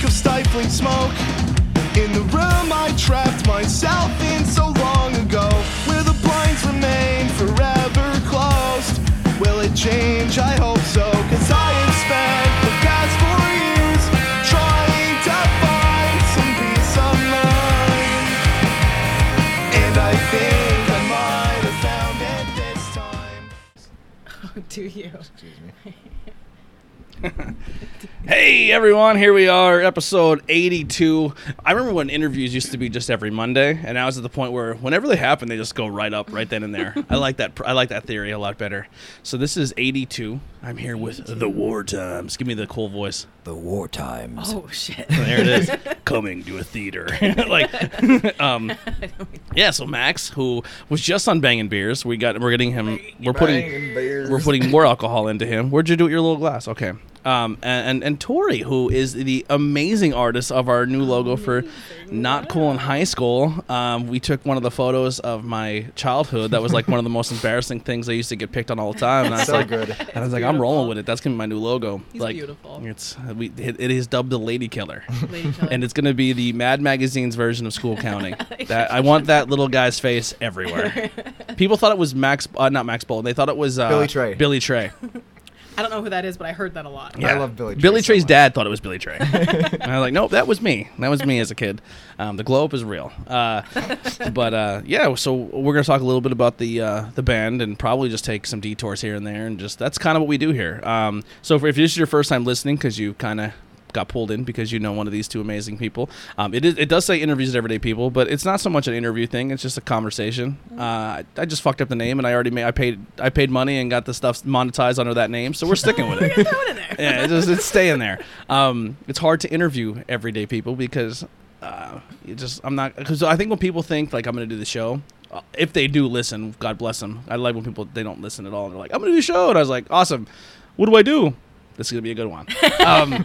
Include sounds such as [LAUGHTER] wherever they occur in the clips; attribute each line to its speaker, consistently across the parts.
Speaker 1: blowing smoke. In the room I trapped myself in so long ago, where the blinds remain forever closed. Will it change? I hope so, cause I have spent the past four years trying to find some peace of mind. And I think I might have found it this time.
Speaker 2: [LAUGHS] Do you?
Speaker 3: Hey everyone, here we are, episode 82. I remember when interviews used to be just every Monday, and now it's at the point where whenever they happen, they just go right up, right then and there. I like that. I like that theory a lot better. So this is 82. I'm here with the War Times. Give me the cool voice.
Speaker 4: The war times.
Speaker 2: Oh shit!
Speaker 3: There it is, coming to a [LAUGHS] theater. like, [LAUGHS] um, yeah. So Max, who was just on Bangin' Beers, we got. We're getting him. We're putting. We're putting more alcohol into him. Where'd you do it? Your little glass. Okay. Um, and, and and Tori, who is the amazing artist of our new logo for Not Cool in High School. Um, we took one of the photos of my childhood. That was like one of the
Speaker 2: [LAUGHS]
Speaker 3: most embarrassing things I used to get picked on all the time. And I was
Speaker 4: so
Speaker 3: like,
Speaker 4: good.
Speaker 3: and I was like, I'm rolling with it. That's gonna be my new logo.
Speaker 2: He's
Speaker 3: like,
Speaker 2: beautiful.
Speaker 3: It's we, it, it is dubbed the
Speaker 2: [LAUGHS]
Speaker 3: Lady Killer.
Speaker 2: [LAUGHS] Lady killer.
Speaker 3: [LAUGHS] and it's going to be the Mad Magazine's version of School Counting. that I want that little guy's face everywhere. People thought it was Max, uh, not Max Bolton. They thought it was uh,
Speaker 4: Billy Trey.
Speaker 3: Billy Trey.
Speaker 2: I don't know who that is, but I heard that a lot.
Speaker 4: I love Billy Trey
Speaker 3: Billy
Speaker 4: so
Speaker 3: Trey's
Speaker 4: much.
Speaker 3: dad thought it was
Speaker 4: [LAUGHS]
Speaker 3: Billy Trey. and I was like, nope, that was me. That was me as a kid. Um, the glow up is real. Uh,
Speaker 4: [LAUGHS]
Speaker 3: but uh, yeah, so we're going to talk a little bit about the uh, the band and probably just take some detours here and there. And just that's kind of what we do here. Um, so if, if this is your first time listening, because you kind of got pulled in because you know one of these two amazing people. Um, it, is, it does say interviews with everyday people, but it's not so much an interview thing. It's just a conversation.
Speaker 4: Mm-hmm.
Speaker 3: Uh, I, I just fucked up the name, and I already made I paid I paid money and got the stuff monetized under that name, so we're sticking
Speaker 4: [LAUGHS]
Speaker 3: with it
Speaker 2: Throw it in there.
Speaker 3: yeah, it's, just, it's staying there. Um, it's hard to interview everyday people because uh, you just I'm not because I think when people think like I'm going to do the show, uh, if they do listen, God bless them. I like when people they don't listen at all. They're like, I'm going to do the show, and I was like, awesome. What do I do? This is going to be a good one. Um,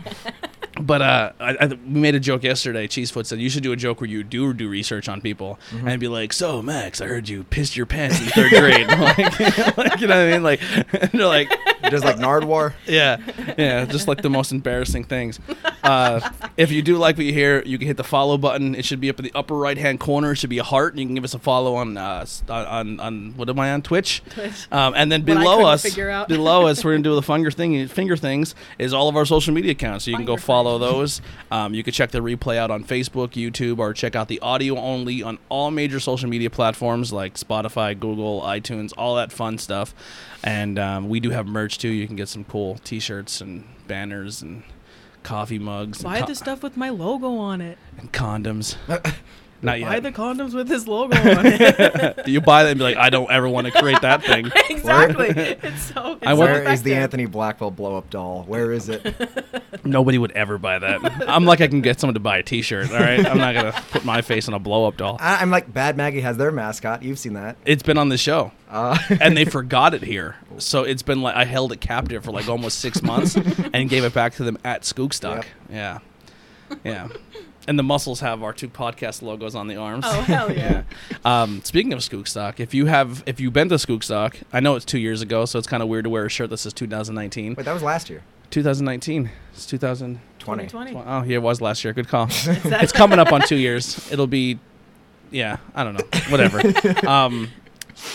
Speaker 3: but uh, I, I, we made a joke yesterday. Cheesefoot said you should do a joke where you do do research on people and be like, "So Max, I heard you pissed your pants in third grade." [LAUGHS] like, like, you know what I mean? Like [LAUGHS] they're like,
Speaker 4: Just like Nardwar.
Speaker 2: [LAUGHS]
Speaker 3: yeah, yeah, just like the most embarrassing things. Uh, if you do like what you hear, you can hit the follow button. It should be up in the upper right hand corner. It should be a heart, and you can give us a follow on uh, s- on- on on what am I on Twitch?
Speaker 2: Twitch.
Speaker 3: Um, and then
Speaker 2: What I
Speaker 3: below
Speaker 2: couldn't
Speaker 3: us,
Speaker 2: figure out.
Speaker 3: below us, we're gonna do the finger thing. Finger things is all of our social media accounts. So you can go
Speaker 2: Finger
Speaker 3: follow those. Um, you can check the replay out on Facebook, YouTube, or check out the audio only on all major social media platforms like Spotify, Google, iTunes, all that fun stuff. And um, we do have merch too. You can get some cool T-shirts and banners and coffee mugs
Speaker 2: Buy
Speaker 3: and,
Speaker 2: the
Speaker 3: co-
Speaker 2: stuff with my logo on it.
Speaker 3: and condoms. Not
Speaker 2: Buy
Speaker 3: yet.
Speaker 2: the condoms with his logo on it.
Speaker 3: [LAUGHS] you buy that and be like, I don't ever want to create that thing.
Speaker 2: [LAUGHS] exactly. It's so. It's
Speaker 3: I
Speaker 2: so
Speaker 3: want-
Speaker 4: Where is the
Speaker 2: effective.
Speaker 4: Anthony Blackwell blow up doll? Where is it?
Speaker 3: Nobody would ever buy that. [LAUGHS] I'm like, I can get someone to buy a T-shirt. All right, I'm not gonna put my face on a blow-up doll.
Speaker 4: I, I'm like, Bad Maggie has their mascot. You've seen that.
Speaker 3: It's been on the show,
Speaker 4: Uh, [LAUGHS]
Speaker 3: and they forgot it here. So it's been like I held it captive for like almost six months, and gave it back to them at Skookstock. Yeah, yeah. And the muscles have our two podcast logos on the arms.
Speaker 2: Oh
Speaker 3: [LAUGHS]
Speaker 2: hell yeah!
Speaker 3: Um, speaking of Skookstock, if you have if you've been to Skookstock, I know it's two years ago, so it's kind of weird to wear a shirt that says 2019.
Speaker 4: wait, that was last year.
Speaker 3: 2019. It's 2000.
Speaker 4: 20.
Speaker 2: 2020.
Speaker 3: Oh, yeah, it was last year.
Speaker 2: [LAUGHS]
Speaker 3: Good call. it's coming up on two years. It'll be, yeah, I don't know,
Speaker 2: [LAUGHS]
Speaker 3: whatever. um,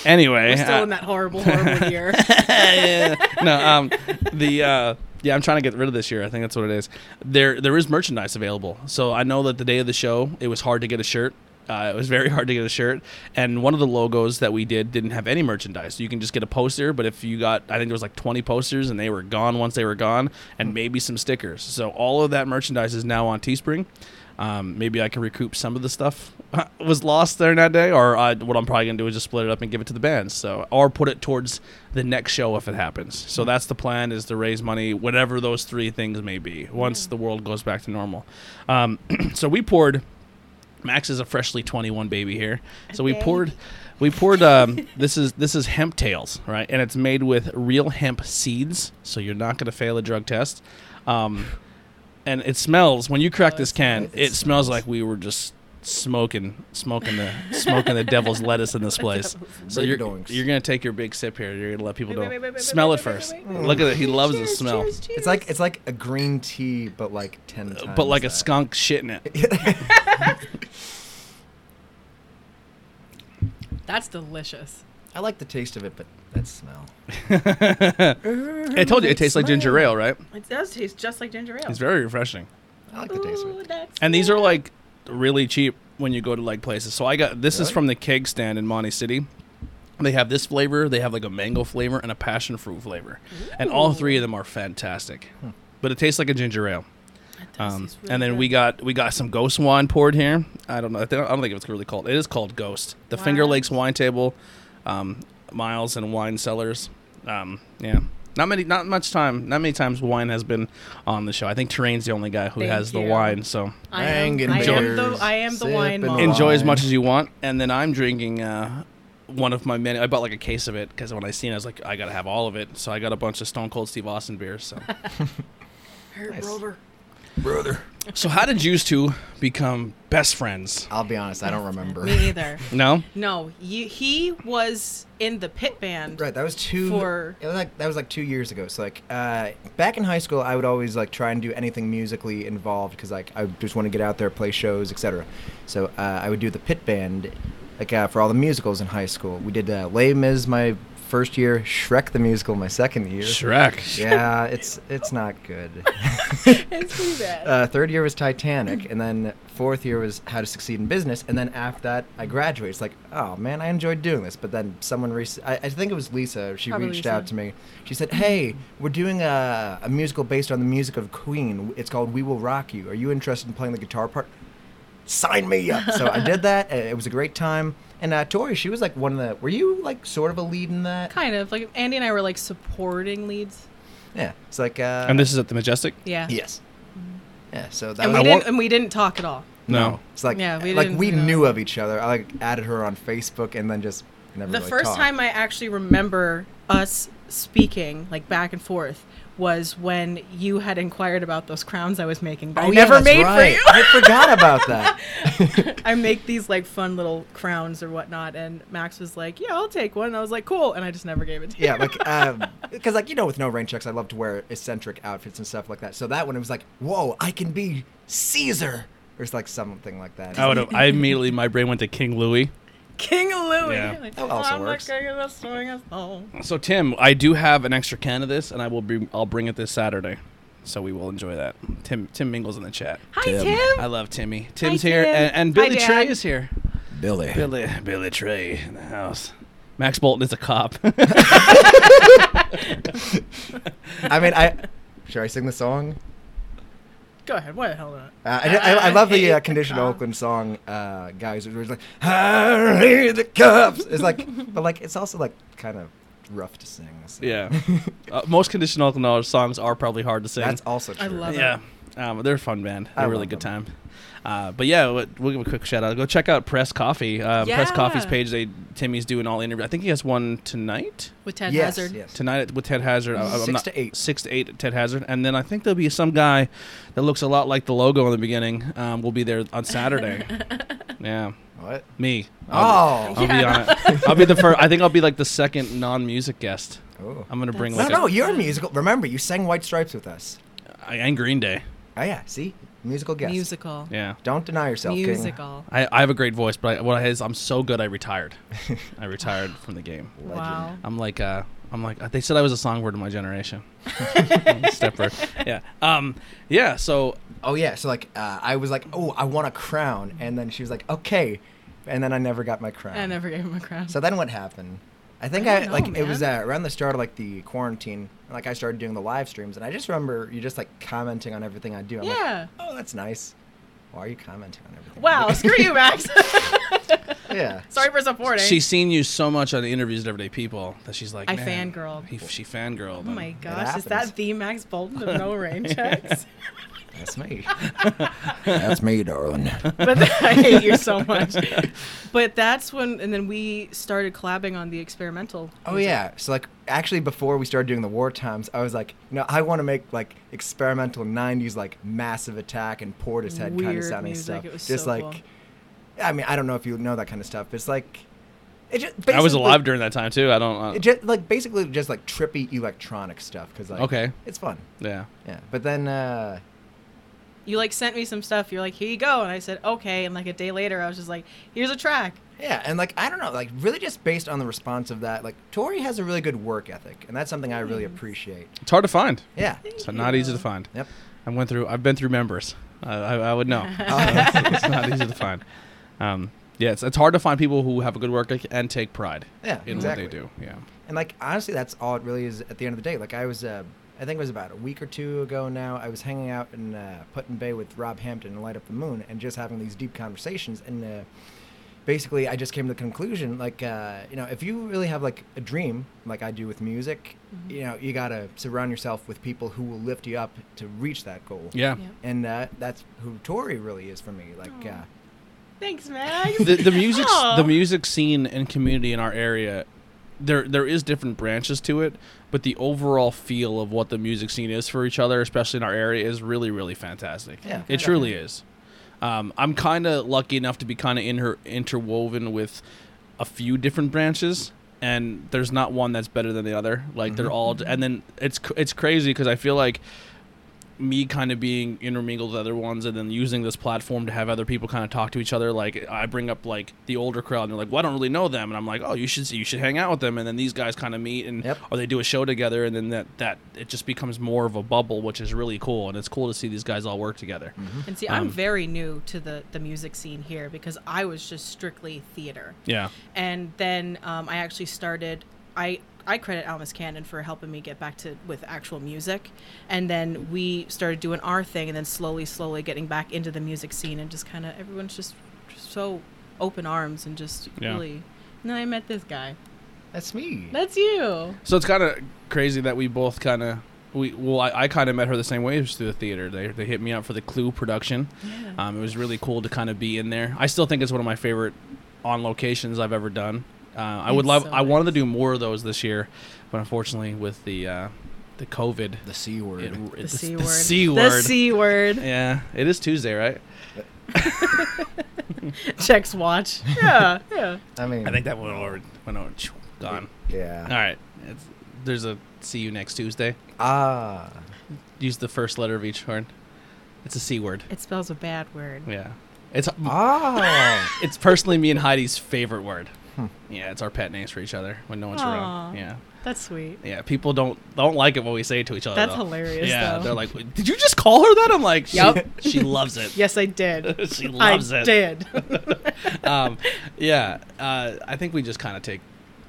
Speaker 3: anyway,
Speaker 2: We're still
Speaker 3: uh,
Speaker 2: in that
Speaker 3: [LAUGHS]
Speaker 2: horrible, horrible year.
Speaker 3: yeah, yeah. no, um, the uh, yeah, I'm trying to get rid of this year. I think that's what it is. There, there is merchandise available. So I know that the day of the show, it was hard to get a shirt. Uh, it was very hard to get a shirt, and one of the logos that we did didn't have any merchandise. You can just get a poster, but if you got, I think there was like 20 posters, and they were gone once they were gone, and maybe some stickers. So all of that merchandise is now on Teespring. Um, maybe I can recoup some of the stuff [LAUGHS] was lost there that day, or I, what I'm probably gonna do is just split it up and give it to the bands. So, or put it towards the next show if it happens. So that's the plan is to raise money, whatever those three things may be, once the world goes back to normal. Um, [CLEARS THROAT] so we poured. Max is a freshly 21 baby here, so we
Speaker 2: baby.
Speaker 3: poured. We poured. Um, [LAUGHS] this is this is hemp tails, right? And it's made with real hemp seeds, so you're not gonna fail a drug test. Um, and it smells when you crack this can. It smells like we were just smoking, smoking the smoking
Speaker 2: [LAUGHS]
Speaker 3: the devil's lettuce in this place. So
Speaker 4: Big
Speaker 3: you're
Speaker 4: doinks.
Speaker 3: you're gonna take your big sip here. You're gonna let people
Speaker 2: Wait, wait, wait,
Speaker 3: know.
Speaker 2: wait, wait,
Speaker 3: Smell
Speaker 2: wait,
Speaker 3: it
Speaker 2: wait, wait,
Speaker 3: first.
Speaker 2: wait, wait.
Speaker 3: Look at it. He loves the
Speaker 2: Cheers,
Speaker 3: smell.
Speaker 2: cheers, cheers.
Speaker 4: It's like it's like a green tea, but like ten times.
Speaker 3: Uh, But like a
Speaker 4: that.
Speaker 3: skunk shitting
Speaker 2: [LAUGHS]
Speaker 3: it.
Speaker 2: That's delicious.
Speaker 4: I like the taste of it, but that smell.
Speaker 3: I told you it tastes like ginger ale, right?
Speaker 2: It does taste just like ginger ale.
Speaker 3: It's very refreshing.
Speaker 4: I like the taste of it.
Speaker 3: And these are like really cheap when you go to like places. So I got this is
Speaker 4: Really?
Speaker 3: from the keg stand in Monte City. They have this flavor, they have like a mango flavor and a passion fruit flavor. And all three of them are fantastic.
Speaker 2: Hmm.
Speaker 3: But it tastes like a ginger ale. Um, and then we got we got some ghost wine poured here. I don't know. I don't I don't think it's really called. It is called Ghost. The Finger
Speaker 2: Wow.
Speaker 3: Lakes Wine Table, um, Miles and Wine Cellars. Um, yeah, not many, not much time, not many times wine has been on the show. I think Terrain's the only guy who
Speaker 2: Thank
Speaker 3: has the
Speaker 2: you.
Speaker 3: wine, so
Speaker 2: I am,
Speaker 4: Bangin'
Speaker 2: I am the
Speaker 4: beers,
Speaker 2: I am the wine
Speaker 4: sippin'
Speaker 2: mom.
Speaker 4: wine.
Speaker 3: enjoy as much as you want. And then I'm drinking uh, one of my many. I bought like a case of it because when I seen, it, I was like, I gotta have all of it. So I got a bunch of Stone Cold Steve Austin beers. So,
Speaker 2: Herb
Speaker 4: Nice.
Speaker 2: Rover.
Speaker 4: brother.
Speaker 3: so how did you two become best friends?
Speaker 4: I'll be honest, I don't remember.
Speaker 2: Me
Speaker 3: [LAUGHS]
Speaker 2: either.
Speaker 3: No,
Speaker 2: No, you, he was in the pit band.
Speaker 4: Right, that was two.
Speaker 2: For-
Speaker 4: it was like that was like two years ago. So like uh, back in high school, I would always like try and do anything musically involved because like I just want to get out there, play shows, etc. So uh, I would do the pit band, like uh, for all the musicals in high school. We did uh, Les Mis my first year, Shrek the musical my second year.
Speaker 3: Shrek.
Speaker 4: Yeah, it's it's not good.
Speaker 2: [LAUGHS] It's [LAUGHS] pretty bad.
Speaker 4: Uh, third year was Titanic, and then fourth year was How to Succeed in Business, and then after that, I graduated. It's like, oh man, I enjoyed doing this. But then someone, rec- I, I think it was Lisa, she
Speaker 2: Probably
Speaker 4: reached
Speaker 2: Lisa.
Speaker 4: out to me. She said, hey, we're doing a, a musical based on the music of Queen. It's called We Will Rock You. Are you interested in playing the guitar part? Sign me up. So I did that. [LAUGHS] and It was a great time. And uh, Tori, she was like one of the. Were you like sort of a lead in that?
Speaker 2: kind of like Andy and I were like supporting leads.
Speaker 4: Yeah. It's like. Uh,
Speaker 3: And this is at the Majestic.
Speaker 2: Yeah.
Speaker 4: Yes. Yeah. So that
Speaker 2: And
Speaker 4: was.
Speaker 2: we
Speaker 3: I
Speaker 2: didn't
Speaker 3: want-
Speaker 2: and we didn't talk at all.
Speaker 3: No.
Speaker 4: It's like
Speaker 2: Yeah, we
Speaker 4: like
Speaker 2: didn't,
Speaker 4: we
Speaker 2: you know.
Speaker 4: knew of each other. I like added her on Facebook and then just never.
Speaker 2: The
Speaker 4: really
Speaker 2: first
Speaker 4: talked.
Speaker 2: time I actually remember us speaking like back and forth was when you had inquired about those crowns I was making. But I
Speaker 4: Oh, yeah,
Speaker 2: never
Speaker 4: that's
Speaker 2: made
Speaker 4: right.
Speaker 2: for
Speaker 4: I forgot about
Speaker 2: [LAUGHS]
Speaker 4: that.
Speaker 2: you. [LAUGHS] I make these like fun little crowns or whatnot, and Max was like, "Yeah, I'll take one." And I was like, "Cool," and I just never gave it to you.
Speaker 4: Yeah, like because like you know with no rain checks, I love to wear eccentric outfits and stuff like that. So that one it was like, whoa, I can be Caesar or it's like something like that.
Speaker 3: I would have. I immediately my brain went to King Louis.
Speaker 2: King Louis.
Speaker 3: Yeah.
Speaker 2: Like, "Oh,
Speaker 4: That also
Speaker 2: I'm the
Speaker 4: works.
Speaker 2: king of the swing of song."
Speaker 3: So Tim, I do have an extra can of this, and I will be. I'll bring it this Saturday, so we will enjoy that. Tim Tim mingles in the chat.
Speaker 2: Hi,
Speaker 4: Tim.
Speaker 2: Tim.
Speaker 3: I love Timmy. Tim's
Speaker 2: Tim.
Speaker 3: here, and, and
Speaker 2: Hi,
Speaker 3: Billy
Speaker 2: Dad.
Speaker 3: Trey is here.
Speaker 4: Billy.
Speaker 3: Billy Billy Trey in the house. Max Bolton is a cop. [LAUGHS]
Speaker 4: I mean, I should I sing the song?
Speaker 2: Go ahead. Why the hell not?
Speaker 4: Uh, I, I, I love
Speaker 2: hate
Speaker 4: the uh,
Speaker 2: the
Speaker 4: Condition
Speaker 2: cop.
Speaker 4: Oakland song, uh, guys. It was like, I hate the cops. It's
Speaker 2: [LAUGHS]
Speaker 4: like, but like, it's also like kind of rough to sing. so- [LAUGHS]
Speaker 3: yeah, uh, most conditional Oklahoma songs are probably hard to sing.
Speaker 4: That's also true.
Speaker 2: I love it.
Speaker 3: yeah, um, they're a fun band.
Speaker 4: I
Speaker 3: They're a really
Speaker 4: love
Speaker 3: good
Speaker 4: them.
Speaker 3: time. Uh, but yeah, we'll, we'll give a quick shout out. Go check out Press Coffee. Um, Press
Speaker 2: Yeah.
Speaker 3: Coffee's page. They Timmy's doing all interviews. I think he has one tonight.
Speaker 2: With Ted
Speaker 4: Yes,
Speaker 2: Hazard.
Speaker 4: yes.
Speaker 3: tonight at- with Ted Hazard. I- I'm
Speaker 4: Six
Speaker 3: not-
Speaker 4: to eight.
Speaker 3: Six to eight. at Ted Hazard, and then I think there'll be some guy that looks a lot like the logo in the beginning. Um, will be there on [LAUGHS] Saturday. yeah,
Speaker 4: What?
Speaker 3: me.
Speaker 4: Oh.
Speaker 3: I'll be, I'll be on it. I'll be the first. I think I'll be like the second non-music guest.
Speaker 4: Oh.
Speaker 3: I'm gonna bring
Speaker 4: No,
Speaker 3: like
Speaker 4: no,
Speaker 3: a,
Speaker 4: you're musical. Remember, you sang White Stripes with us.
Speaker 3: I, and Green Day.
Speaker 4: Oh yeah, see, musical guest.
Speaker 2: Musical.
Speaker 3: Yeah.
Speaker 4: Don't deny yourself. King.
Speaker 2: Musical.
Speaker 3: I, I have a great voice, but I, what I is I'm so good
Speaker 4: [LAUGHS]
Speaker 3: I retired. I retired from the game.
Speaker 4: Legend.
Speaker 2: Wow.
Speaker 3: I'm like, uh, I'm like, they said I was a songbird in
Speaker 4: [LAUGHS]
Speaker 3: my generation. Step bird. Yeah. Um, yeah. So
Speaker 4: Oh yeah, so like uh, I was like, oh, I want a crown, and then she was like, okay, and then I never got my crown.
Speaker 2: I never gave him a crown.
Speaker 4: So then what happened? I think
Speaker 2: I
Speaker 4: I,
Speaker 2: don't know,
Speaker 4: like it was uh,
Speaker 2: man.
Speaker 4: around the start of like the quarantine. Like I started doing the live streams, and I just remember you just like commenting on everything I do. I'm
Speaker 2: Yeah.
Speaker 4: Like, oh, that's nice. Why are you commenting on everything? I
Speaker 2: wow.
Speaker 3: [LAUGHS]
Speaker 4: do?"
Speaker 2: screw
Speaker 4: [LAUGHS]
Speaker 2: you, Max. [LAUGHS]
Speaker 4: yeah.
Speaker 2: Sorry for supporting.
Speaker 3: She's seen you so much on interviews with everyday people that she's like,
Speaker 2: I
Speaker 3: "Man,
Speaker 2: fangirled.
Speaker 3: He, she fangirled.
Speaker 2: Oh my gosh,
Speaker 4: happens.
Speaker 2: is that the Max Bolton of no
Speaker 3: [LAUGHS]
Speaker 2: rain checks?
Speaker 4: That's me. [LAUGHS] that's me, darling.
Speaker 2: but [LAUGHS] I hate you so much. But that's when, and then we started collabing on the experimental.
Speaker 4: Oh
Speaker 2: music.
Speaker 4: yeah. So like actually before we started doing the war times, I was like, no, I want to make like experimental '90s like Massive Attack and Portishead kind
Speaker 2: Weird
Speaker 4: of sounding
Speaker 2: music.
Speaker 4: stuff.
Speaker 2: It was
Speaker 4: just
Speaker 2: so
Speaker 4: like
Speaker 2: cool.
Speaker 4: I mean, I don't know if you know that kind of stuff, but it's like it just
Speaker 3: I was
Speaker 4: basically-
Speaker 3: alive during that time too. I don't. Uh,
Speaker 4: It just like basically just like trippy electronic stuff because like
Speaker 3: Okay.
Speaker 4: it's fun.
Speaker 3: yeah.
Speaker 4: Yeah, but then uh,
Speaker 2: You like sent me some stuff. You're like, here you go, and I said okay. And like a day later, I was just like, here's a track.
Speaker 4: yeah, and like I don't know, like really just based on the response of that, like Tori has a really good work ethic, and that's something I really appreciate.
Speaker 3: It's hard to find.
Speaker 4: Yeah.
Speaker 3: It's not easy to find.
Speaker 4: Yep.
Speaker 3: I went through. I've been through members. I, I, I would know. [LAUGHS] it's not easy to find. Um, yeah, it's, it's hard to find people who have a good work ethic and take pride
Speaker 4: Yeah,
Speaker 3: in
Speaker 4: exactly.
Speaker 3: what they do. Yeah.
Speaker 4: And like honestly, that's all it really is at the end of the day. Like I was, uh, I think it was about a week or two ago now. I was hanging out in uh, Putnam Bay with Rob Hampton and Light Up the Moon, and just having these deep conversations. And uh, basically, I just came to the conclusion, like uh, you know, if you really have like a dream, like I do with music, you know, you gotta surround yourself with people who will lift you up to reach that goal.
Speaker 3: Yeah.
Speaker 2: Yeah.
Speaker 4: And uh, that's who Tori really is for me. Like,
Speaker 2: Aw.
Speaker 4: uh,
Speaker 2: Thanks, Max.
Speaker 3: The, the music
Speaker 2: Aw.
Speaker 3: the music scene and community in our area. There, there is different branches to it, but the overall feel of what the music scene is for each other, especially in our area, is really, really fantastic.
Speaker 4: Yeah.
Speaker 3: it truly is. Um, I'm kind of lucky enough to be kind of in her interwoven with a few different branches, and there's not one that's better than the other. Like
Speaker 4: Mm-hmm.
Speaker 3: they're all, and then it's c- it's crazy because I feel like me kind of being intermingled with other ones, and then using this platform to have other people kind of talk to each other. Like I bring up like the older crowd, and they're like, "Well, I don't really know them," and I'm like, "Oh, you should see, you should hang out with them." And then these guys kind of meet, and
Speaker 4: Yep.
Speaker 3: or they do a show together, and then that that it just becomes more of a bubble, which is really cool, and it's cool to see these guys all work together.
Speaker 2: And see, I'm
Speaker 3: Um,
Speaker 2: very new to the the music scene here because I was just strictly theater.
Speaker 3: Yeah.
Speaker 2: and then um, I actually started. I I credit Almas Cannon for helping me get back to with actual music, and then we started doing our thing, and then slowly, slowly getting back into the music scene, and just kind of everyone's just, just so open arms and just
Speaker 3: Yeah.
Speaker 2: really. And then I met this guy.
Speaker 4: that's me.
Speaker 2: That's you.
Speaker 3: So it's kind of crazy that we both kind of we well I, I kind of met her the same way was through the theater. They they hit me up for the Clue production. Um, it was really cool to kind of be in there. I still think it's one of my favorite on locations I've ever done. Uh, I would
Speaker 2: It's
Speaker 3: love.
Speaker 2: so
Speaker 3: I wanted to
Speaker 2: nice.
Speaker 3: do more of those this year, but unfortunately with the uh, the COVID,
Speaker 4: the C word.
Speaker 3: it-
Speaker 2: The
Speaker 3: it's-
Speaker 2: c
Speaker 3: the
Speaker 2: word.
Speaker 3: C
Speaker 2: The
Speaker 3: word.
Speaker 2: c word.
Speaker 3: [LAUGHS] yeah, it is Tuesday, right?
Speaker 2: Checks watch. Yeah, yeah.
Speaker 4: I mean,
Speaker 3: I think that went over. Went over. choo, Gone.
Speaker 4: yeah.
Speaker 3: All right. It's, there's a see you next Tuesday.
Speaker 4: Ah,
Speaker 3: Use the first letter of each word. It's a C word.
Speaker 2: It spells a bad word.
Speaker 3: Yeah. It's
Speaker 4: ah.
Speaker 3: it's personally me and Heidi's favorite word. Yeah, it's our pet names for each other when no one's around.
Speaker 2: Aw.
Speaker 3: Yeah.
Speaker 2: That's sweet.
Speaker 3: Yeah, people don't don't like it when we say it to each other.
Speaker 2: That's
Speaker 3: though.
Speaker 2: hilarious,
Speaker 3: Uh, Yeah,
Speaker 2: though.
Speaker 3: they're like, "Wait, "Did you just call her that?" I'm like, she,
Speaker 2: Yup.
Speaker 3: she loves it.
Speaker 2: Yes, I did.
Speaker 3: [LAUGHS] she loves
Speaker 2: I
Speaker 3: it."
Speaker 2: did.
Speaker 3: Um, yeah, uh, I think we just kind of take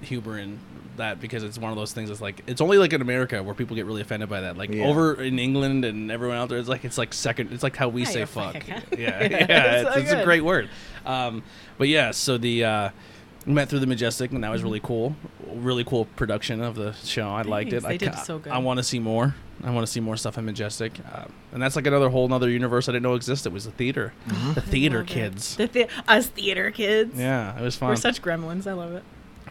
Speaker 3: humor in that because it's one of those things. It's like it's only like in America where people get really offended by that. Like
Speaker 4: Yeah.
Speaker 3: over in England and everyone out there, it's like it's like second. It's like how we
Speaker 2: Yeah,
Speaker 3: say
Speaker 2: you're
Speaker 3: fuck.
Speaker 2: fucking- [LAUGHS]
Speaker 3: Yeah, yeah,
Speaker 2: so
Speaker 3: it's, it's a
Speaker 2: good.
Speaker 3: great word. Um, but yeah, so the. Uh, we Met through the majestic, and that was really cool. Really cool production of the show. I liked it.
Speaker 2: Mm-hmm. Thanks, they
Speaker 3: I
Speaker 2: did
Speaker 3: ca-
Speaker 2: so good.
Speaker 3: I want to see more. I want to see more stuff in majestic, uh, and that's like another whole another universe I didn't know existed. Was the theater, the [LAUGHS] theater
Speaker 2: Love it.
Speaker 3: kids.
Speaker 2: The thea- us theater kids.
Speaker 3: Yeah, it was fun.
Speaker 2: We're such gremlins. I love it.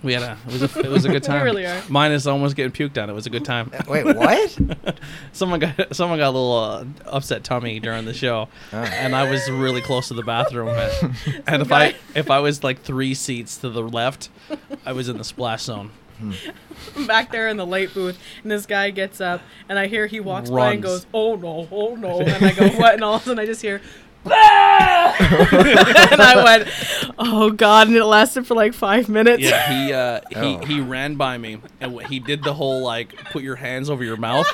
Speaker 3: We had a it was a, it was a
Speaker 2: [LAUGHS]
Speaker 3: good
Speaker 2: We
Speaker 3: time.
Speaker 2: really are.
Speaker 3: Mine is almost getting puked on. It was a good time.
Speaker 4: Wait,
Speaker 3: [LAUGHS]
Speaker 4: what?
Speaker 3: someone got [LAUGHS] someone got a little uh, upset tummy during the show,
Speaker 4: Oh,
Speaker 3: and I was really close to the bathroom.
Speaker 2: [LAUGHS]
Speaker 3: And, and if I
Speaker 2: guy-
Speaker 3: if I was like three seats to the left, I was in the
Speaker 2: [LAUGHS]
Speaker 3: splash zone.
Speaker 2: I'm back there in the late booth, and this guy gets up, and I hear he walks by and
Speaker 3: Runs.
Speaker 2: goes, "Oh no, oh
Speaker 3: [LAUGHS]
Speaker 2: no!" And I go, "What?" And all of a sudden, I just hear. "Bah!" [LAUGHS] and I went, oh god! And it lasted for like five minutes.
Speaker 3: Yeah, he uh, he
Speaker 4: Oh.
Speaker 3: he ran by me, and wh- he did the whole like put your hands over your mouth,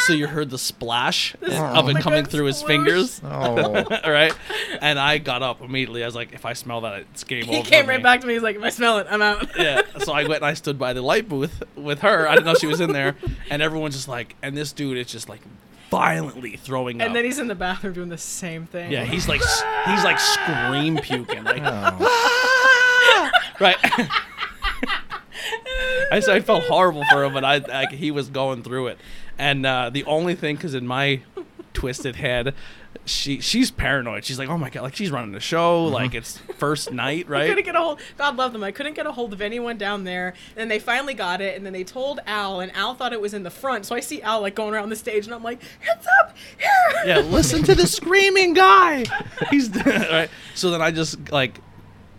Speaker 3: so you heard the splash of it
Speaker 2: Like
Speaker 3: coming
Speaker 2: a
Speaker 3: through his
Speaker 2: sploosh.
Speaker 3: fingers. [LAUGHS]
Speaker 4: Oh,
Speaker 3: All right, and I got up immediately. I was like, if I smell that, it's game
Speaker 2: [LAUGHS]
Speaker 3: over.
Speaker 2: He came
Speaker 3: for
Speaker 2: right
Speaker 3: me.
Speaker 2: back to me. He's like, "If I smell it, I'm out."
Speaker 3: yeah. So I went and I stood by the light booth with her. I didn't know she was in there, and everyone's just like, and this dude is just like violently throwing
Speaker 2: [LAUGHS]
Speaker 3: up.
Speaker 2: And then he's in the bathroom doing the same thing.
Speaker 3: yeah, he's like s- he's like scream puking, like
Speaker 4: oh.
Speaker 3: [LAUGHS] right. I said I felt horrible for him, but I like he was going through it, and uh, the only thing because in my twisted head. She she's paranoid. She's like, oh my god, like she's running the show, like it's first
Speaker 2: [LAUGHS]
Speaker 3: night,
Speaker 2: I
Speaker 3: right?
Speaker 2: couldn't get a hold. God love them. I couldn't get a hold of anyone down there. And they finally got it. And then they told Al, and Al thought it was in the front. So I see Al like going around the stage, and I'm like, "Heads up, here!"
Speaker 3: [LAUGHS] Yeah, listen to the screaming guy. He's all right. So then I just like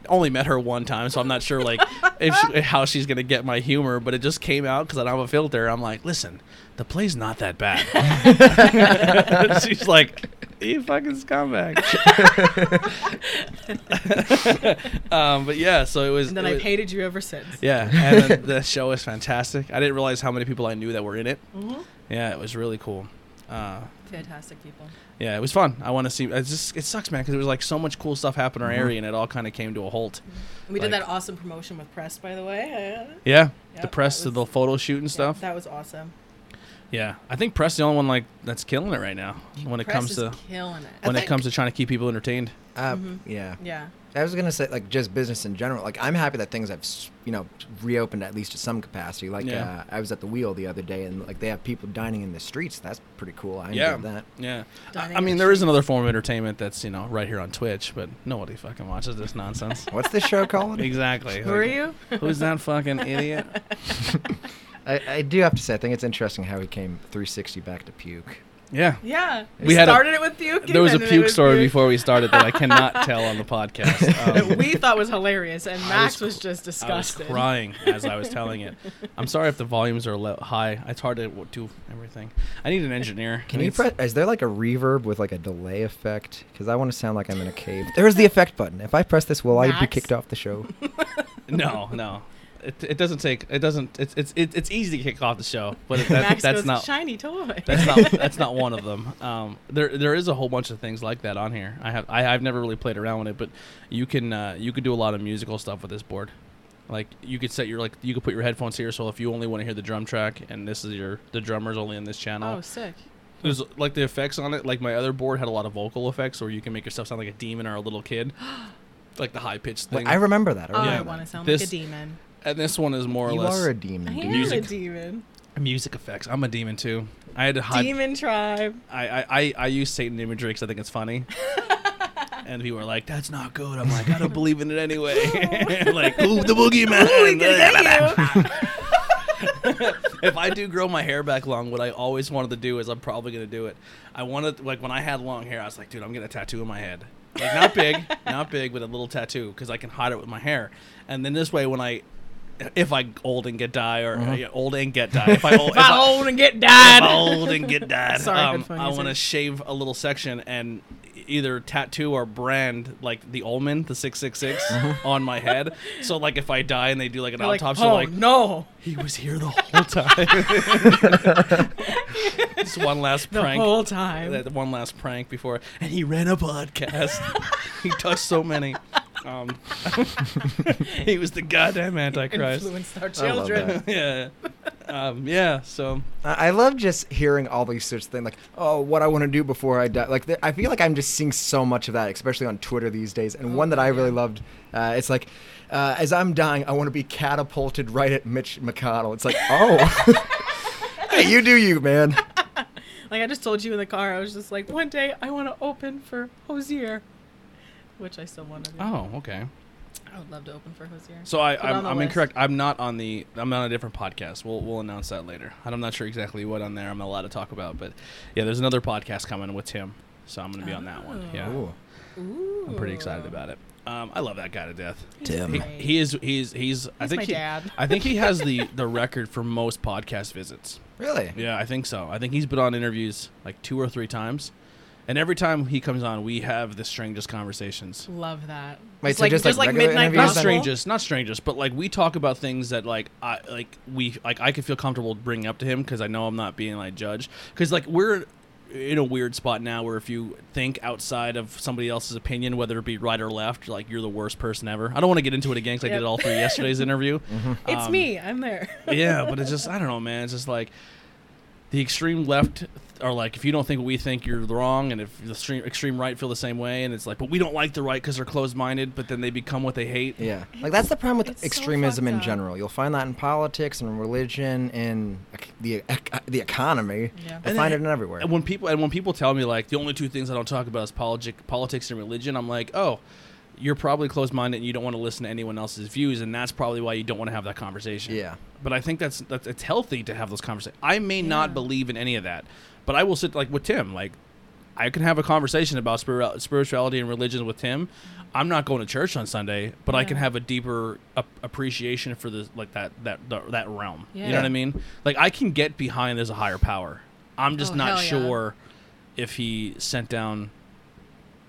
Speaker 3: only met her one time, so I'm not sure like if
Speaker 2: [LAUGHS]
Speaker 3: she, how she's gonna get my humor. But it just came out because I don't have a filter. I'm like, listen, the play's not that bad. [LAUGHS] she's like, you fucking scumbag. [LAUGHS] um, but yeah, so it was.
Speaker 2: And then
Speaker 3: it
Speaker 2: I've
Speaker 3: was-
Speaker 2: hated you ever since.
Speaker 3: Yeah, and then the show is fantastic. I didn't realize how many people I knew that were in it.
Speaker 2: Mm-hmm.
Speaker 3: Yeah, it was really cool. Uh,
Speaker 2: Fantastic people.
Speaker 3: yeah, it was fun. I want to see. It just it sucks, man, because it was like so much cool stuff happened in our
Speaker 2: Mm-hmm.
Speaker 3: area, and it all kind of came to a halt.
Speaker 2: And we did
Speaker 3: Like-
Speaker 2: that awesome promotion with press, by the way. Yeah,
Speaker 3: Yeah,
Speaker 2: Yep,
Speaker 3: the
Speaker 2: that
Speaker 3: press,
Speaker 2: was-
Speaker 3: the photo shoot and stuff.
Speaker 2: that was awesome.
Speaker 3: yeah, I think press the only one like that's killing it right now when it
Speaker 2: press
Speaker 3: comes
Speaker 2: is
Speaker 3: to
Speaker 2: killing it.
Speaker 3: when
Speaker 4: I
Speaker 3: it comes to trying to keep people entertained.
Speaker 4: Uh, Yeah.
Speaker 2: yeah.
Speaker 4: I was gonna say like just business in general. Like I'm happy that things have s- you know reopened at least to some capacity. Like
Speaker 3: Yeah.
Speaker 4: uh, I was at the wheel the other day and like they have people dining in the streets. That's pretty cool. I enjoyed
Speaker 3: Yeah,
Speaker 4: that.
Speaker 3: yeah. I,
Speaker 2: Dining
Speaker 3: I mean,
Speaker 2: in
Speaker 3: there is another form of entertainment that's you know right here on Twitch, but nobody fucking watches
Speaker 4: [LAUGHS]
Speaker 3: this nonsense.
Speaker 4: What's this show
Speaker 3: [LAUGHS]
Speaker 4: called?
Speaker 3: exactly.
Speaker 2: Who are
Speaker 3: Like,
Speaker 2: you?
Speaker 3: Who's that fucking idiot?
Speaker 4: I, I do have to say I think it's interesting how we came 360 back to puke.
Speaker 3: Yeah.
Speaker 2: [LAUGHS] Yeah.
Speaker 3: We had a-
Speaker 2: started it with puke.
Speaker 3: There was a
Speaker 2: and then it
Speaker 3: puke story
Speaker 2: puke.
Speaker 3: before we started that I
Speaker 2: [LAUGHS]
Speaker 3: cannot tell on the podcast.
Speaker 2: that
Speaker 3: Um,
Speaker 2: we thought was hilarious, and Max
Speaker 3: was
Speaker 2: was, just
Speaker 3: I was
Speaker 2: disgusted.
Speaker 3: crying as I
Speaker 2: [LAUGHS]
Speaker 3: was telling it. I'm sorry if the volumes are le- high. It's hard to w- do everything. I need an engineer.
Speaker 4: Can
Speaker 3: I
Speaker 4: you
Speaker 3: need-
Speaker 4: press? Is there like a reverb with like a delay effect? Because I want to sound like I'm in a cave. There's the effect button. If I press this, will I be
Speaker 2: Max?
Speaker 4: kicked off the show?
Speaker 3: [LAUGHS] No, no. It, it doesn't take. It doesn't. It's it's it's it's easy to kick off the show,
Speaker 2: [LAUGHS]
Speaker 3: but it- that,
Speaker 2: Max
Speaker 3: that's
Speaker 2: goes,
Speaker 3: not.
Speaker 2: shiny toy. [LAUGHS]
Speaker 3: That's not that's not one of them. Um, there there is a whole bunch of things like that on here. I have I, I've never really played around with it, but you can uh, you could do a lot of musical stuff with this board. Like you could set your like you could put your headphones here, so if you only want to hear the drum track and this is your the drummer's only in this channel.
Speaker 2: oh, sick.
Speaker 3: There's like the effects on it. Like my other board had a lot of vocal effects, where you can make yourself sound like a demon or a little kid, like the high pitched
Speaker 4: Like,
Speaker 3: thing.
Speaker 4: I remember that. I
Speaker 2: Oh,
Speaker 4: remember
Speaker 2: I
Speaker 4: that.
Speaker 2: want to sound
Speaker 3: This-
Speaker 2: like a demon.
Speaker 3: and this one is more or
Speaker 4: You
Speaker 3: less
Speaker 4: are a demon.
Speaker 2: I
Speaker 4: dude.
Speaker 2: am
Speaker 3: music.
Speaker 2: a demon.
Speaker 3: music effects. I'm a demon too. I had to hide.
Speaker 2: Demon
Speaker 3: [LAUGHS]
Speaker 2: tribe.
Speaker 3: I, I, I, I use Satan imagery because I think it's funny. and people are like, "That's not good." I'm like, "I don't believe in it anyway." [LAUGHS] like, ooh, the boogeyman.
Speaker 2: you.
Speaker 3: [LAUGHS] if I do grow my hair back long, what I always wanted to do is I'm probably gonna do it. I wanted like when I had long hair, I was like, dude, I'm gonna tattoo in my head. Like not big, not big, but a little tattoo because I can hide it with my hair. And then this way, when I if I old and get die or uh, yeah, old and
Speaker 2: [LAUGHS]
Speaker 3: get die, if I old, if
Speaker 2: Uh-huh. If I
Speaker 3: I-
Speaker 2: own and get
Speaker 3: if
Speaker 2: died. [LAUGHS]
Speaker 3: I old and get died,
Speaker 2: Sorry,
Speaker 3: um,
Speaker 2: good phone
Speaker 3: I want to
Speaker 2: usage.
Speaker 3: shave a little section and either tattoo or brand like the omen, the six six six, on my head. So like if I die and they do like an
Speaker 2: You're Uh-huh. like,
Speaker 3: autopsy,
Speaker 2: oh
Speaker 3: like
Speaker 2: no,
Speaker 3: he was
Speaker 2: [LAUGHS]
Speaker 3: here the whole time. Just one last
Speaker 2: the
Speaker 3: prank.
Speaker 2: whole time.
Speaker 3: that one last prank before, and he ran a podcast. he touched so many. Um, [LAUGHS] he was the goddamn antichrist.
Speaker 2: [LAUGHS] Influenced our
Speaker 4: I love
Speaker 2: children.
Speaker 4: that.
Speaker 3: [LAUGHS] yeah, um, yeah. So
Speaker 4: I I love just hearing all these sorts of things, like, oh, what I want to do before I die. Like, th- I feel like I'm just seeing so much of that, especially on Twitter these days.
Speaker 2: Oh,
Speaker 4: And one that I really loved, uh, it's like, uh, as I'm dying, I want to be catapulted right at Mitch McConnell. It's like,
Speaker 2: [LAUGHS]
Speaker 4: oh, hey, you do you, man.
Speaker 2: Like I just told you in the car, I was just like, one day I want to open for Hosier, which I still want to do.
Speaker 3: oh, okay.
Speaker 2: I would love to open for Hosier.
Speaker 3: So I,
Speaker 2: Put on
Speaker 3: I'm,
Speaker 2: the
Speaker 3: I'm
Speaker 2: list.
Speaker 3: incorrect. I'm not on the. I'm on a different podcast. We'll we'll announce that later. And I'm not sure exactly what on there I'm allowed to talk about, but yeah, there's another podcast coming with Tim, so I'm gonna be on that one. Yeah,
Speaker 2: Oh.
Speaker 4: Ooh.
Speaker 2: Ooh.
Speaker 3: I'm pretty excited about it. Um, I love that guy to death.
Speaker 4: Tim.
Speaker 3: He, he is. He's. He's. I
Speaker 2: He's
Speaker 3: think
Speaker 2: my
Speaker 3: he.
Speaker 2: dad.
Speaker 3: I think he has
Speaker 2: [LAUGHS]
Speaker 3: the the record for most podcast visits.
Speaker 4: Really?
Speaker 3: Yeah, I think so. I think he's been on interviews like two or three times, and every time he comes on, we have the strangest conversations.
Speaker 2: Love that.
Speaker 4: Wait,
Speaker 2: It's
Speaker 4: so just, like, regular interviews
Speaker 3: not
Speaker 4: Gospel?
Speaker 3: strangers, not strangers, but like we talk about things that like I like we like I can feel comfortable bringing up to him because I know I'm not being like judged because like we're in a weird spot now where if you think outside of somebody else's opinion, whether it be right or left, like you're the worst person ever. I don't want to get into it again because I
Speaker 2: Yep.
Speaker 3: did all through
Speaker 2: [LAUGHS]
Speaker 3: yesterday's interview.
Speaker 2: It's
Speaker 3: Um,
Speaker 2: me. I'm there.
Speaker 3: yeah,
Speaker 2: [LAUGHS]
Speaker 3: but it's just I don't know, man. It's just like the extreme left are like, if you don't think what we think, you're wrong, and if the extreme extreme right feel the same way, and it's like, but we don't like the right because they're closed minded, but then they become what they hate.
Speaker 4: Yeah. Like, that's the problem
Speaker 2: It's
Speaker 4: with
Speaker 2: so
Speaker 4: extremism
Speaker 2: fucked
Speaker 4: in
Speaker 2: up.
Speaker 4: general. You'll find that in politics and religion and ec- the, ec- the economy.
Speaker 2: Yeah.
Speaker 4: You'll
Speaker 3: And
Speaker 4: find
Speaker 3: then-
Speaker 4: it in everywhere.
Speaker 3: And when people and when people tell me like the only two things I don't talk about is politic, politics and religion, I'm like, oh, you're probably closed minded and you don't want to listen to anyone else's views, and that's probably why you don't want to have that conversation.
Speaker 4: Yeah.
Speaker 3: But I think that's that's it's healthy to have those conversations. I may not
Speaker 2: Yeah.
Speaker 3: believe in any of that, but I will sit like with Tim, like I can have a conversation about spiri- spirituality and religion with him. I'm not going to church on Sunday, but I
Speaker 2: Yeah.
Speaker 3: can have a deeper ap- appreciation for the like that that that, that realm. You know
Speaker 2: Yeah.
Speaker 3: what I mean? Like I can get behind there's a higher power. I'm just
Speaker 2: Oh,
Speaker 3: not
Speaker 2: hell yeah.
Speaker 3: sure if he sent down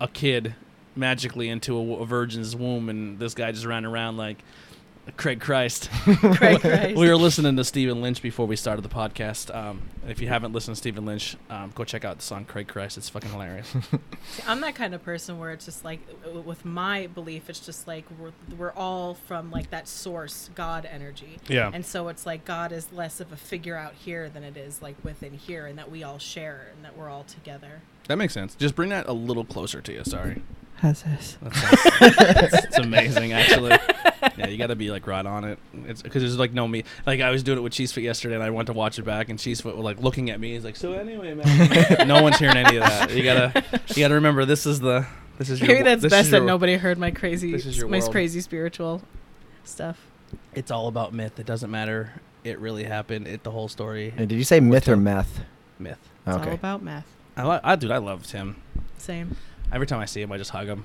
Speaker 3: a kid magically into a, w- a virgin's womb and this guy just ran around like Craig [LAUGHS] Christ.
Speaker 2: [LAUGHS] Craig Christ.
Speaker 3: we were listening to Stephen Lynch before we started the podcast. Um, and if you haven't listened to Stephen Lynch, um, go check out the song Craig Christ. It's fucking hilarious.
Speaker 2: See, I'm that kind of person where it's just like, w- w- with my belief, it's just like we're, we're all from like that source God energy.
Speaker 3: Yeah.
Speaker 2: And so it's like God is less of a figure out here than it is like within here, and that we all share and that we're all together.
Speaker 3: [LAUGHS] that makes sense. Just bring that a little closer to you. Sorry.
Speaker 2: How's this?
Speaker 3: That's, [LAUGHS] it's amazing, actually. Yeah, you got to be like right on it. It's because there's like no me. Like I was doing it with Cheesefoot yesterday, and I went to watch it back, and Cheesefoot was like looking at me. He's like, "So anyway, man, [LAUGHS] [LAUGHS] no one's hearing any of that.
Speaker 2: [LAUGHS]
Speaker 3: You gotta, you gotta remember this is the, this is your.
Speaker 2: Maybe
Speaker 3: wo-
Speaker 2: that's
Speaker 3: this
Speaker 2: best
Speaker 3: is
Speaker 2: that
Speaker 3: your-
Speaker 2: nobody heard my crazy,
Speaker 3: this is your
Speaker 2: my
Speaker 3: world.
Speaker 2: crazy spiritual stuff.
Speaker 3: It's all about myth. It doesn't matter. It really happened. It the whole story.
Speaker 4: And did you say myth or meth?
Speaker 3: myth.
Speaker 2: It's all
Speaker 4: okay.
Speaker 2: about math.
Speaker 3: I, li- I dude, I loved him.
Speaker 2: Same.
Speaker 3: Every time I see him, I just hug him.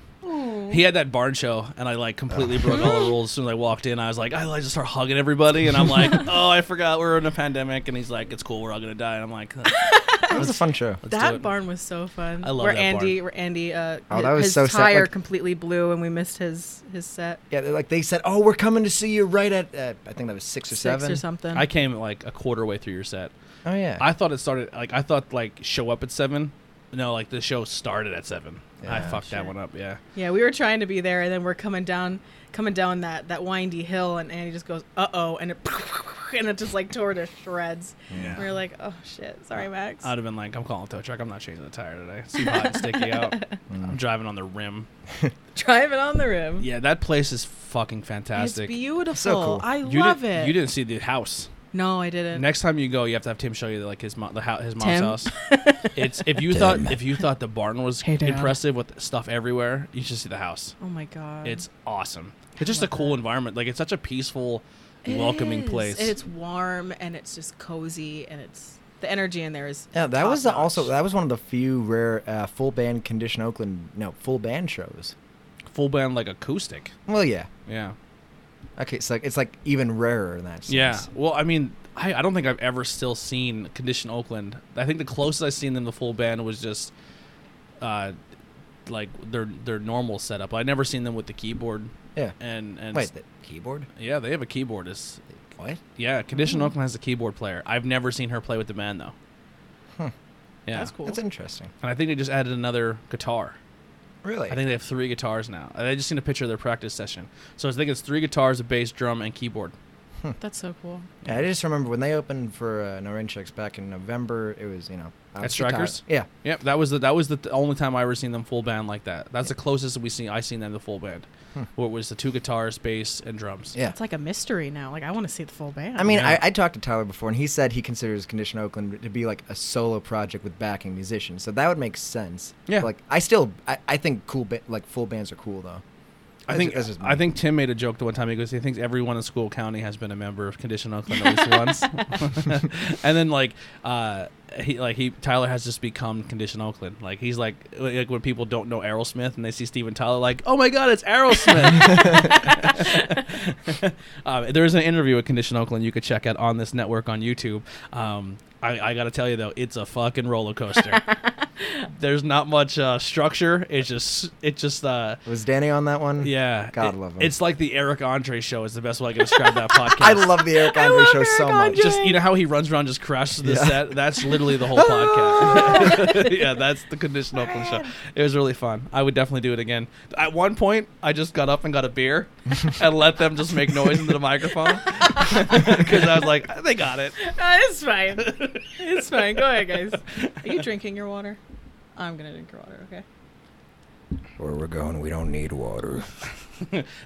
Speaker 3: He had that barn show, and I like completely broke all
Speaker 4: [LAUGHS]
Speaker 3: the rules. As soon as I walked in, I was like, I like, just start hugging everybody, and I'm
Speaker 4: [LAUGHS]
Speaker 3: like, oh, I forgot we're in a pandemic. And he's like, it's cool, we're all gonna die. And I'm like,
Speaker 2: [LAUGHS]
Speaker 3: let's,
Speaker 4: That was a fun show.
Speaker 3: let's do
Speaker 2: that
Speaker 3: it.
Speaker 2: barn was so fun.
Speaker 3: I love
Speaker 2: where
Speaker 3: that
Speaker 2: Andy, where Andy, uh,
Speaker 4: Oh,
Speaker 2: hi-
Speaker 4: that was
Speaker 2: his
Speaker 4: so sad,
Speaker 2: tire
Speaker 4: like-
Speaker 2: completely blew, and we missed his his set
Speaker 4: Yeah, they're like they said, oh, we're coming to see you right at uh, I think that was six or
Speaker 2: six
Speaker 4: seven.
Speaker 2: or something.
Speaker 3: I came like a quarter way through your set.
Speaker 4: Oh yeah.
Speaker 3: I thought it started like I thought like show up at seven. No, like the show started at seven. I
Speaker 4: Yeah.
Speaker 3: fucked that
Speaker 2: Shit.
Speaker 3: one up. Yeah.
Speaker 2: Yeah, we were trying to be there, and then we're coming down, coming down that that windy hill, and Andy just goes, "Uh oh," and it [LAUGHS] and it just like tore to shreds.
Speaker 3: Yeah.
Speaker 2: We were like, "Oh shit, sorry, Max."
Speaker 3: I'd have been like, I'm calling tow truck. I'm not changing the tire today. It's too hot and sticky out.
Speaker 4: Mm.
Speaker 3: I'm driving on the rim.
Speaker 2: [LAUGHS] Driving on the rim.
Speaker 3: Yeah, that place is fucking
Speaker 2: it's
Speaker 3: fantastic.
Speaker 2: beautiful.
Speaker 4: cool.
Speaker 2: I
Speaker 3: you
Speaker 2: love
Speaker 3: did,
Speaker 2: it.
Speaker 3: You didn't see the house.
Speaker 2: No, I didn't.
Speaker 3: Next time you go, you have to have Tim show you like his mom, the ho- his mom's
Speaker 2: Tim? [LAUGHS]
Speaker 3: house. It's if you thought if you thought the barn was
Speaker 2: Hey, Dad.
Speaker 3: impressive with stuff everywhere, you should see the house.
Speaker 2: oh my god.
Speaker 3: It's awesome. It's just a
Speaker 2: love
Speaker 3: cool
Speaker 2: that.
Speaker 3: environment. Like it's such a peaceful,
Speaker 2: It
Speaker 3: welcoming
Speaker 2: is.
Speaker 3: place.
Speaker 2: And It's warm and it's just cozy and it's the energy in there is
Speaker 4: yeah, that was
Speaker 2: top-notch.
Speaker 4: also that was one of the few rare uh, full band condition Oakland no full band shows.
Speaker 3: full band like acoustic.
Speaker 4: Well, yeah.
Speaker 3: Yeah.
Speaker 4: Okay, it's like it's like even rarer in that sense.
Speaker 3: Yeah. Well, I mean, I, I don't think I've ever still seen Condition Oakland. I think the closest I've seen them the full band was just, uh, like their their normal setup. I never seen them with the keyboard
Speaker 4: Yeah.
Speaker 3: and and
Speaker 4: Wait, the keyboard?
Speaker 3: yeah, they have a keyboardist.
Speaker 4: What?
Speaker 3: Yeah, Condition Oakland has a keyboard player. I've never seen her play with the band though. Yeah,
Speaker 2: That's cool.
Speaker 4: That's interesting.
Speaker 3: And I think they just added another guitar.
Speaker 4: Really?
Speaker 3: I think they have three guitars now. I just seen a picture of their practice session. So I think it's three guitars, a bass, drum, and keyboard.
Speaker 2: That's so cool.
Speaker 4: Hmm. Yeah, I just remember when they opened for uh, No Rain Checks back in November. It was you know I
Speaker 3: At
Speaker 4: was tired.
Speaker 3: Strikers?
Speaker 4: Yeah,
Speaker 3: Yep, that was the that was the th- only time I ever seen them full band like that. That's the closest we seen I seen them the full band, where it was the two guitars, bass, and drums.
Speaker 4: yeah.
Speaker 2: It's like a mystery now. Like I want to see the full band.
Speaker 4: I mean,
Speaker 3: Yeah.
Speaker 4: I, I talked to Tyler before, and he said he considers Condition Oakland to be like a solo project with backing musicians. So that would make sense.
Speaker 3: Yeah.
Speaker 4: Like I still, I, I think cool, ba- like full bands are cool though.
Speaker 3: I
Speaker 4: That's
Speaker 3: think
Speaker 4: ju- that's just me.
Speaker 3: I think Tim made a joke the one time. He goes, he thinks everyone in school county has been a member of Condition Oakland at least once. [LAUGHS] and then like uh, he like he Tyler has just become Condition Oakland. Like he's like like when people don't know Aerosmith and they see Steven Tyler, like oh my god, it's Aerosmith. [LAUGHS] um, there is an interview with Condition Oakland you could check out on this network on YouTube. Um, I, I got to tell you though, it's a fucking roller coaster. There's not much uh, structure. It's just it just uh,
Speaker 4: Was Danny on that one?
Speaker 3: yeah,
Speaker 4: [LAUGHS] God
Speaker 3: it-
Speaker 4: love him.
Speaker 3: It's like the Eric Andre show is the best way I can
Speaker 4: [LAUGHS]
Speaker 3: describe that podcast.
Speaker 4: I love the
Speaker 2: [LAUGHS]
Speaker 4: Eric Andre
Speaker 2: love
Speaker 4: show so
Speaker 2: Eric
Speaker 4: much.
Speaker 2: Andre.
Speaker 3: just you know how he runs around just crashes the
Speaker 4: Yeah.
Speaker 3: set. That's literally the whole podcast. [LAUGHS] yeah, that's the condition Oakland show. It was really fun. I would definitely do it again. At one point, I just got up and got a beer and let them just make noise into the microphone [LAUGHS] because I was like, they got it.
Speaker 2: [LAUGHS] Uh, it's fine.
Speaker 3: [LAUGHS]
Speaker 2: It's fine. Go ahead, guys. Are you drinking your water? I'm gonna drink your water. Okay.
Speaker 4: Where we're going, we don't need water.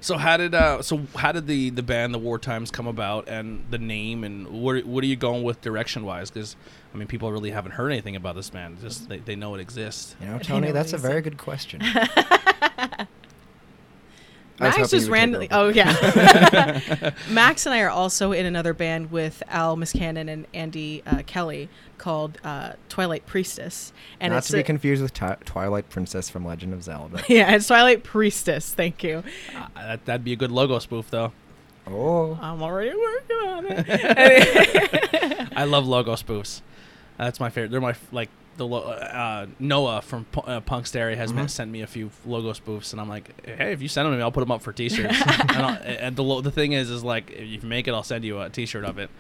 Speaker 3: So how did uh so how did the the band the War Times come about and the name and what what are you going with direction wise? Because I mean, people really haven't heard anything about this band. Just they, they know it exists.
Speaker 4: You know, Tony,
Speaker 2: [LAUGHS] know
Speaker 4: that's a
Speaker 2: what he
Speaker 4: very
Speaker 2: said.
Speaker 4: good question. was
Speaker 2: Max
Speaker 4: hoping
Speaker 2: just
Speaker 4: you would take
Speaker 2: randomly.
Speaker 4: over.
Speaker 2: Oh yeah.
Speaker 4: [LAUGHS]
Speaker 2: [LAUGHS] Max and I are also in another band with Al Miscannon and Andy uh, Kelly called uh, Twilight Priestess, and
Speaker 4: Not
Speaker 2: it's
Speaker 4: to be
Speaker 2: a-
Speaker 4: confused with Ti- Twilight Princess from Legend of Zelda.
Speaker 2: [LAUGHS] yeah, it's Twilight Priestess. Thank you.
Speaker 3: Uh, that, that'd be a good logo spoof, though.
Speaker 4: oh,
Speaker 2: I'm already Um, working on
Speaker 4: [LAUGHS]
Speaker 2: it. [LAUGHS]
Speaker 3: I love logo spoofs. Uh, that's my favorite. They're my f- like the lo- uh, Noah from P- uh, Punkstary has met- sent me a few logo spoofs, and I'm like, hey, if you send them to me, I'll put them up for t-shirts. and, I'll, and the lo- the thing is, is like if you make it, I'll send you a t-shirt of it.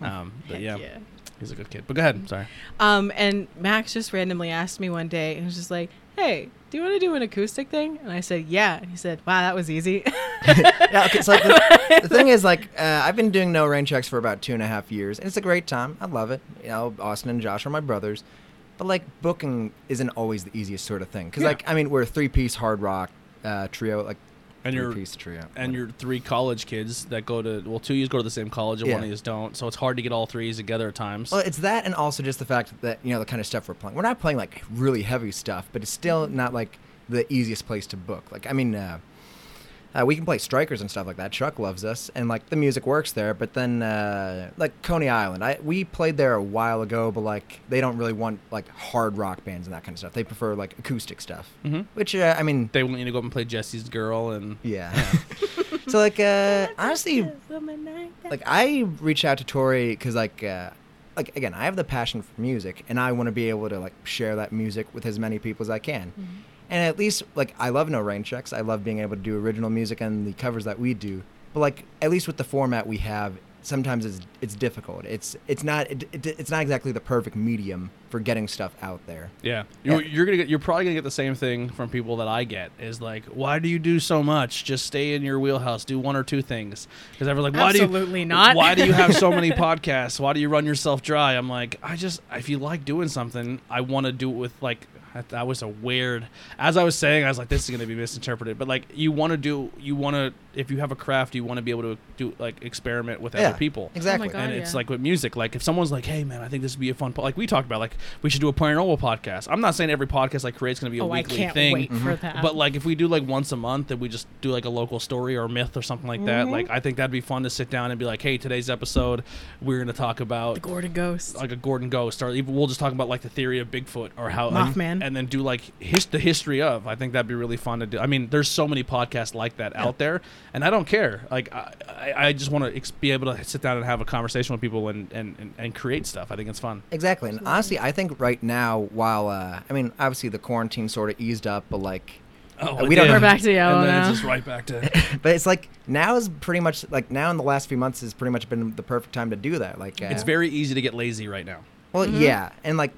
Speaker 3: Um, but
Speaker 2: Heck
Speaker 3: yeah, he's a good kid. But go ahead. Sorry.
Speaker 2: Um, and Max just randomly asked me one day, and was just like, "Hey, do you want to do an acoustic thing?" And I said, "Yeah." And he said, "Wow, that was easy."
Speaker 4: [LAUGHS] yeah. Okay, so like the, the thing is, like, uh, I've been doing no rain checks for about two and a half years, and it's a great time. I love it. You know, Austin and Josh are my brothers, but like booking isn't always the easiest sort of thing. Because
Speaker 3: Yeah.
Speaker 4: like, I mean, we're a three-piece hard rock uh, trio, like
Speaker 3: And you're-
Speaker 4: three-piece trio,
Speaker 3: And your three college kids that go to well, two of you go to the same college, and one
Speaker 4: Yeah.
Speaker 3: of you don't. So it's hard to get all threes together at times.
Speaker 4: Well, it's that, and also just the fact that you know the kind of stuff we're playing. We're not playing like really heavy stuff, but it's still not like the easiest place to book. Like, I mean, uh, uh, we can play strikers and stuff like that. Chuck loves us, and like the music works there. But then, uh, like Coney Island, I we played there a while ago, but like they don't really want like hard rock bands and that kind of stuff. They prefer like acoustic stuff,
Speaker 3: Mhm.
Speaker 4: which uh, I mean,
Speaker 3: they want you to go up and play Jesse's girl, and
Speaker 4: yeah. [LAUGHS] so like, uh, honestly, like I reached out to Tori because like uh, like again I have the passion for music and I want to be able to like share that music with as many people as I can.
Speaker 2: Mm-hmm. Oh,
Speaker 4: And at least like I love no rain checks. I love being able to do original music and the covers that we do. But like at least with the format we have, sometimes it's it's difficult. It's it's not it, it, it's not exactly the perfect medium for getting stuff out there.
Speaker 3: Yeah, you're,
Speaker 4: Yeah.
Speaker 3: you're gonna get. You're probably gonna get the same thing from people that I get. Is like, why do you do so much? Just stay in your wheelhouse. Do one or two things. Because everyone's like, why do
Speaker 2: Absolutely
Speaker 3: you,
Speaker 2: not.
Speaker 3: Why do you have so many podcasts? Why do you run yourself dry? I'm like, I just if you like doing something, I want to do it with like. I- That was a weird. As I was saying, I was like, this is gonna be misinterpreted. But like, you want to do. You want to. If you have a craft, you want to be able to do like experiment with
Speaker 4: yeah,
Speaker 3: other people
Speaker 4: exactly.
Speaker 2: God.
Speaker 3: and
Speaker 2: yeah.
Speaker 3: it's like with music like if someone's like hey man i think this would be a fun po-, like we talked about like we should do a paranormal podcast i'm not saying every podcast like create's going to be a
Speaker 2: oh, I
Speaker 3: weekly
Speaker 2: can't
Speaker 3: thing
Speaker 2: wait
Speaker 4: Mm-hmm.
Speaker 2: for that.
Speaker 3: but like if we do like once a month and we just do like a local story or myth or something like that
Speaker 2: Mm-hmm.
Speaker 3: like i think that'd be fun to sit down and be like hey today's episode we're going to talk about
Speaker 2: the Gordon Ghost.
Speaker 4: Oh.
Speaker 3: like a Gordon Ghost, or even we'll just talk about like the theory of Bigfoot or how and-
Speaker 2: Mothman.
Speaker 3: and, then do like his, the history of. I think that'd be really fun to do. I mean, there's so many podcasts like that out there, and I don't care. Like I, I, I just want to ex- be able to sit down and have a conversation with people and and, and, and create stuff. I think it's fun.
Speaker 4: Exactly. And honestly, I think right now, while, uh, I mean, obviously the quarantine sort of eased up, but like,
Speaker 3: Oh,
Speaker 4: we don't
Speaker 2: We're
Speaker 4: have-
Speaker 2: back to yellow
Speaker 3: and then
Speaker 2: now.
Speaker 3: it's just right back to
Speaker 4: [LAUGHS] But it's like now is pretty much like now in the last few months has pretty much been the perfect time to do that. Like uh,
Speaker 3: it's very easy to get lazy right now.
Speaker 4: well, yeah, and like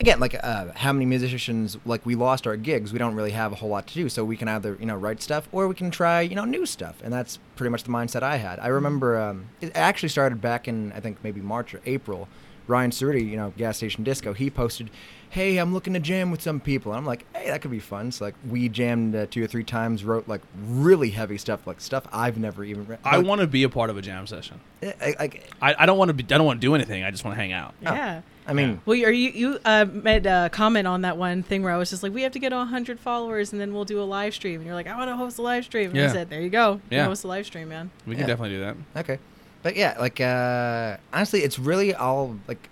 Speaker 4: again, like uh, how many musicians like we lost our gigs. We don't really have a whole lot to do, so we can either you know write stuff or we can try you know new stuff, and that's pretty much the mindset I had. I remember um, it actually started back in I think maybe March or April. Ryan Cerruti, you know, gas station disco, he posted, "Hey, I'm looking to jam with some people." And I'm like, "Hey, that could be fun." So like, we jammed uh, two or three times, wrote like really heavy stuff, like stuff I've never even. Re-
Speaker 3: I
Speaker 4: like, eh,
Speaker 3: want to be a part of a jam session.
Speaker 4: I, I,
Speaker 3: I, I don't want to be. I don't want to do anything. I just want to hang out.
Speaker 2: yeah.
Speaker 4: I mean,
Speaker 2: Well, you- are you you uh, made a comment on that one thing where I was just like, we have to get 100 followers and then we'll do a live stream. And you're like, I want to host a live stream. And I
Speaker 3: Yeah.
Speaker 2: said, there you go. You
Speaker 3: Yeah.
Speaker 2: host a live stream, man.
Speaker 3: We
Speaker 4: Yeah.
Speaker 3: can definitely do that.
Speaker 4: okay, but yeah, like uh, honestly, it's really all like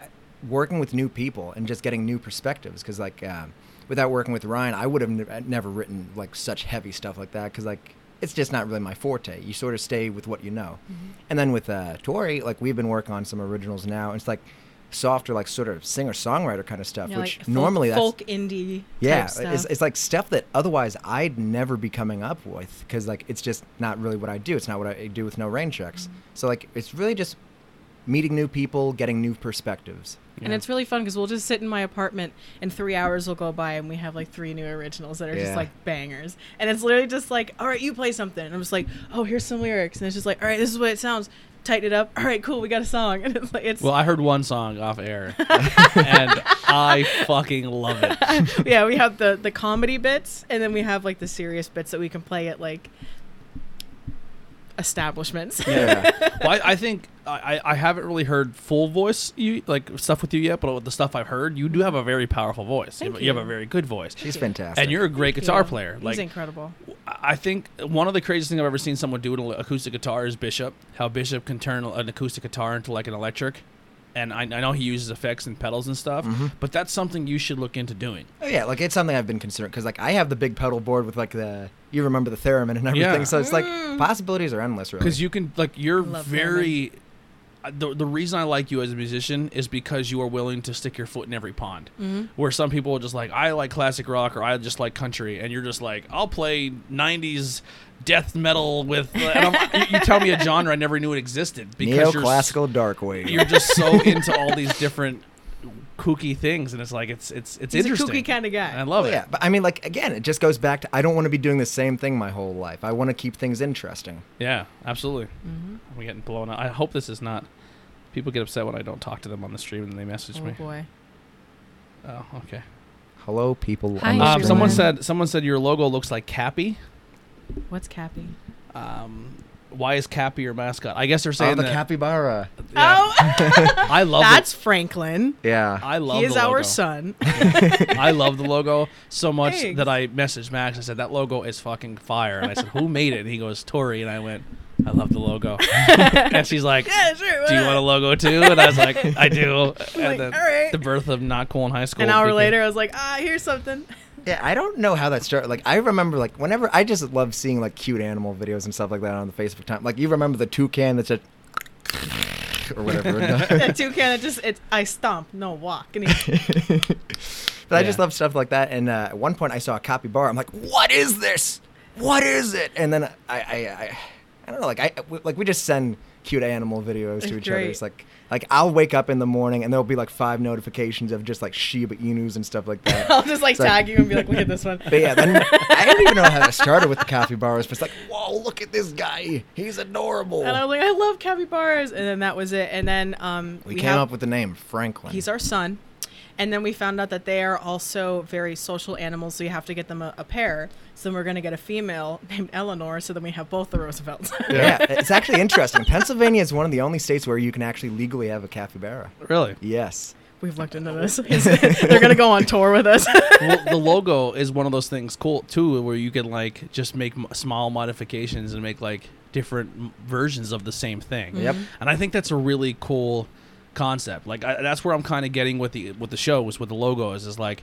Speaker 4: working with new people and just getting new perspectives. Because like um, without working with Ryan, I would have ne- never written like such heavy stuff like that. Because like it's just not really my forte. You sort of stay with what you know.
Speaker 2: Mm-hmm.
Speaker 4: And then with uh, Tori, like we've been working on some originals now. And it's like softer, like sort of singer songwriter kind of stuff,
Speaker 2: You know,
Speaker 4: which
Speaker 2: like folk-
Speaker 4: normally that's
Speaker 2: folk indie.
Speaker 4: yeah,
Speaker 2: type stuff.
Speaker 4: it's, it's like stuff that otherwise I'd never be coming up with because like it's just not really what I do. It's not what I do with no rain checks. So like it's really just meeting new people, getting new perspectives.
Speaker 2: And it's really fun because we'll just sit in my apartment and three hours will go by and we have like three new originals that are just
Speaker 4: Yeah.
Speaker 2: like bangers. And it's literally just like, all right, you play something. And I'm just like, oh, here's some lyrics. And it's just like, all right, this is what it sounds. Tighten it up. All right, cool. We got a song. [LAUGHS] And it's like, it's,
Speaker 3: Well, I heard one song off air, [LAUGHS] and I fucking love it.
Speaker 2: yeah, we have the, the comedy bits and then we have like the serious bits that we can play at like establishments.
Speaker 4: Yeah,
Speaker 3: well, I, I think I, I- I haven't really heard full voice you like stuff with you yet, but with the stuff I've heard, you do have a very powerful voice. You
Speaker 2: Thank
Speaker 3: have- you have
Speaker 2: you.
Speaker 3: a very good voice,
Speaker 4: [LAUGHS] she's fantastic.
Speaker 2: [LAUGHS]
Speaker 3: and you're a great
Speaker 2: Thank
Speaker 3: guitar
Speaker 2: you.
Speaker 3: player.
Speaker 2: He's
Speaker 3: Like
Speaker 2: incredible.
Speaker 3: I I think one of the craziest things I've ever seen someone do with an acoustic guitar is Bishop. How Bishop can turn an acoustic guitar into like an electric, and I, I know he uses effects and pedals and stuff,
Speaker 4: Mm-hmm.
Speaker 3: but that's something you should look into doing.
Speaker 4: Oh, yeah, like it's something I've been considering because like I have the big pedal board with like the you remember the theremin and everything,
Speaker 3: Yeah.
Speaker 4: so it's like
Speaker 2: Mm.
Speaker 4: possibilities are endless. Really,
Speaker 3: because you can like you're
Speaker 2: Love
Speaker 3: very uh, the, the reason i like you as a musician is because you are willing to stick your foot in every pond
Speaker 2: Mm-hmm.
Speaker 3: where some people are just like i like classic rock or i just like country and you're just like i'll play 90s death metal with uh, and I'm, [LAUGHS] you, you tell me a genre i never knew it existed because you're s-
Speaker 4: neoclassical dark wave.
Speaker 3: you're just so into all these different kooky things and it's like it's it's it's
Speaker 2: He's a
Speaker 3: interesting Um,
Speaker 2: kooky kinda guy.
Speaker 3: i love it
Speaker 4: Oh, yeah, but I mean, like again, it just goes back to I don't want to be doing the same thing my whole life. I want to keep things interesting.
Speaker 3: Yeah, absolutely.
Speaker 2: Mm-hmm.
Speaker 3: We're getting blown up. I hope this is not. People get upset when I don't talk to them on the stream and they message
Speaker 2: Oh
Speaker 3: me.
Speaker 2: boy.
Speaker 3: Oh, okay.
Speaker 4: Hello, people.
Speaker 5: Hi,
Speaker 4: on the stream.
Speaker 3: Um,
Speaker 5: Thanks, everyone.
Speaker 3: someone said someone said your logo looks like Cappy.
Speaker 2: What's Cappy?
Speaker 3: Um, why is Cappy your mascot? I guess they're
Speaker 4: "Oh,
Speaker 3: saying
Speaker 4: the
Speaker 3: that-
Speaker 4: capybara."
Speaker 3: yeah.
Speaker 2: Oh, [LAUGHS]
Speaker 3: I love
Speaker 2: that's
Speaker 3: that's.
Speaker 2: Franklin.
Speaker 4: Yeah,
Speaker 3: I love
Speaker 2: he is
Speaker 3: the
Speaker 2: our
Speaker 3: logo.
Speaker 2: son.
Speaker 3: I love the logo so much
Speaker 2: Thanks.
Speaker 3: that I messaged Max. I said that logo is fucking fire, and I said who made it? And he goes Tori, and I went, I love
Speaker 2: [LAUGHS]
Speaker 3: the logo. and she's like,
Speaker 2: yeah, sure.
Speaker 3: Do you want a logo too? And I was like,
Speaker 2: [LAUGHS]
Speaker 3: I do. And
Speaker 2: like,
Speaker 3: then
Speaker 2: "All right."
Speaker 3: the birth of not cool in high school.
Speaker 2: An hour
Speaker 3: became-
Speaker 2: later, I was like, ah, here's something.
Speaker 4: yeah. I don't know how that started. Like, I remember, like, whenever I just love seeing like cute animal videos and stuff like that on the Facebook time. Like, you remember the toucan that's a [LAUGHS] or
Speaker 2: [LAUGHS]
Speaker 3: [LAUGHS]
Speaker 4: whatever. [LAUGHS] it does.
Speaker 2: that toucan, it just, it, I stomp, no walk. And he, [LAUGHS]
Speaker 4: But I just
Speaker 3: Yeah.
Speaker 4: love stuff like that. And uh, at one point, I saw a capybara. I'm like, "What is this? What is it?" And then I, I, I, I don't know. Like I, we- like we just send cute animal videos to
Speaker 2: It's
Speaker 4: each other.
Speaker 2: great.
Speaker 4: It's like, like I'll wake up in the morning and there'll be like five notifications of just like Shiba Inus and stuff like that.
Speaker 2: I'll just like
Speaker 4: It's like-
Speaker 2: tag you and be like, look at this one.
Speaker 4: But yeah,
Speaker 2: [LAUGHS]
Speaker 4: then I don't even know how that started with the capybaras. But it's like, whoa, look at this guy. He's adorable.
Speaker 2: And I was like, I love capybaras. And then that was it. And then um,
Speaker 4: we, came
Speaker 2: have-
Speaker 4: up with the name Franklin.
Speaker 2: He's our son. And then we found out that they are also very social animals, so you have to get them a, a pair. So then we're going to get a female named Eleanor, so then we have both the Roosevelts. [LAUGHS]
Speaker 4: yeah, [LAUGHS] it's actually interesting. Pennsylvania is one of the only states where you can actually legally have a capybara.
Speaker 3: Really?
Speaker 4: Yes.
Speaker 2: We've looked into this. [LAUGHS] They're going to go on tour with us.
Speaker 3: well, the logo is one of those things cool too, where you can like just make m- small modifications and make like different m- versions of the same thing.
Speaker 4: Yep.
Speaker 3: And I think that's a really cool concept. Like I, that's where I'm kind of getting with the with the show is with the logo is is like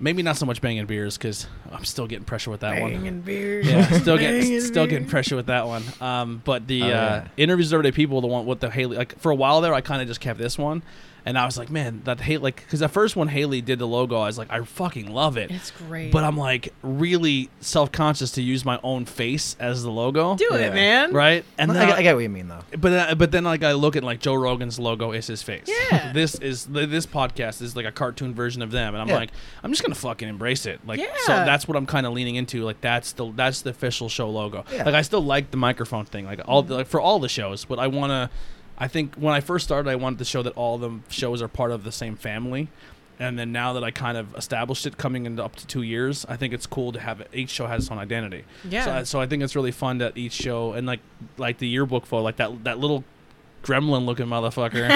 Speaker 3: maybe not so much banging beers because I'm still getting pressure with that one.
Speaker 2: Banging beers.
Speaker 3: Yeah,
Speaker 2: [LAUGHS]
Speaker 3: still getting
Speaker 2: Banging
Speaker 3: still getting
Speaker 2: beers.
Speaker 3: pressure with that one. Um, but the
Speaker 4: Oh,
Speaker 3: uh,
Speaker 4: yeah.
Speaker 3: interviews with everyday people, the one with the Haley, like for a while there, I kind of just kept this one, and I was like, man, that Haley, like, because the first one Haley did the logo, I was like, I fucking love it.
Speaker 2: It's great.
Speaker 3: But I'm like really self conscious to use my own face as the logo,
Speaker 2: Do
Speaker 4: Yeah.
Speaker 2: it, man.
Speaker 3: right?
Speaker 4: And
Speaker 3: then
Speaker 4: I, I get what you mean, though.
Speaker 3: but then, but then like I look at like Joe Rogan's logo is his face.
Speaker 2: Yeah.
Speaker 3: [LAUGHS] this is th- this podcast is like a cartoon version of them, and I'm
Speaker 4: Yeah.
Speaker 3: like, I'm just gonna fucking embrace it. Like, so
Speaker 2: Yeah.
Speaker 3: that's what I'm kind of leaning into. Like, that's the that's the official show logo.
Speaker 4: Yeah.
Speaker 3: Like, I still like the microphone thing. Like all the, like for all the shows, but I wanna. I think when I first started, I wanted to show that all the shows are part of the same family. And then now that I kind of established it, coming into up to two years, I think it's cool to have it. each show has its own identity.
Speaker 2: Yeah.
Speaker 3: So, I- so I think it's really fun that each show and like like the yearbook photo, like that that little gremlin
Speaker 2: [LAUGHS]
Speaker 3: looking motherfucker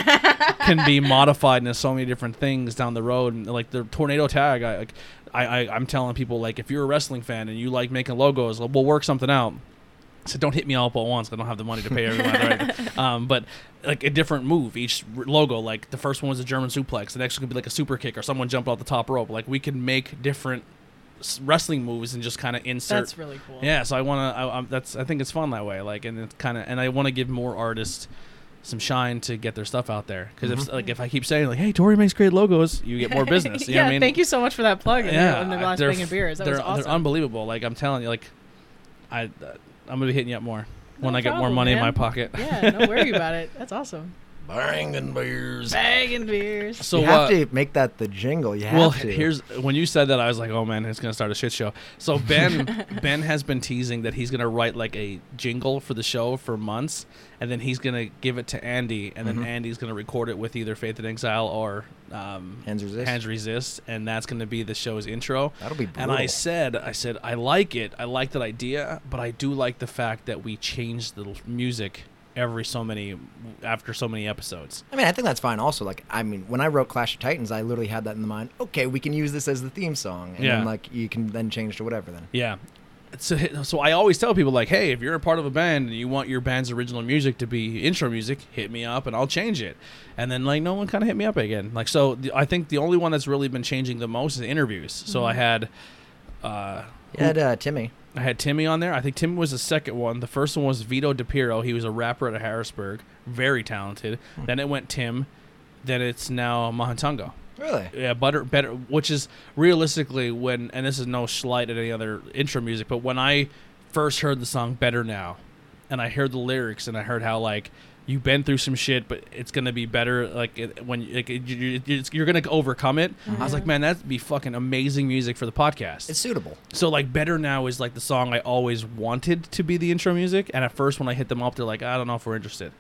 Speaker 3: can be modified into so many different things down the road. And like the tornado tag, I like I, I I'm telling people like if you're a wrestling fan and you like making logos, we'll work something out. So don't hit me all up at once. I don't have the money to pay everyone.
Speaker 2: [LAUGHS]
Speaker 3: right? Um, but like a different move, each r- logo. Like the first one was a German suplex. The next one could be like a super kick or someone jumped off the top rope. Like we can make different s- wrestling moves and just kind of insert.
Speaker 2: That's really cool.
Speaker 3: Yeah, so I want to. I, I'm, that's I think it's fun that way. Like, and it's kind of, and I want to give more artists some shine to get their stuff out there. Because
Speaker 4: Mm-hmm.
Speaker 3: if like if I keep saying like, hey, Tori makes great logos, you get more
Speaker 2: [LAUGHS]
Speaker 3: business. You know
Speaker 2: yeah,
Speaker 3: what I mean?
Speaker 2: thank you so much for that plug. Yeah,
Speaker 3: Yeah,
Speaker 2: and the last
Speaker 3: they're-
Speaker 2: banging beers. That
Speaker 3: they're
Speaker 2: was awesome.
Speaker 3: they're unbelievable. Like I'm telling you, like I uh, I'm gonna be hitting you up more when
Speaker 2: No
Speaker 3: I get more
Speaker 2: problem,
Speaker 3: money in
Speaker 2: man.
Speaker 3: my pocket.
Speaker 2: yeah,
Speaker 3: [LAUGHS]
Speaker 2: don't worry about it. That's awesome.
Speaker 4: Banging beers.
Speaker 2: Banging beers.
Speaker 3: So
Speaker 4: you have
Speaker 3: uh,
Speaker 4: to make that the jingle. You have
Speaker 3: well,
Speaker 4: to.
Speaker 3: here's when you said that I was like, oh man, it's gonna start a shit show.
Speaker 4: [LAUGHS]
Speaker 3: So Ben Ben has been teasing that he's gonna write like a jingle for the show for months, and then he's gonna give it to Andy, and
Speaker 4: Mm-hmm.
Speaker 3: then Andy's gonna record it with either Faith in Exile or um,
Speaker 4: Hands Resist.
Speaker 3: Hands Resist, and that's gonna be the show's intro.
Speaker 4: That'll be
Speaker 3: And I
Speaker 4: brutal.
Speaker 3: said, I said, I like it. I like that idea, but I do like the fact that we change the l- music every so many after so many episodes.
Speaker 4: I mean, I think that's fine. Also, like, I mean, when I wrote Clash of Titans, I literally had that in the mind. Okay, we can use this as the theme song, and
Speaker 3: Yeah.
Speaker 4: then like you can then change to whatever. Then
Speaker 3: Yeah. so, so I always tell people like, hey, if you're a part of a band and you want your band's original music to be intro music, hit me up and I'll change it. And then like no one kind of hit me up again. Like so, the, I think the only one that's really been changing the most is interviews. So I had, uh,
Speaker 4: Mm-hmm. You had uh, Timmy.
Speaker 3: I had Timmy on there. I think Timmy was the second one. The first one was Vito DePiro. He was a rapper out of Harrisburg, very talented.
Speaker 4: Hmm.
Speaker 3: Then it went Tim. Then it's now Mahantungo.
Speaker 4: Really?
Speaker 3: Yeah, butter better, which is realistically when, and this is no slight at any other intro music, but when I first heard the song "Better Now," and I heard the lyrics, and I heard how like you've been through some shit, but it's gonna be better. Like it, when like, it, you, you- it's- you're gonna overcome it. I was like, man, that'd be fucking amazing music for the podcast.
Speaker 4: It's suitable.
Speaker 3: So like Better Now is like the song I always wanted to be the intro music and at first when I hit them up they're like I don't know if we're interested.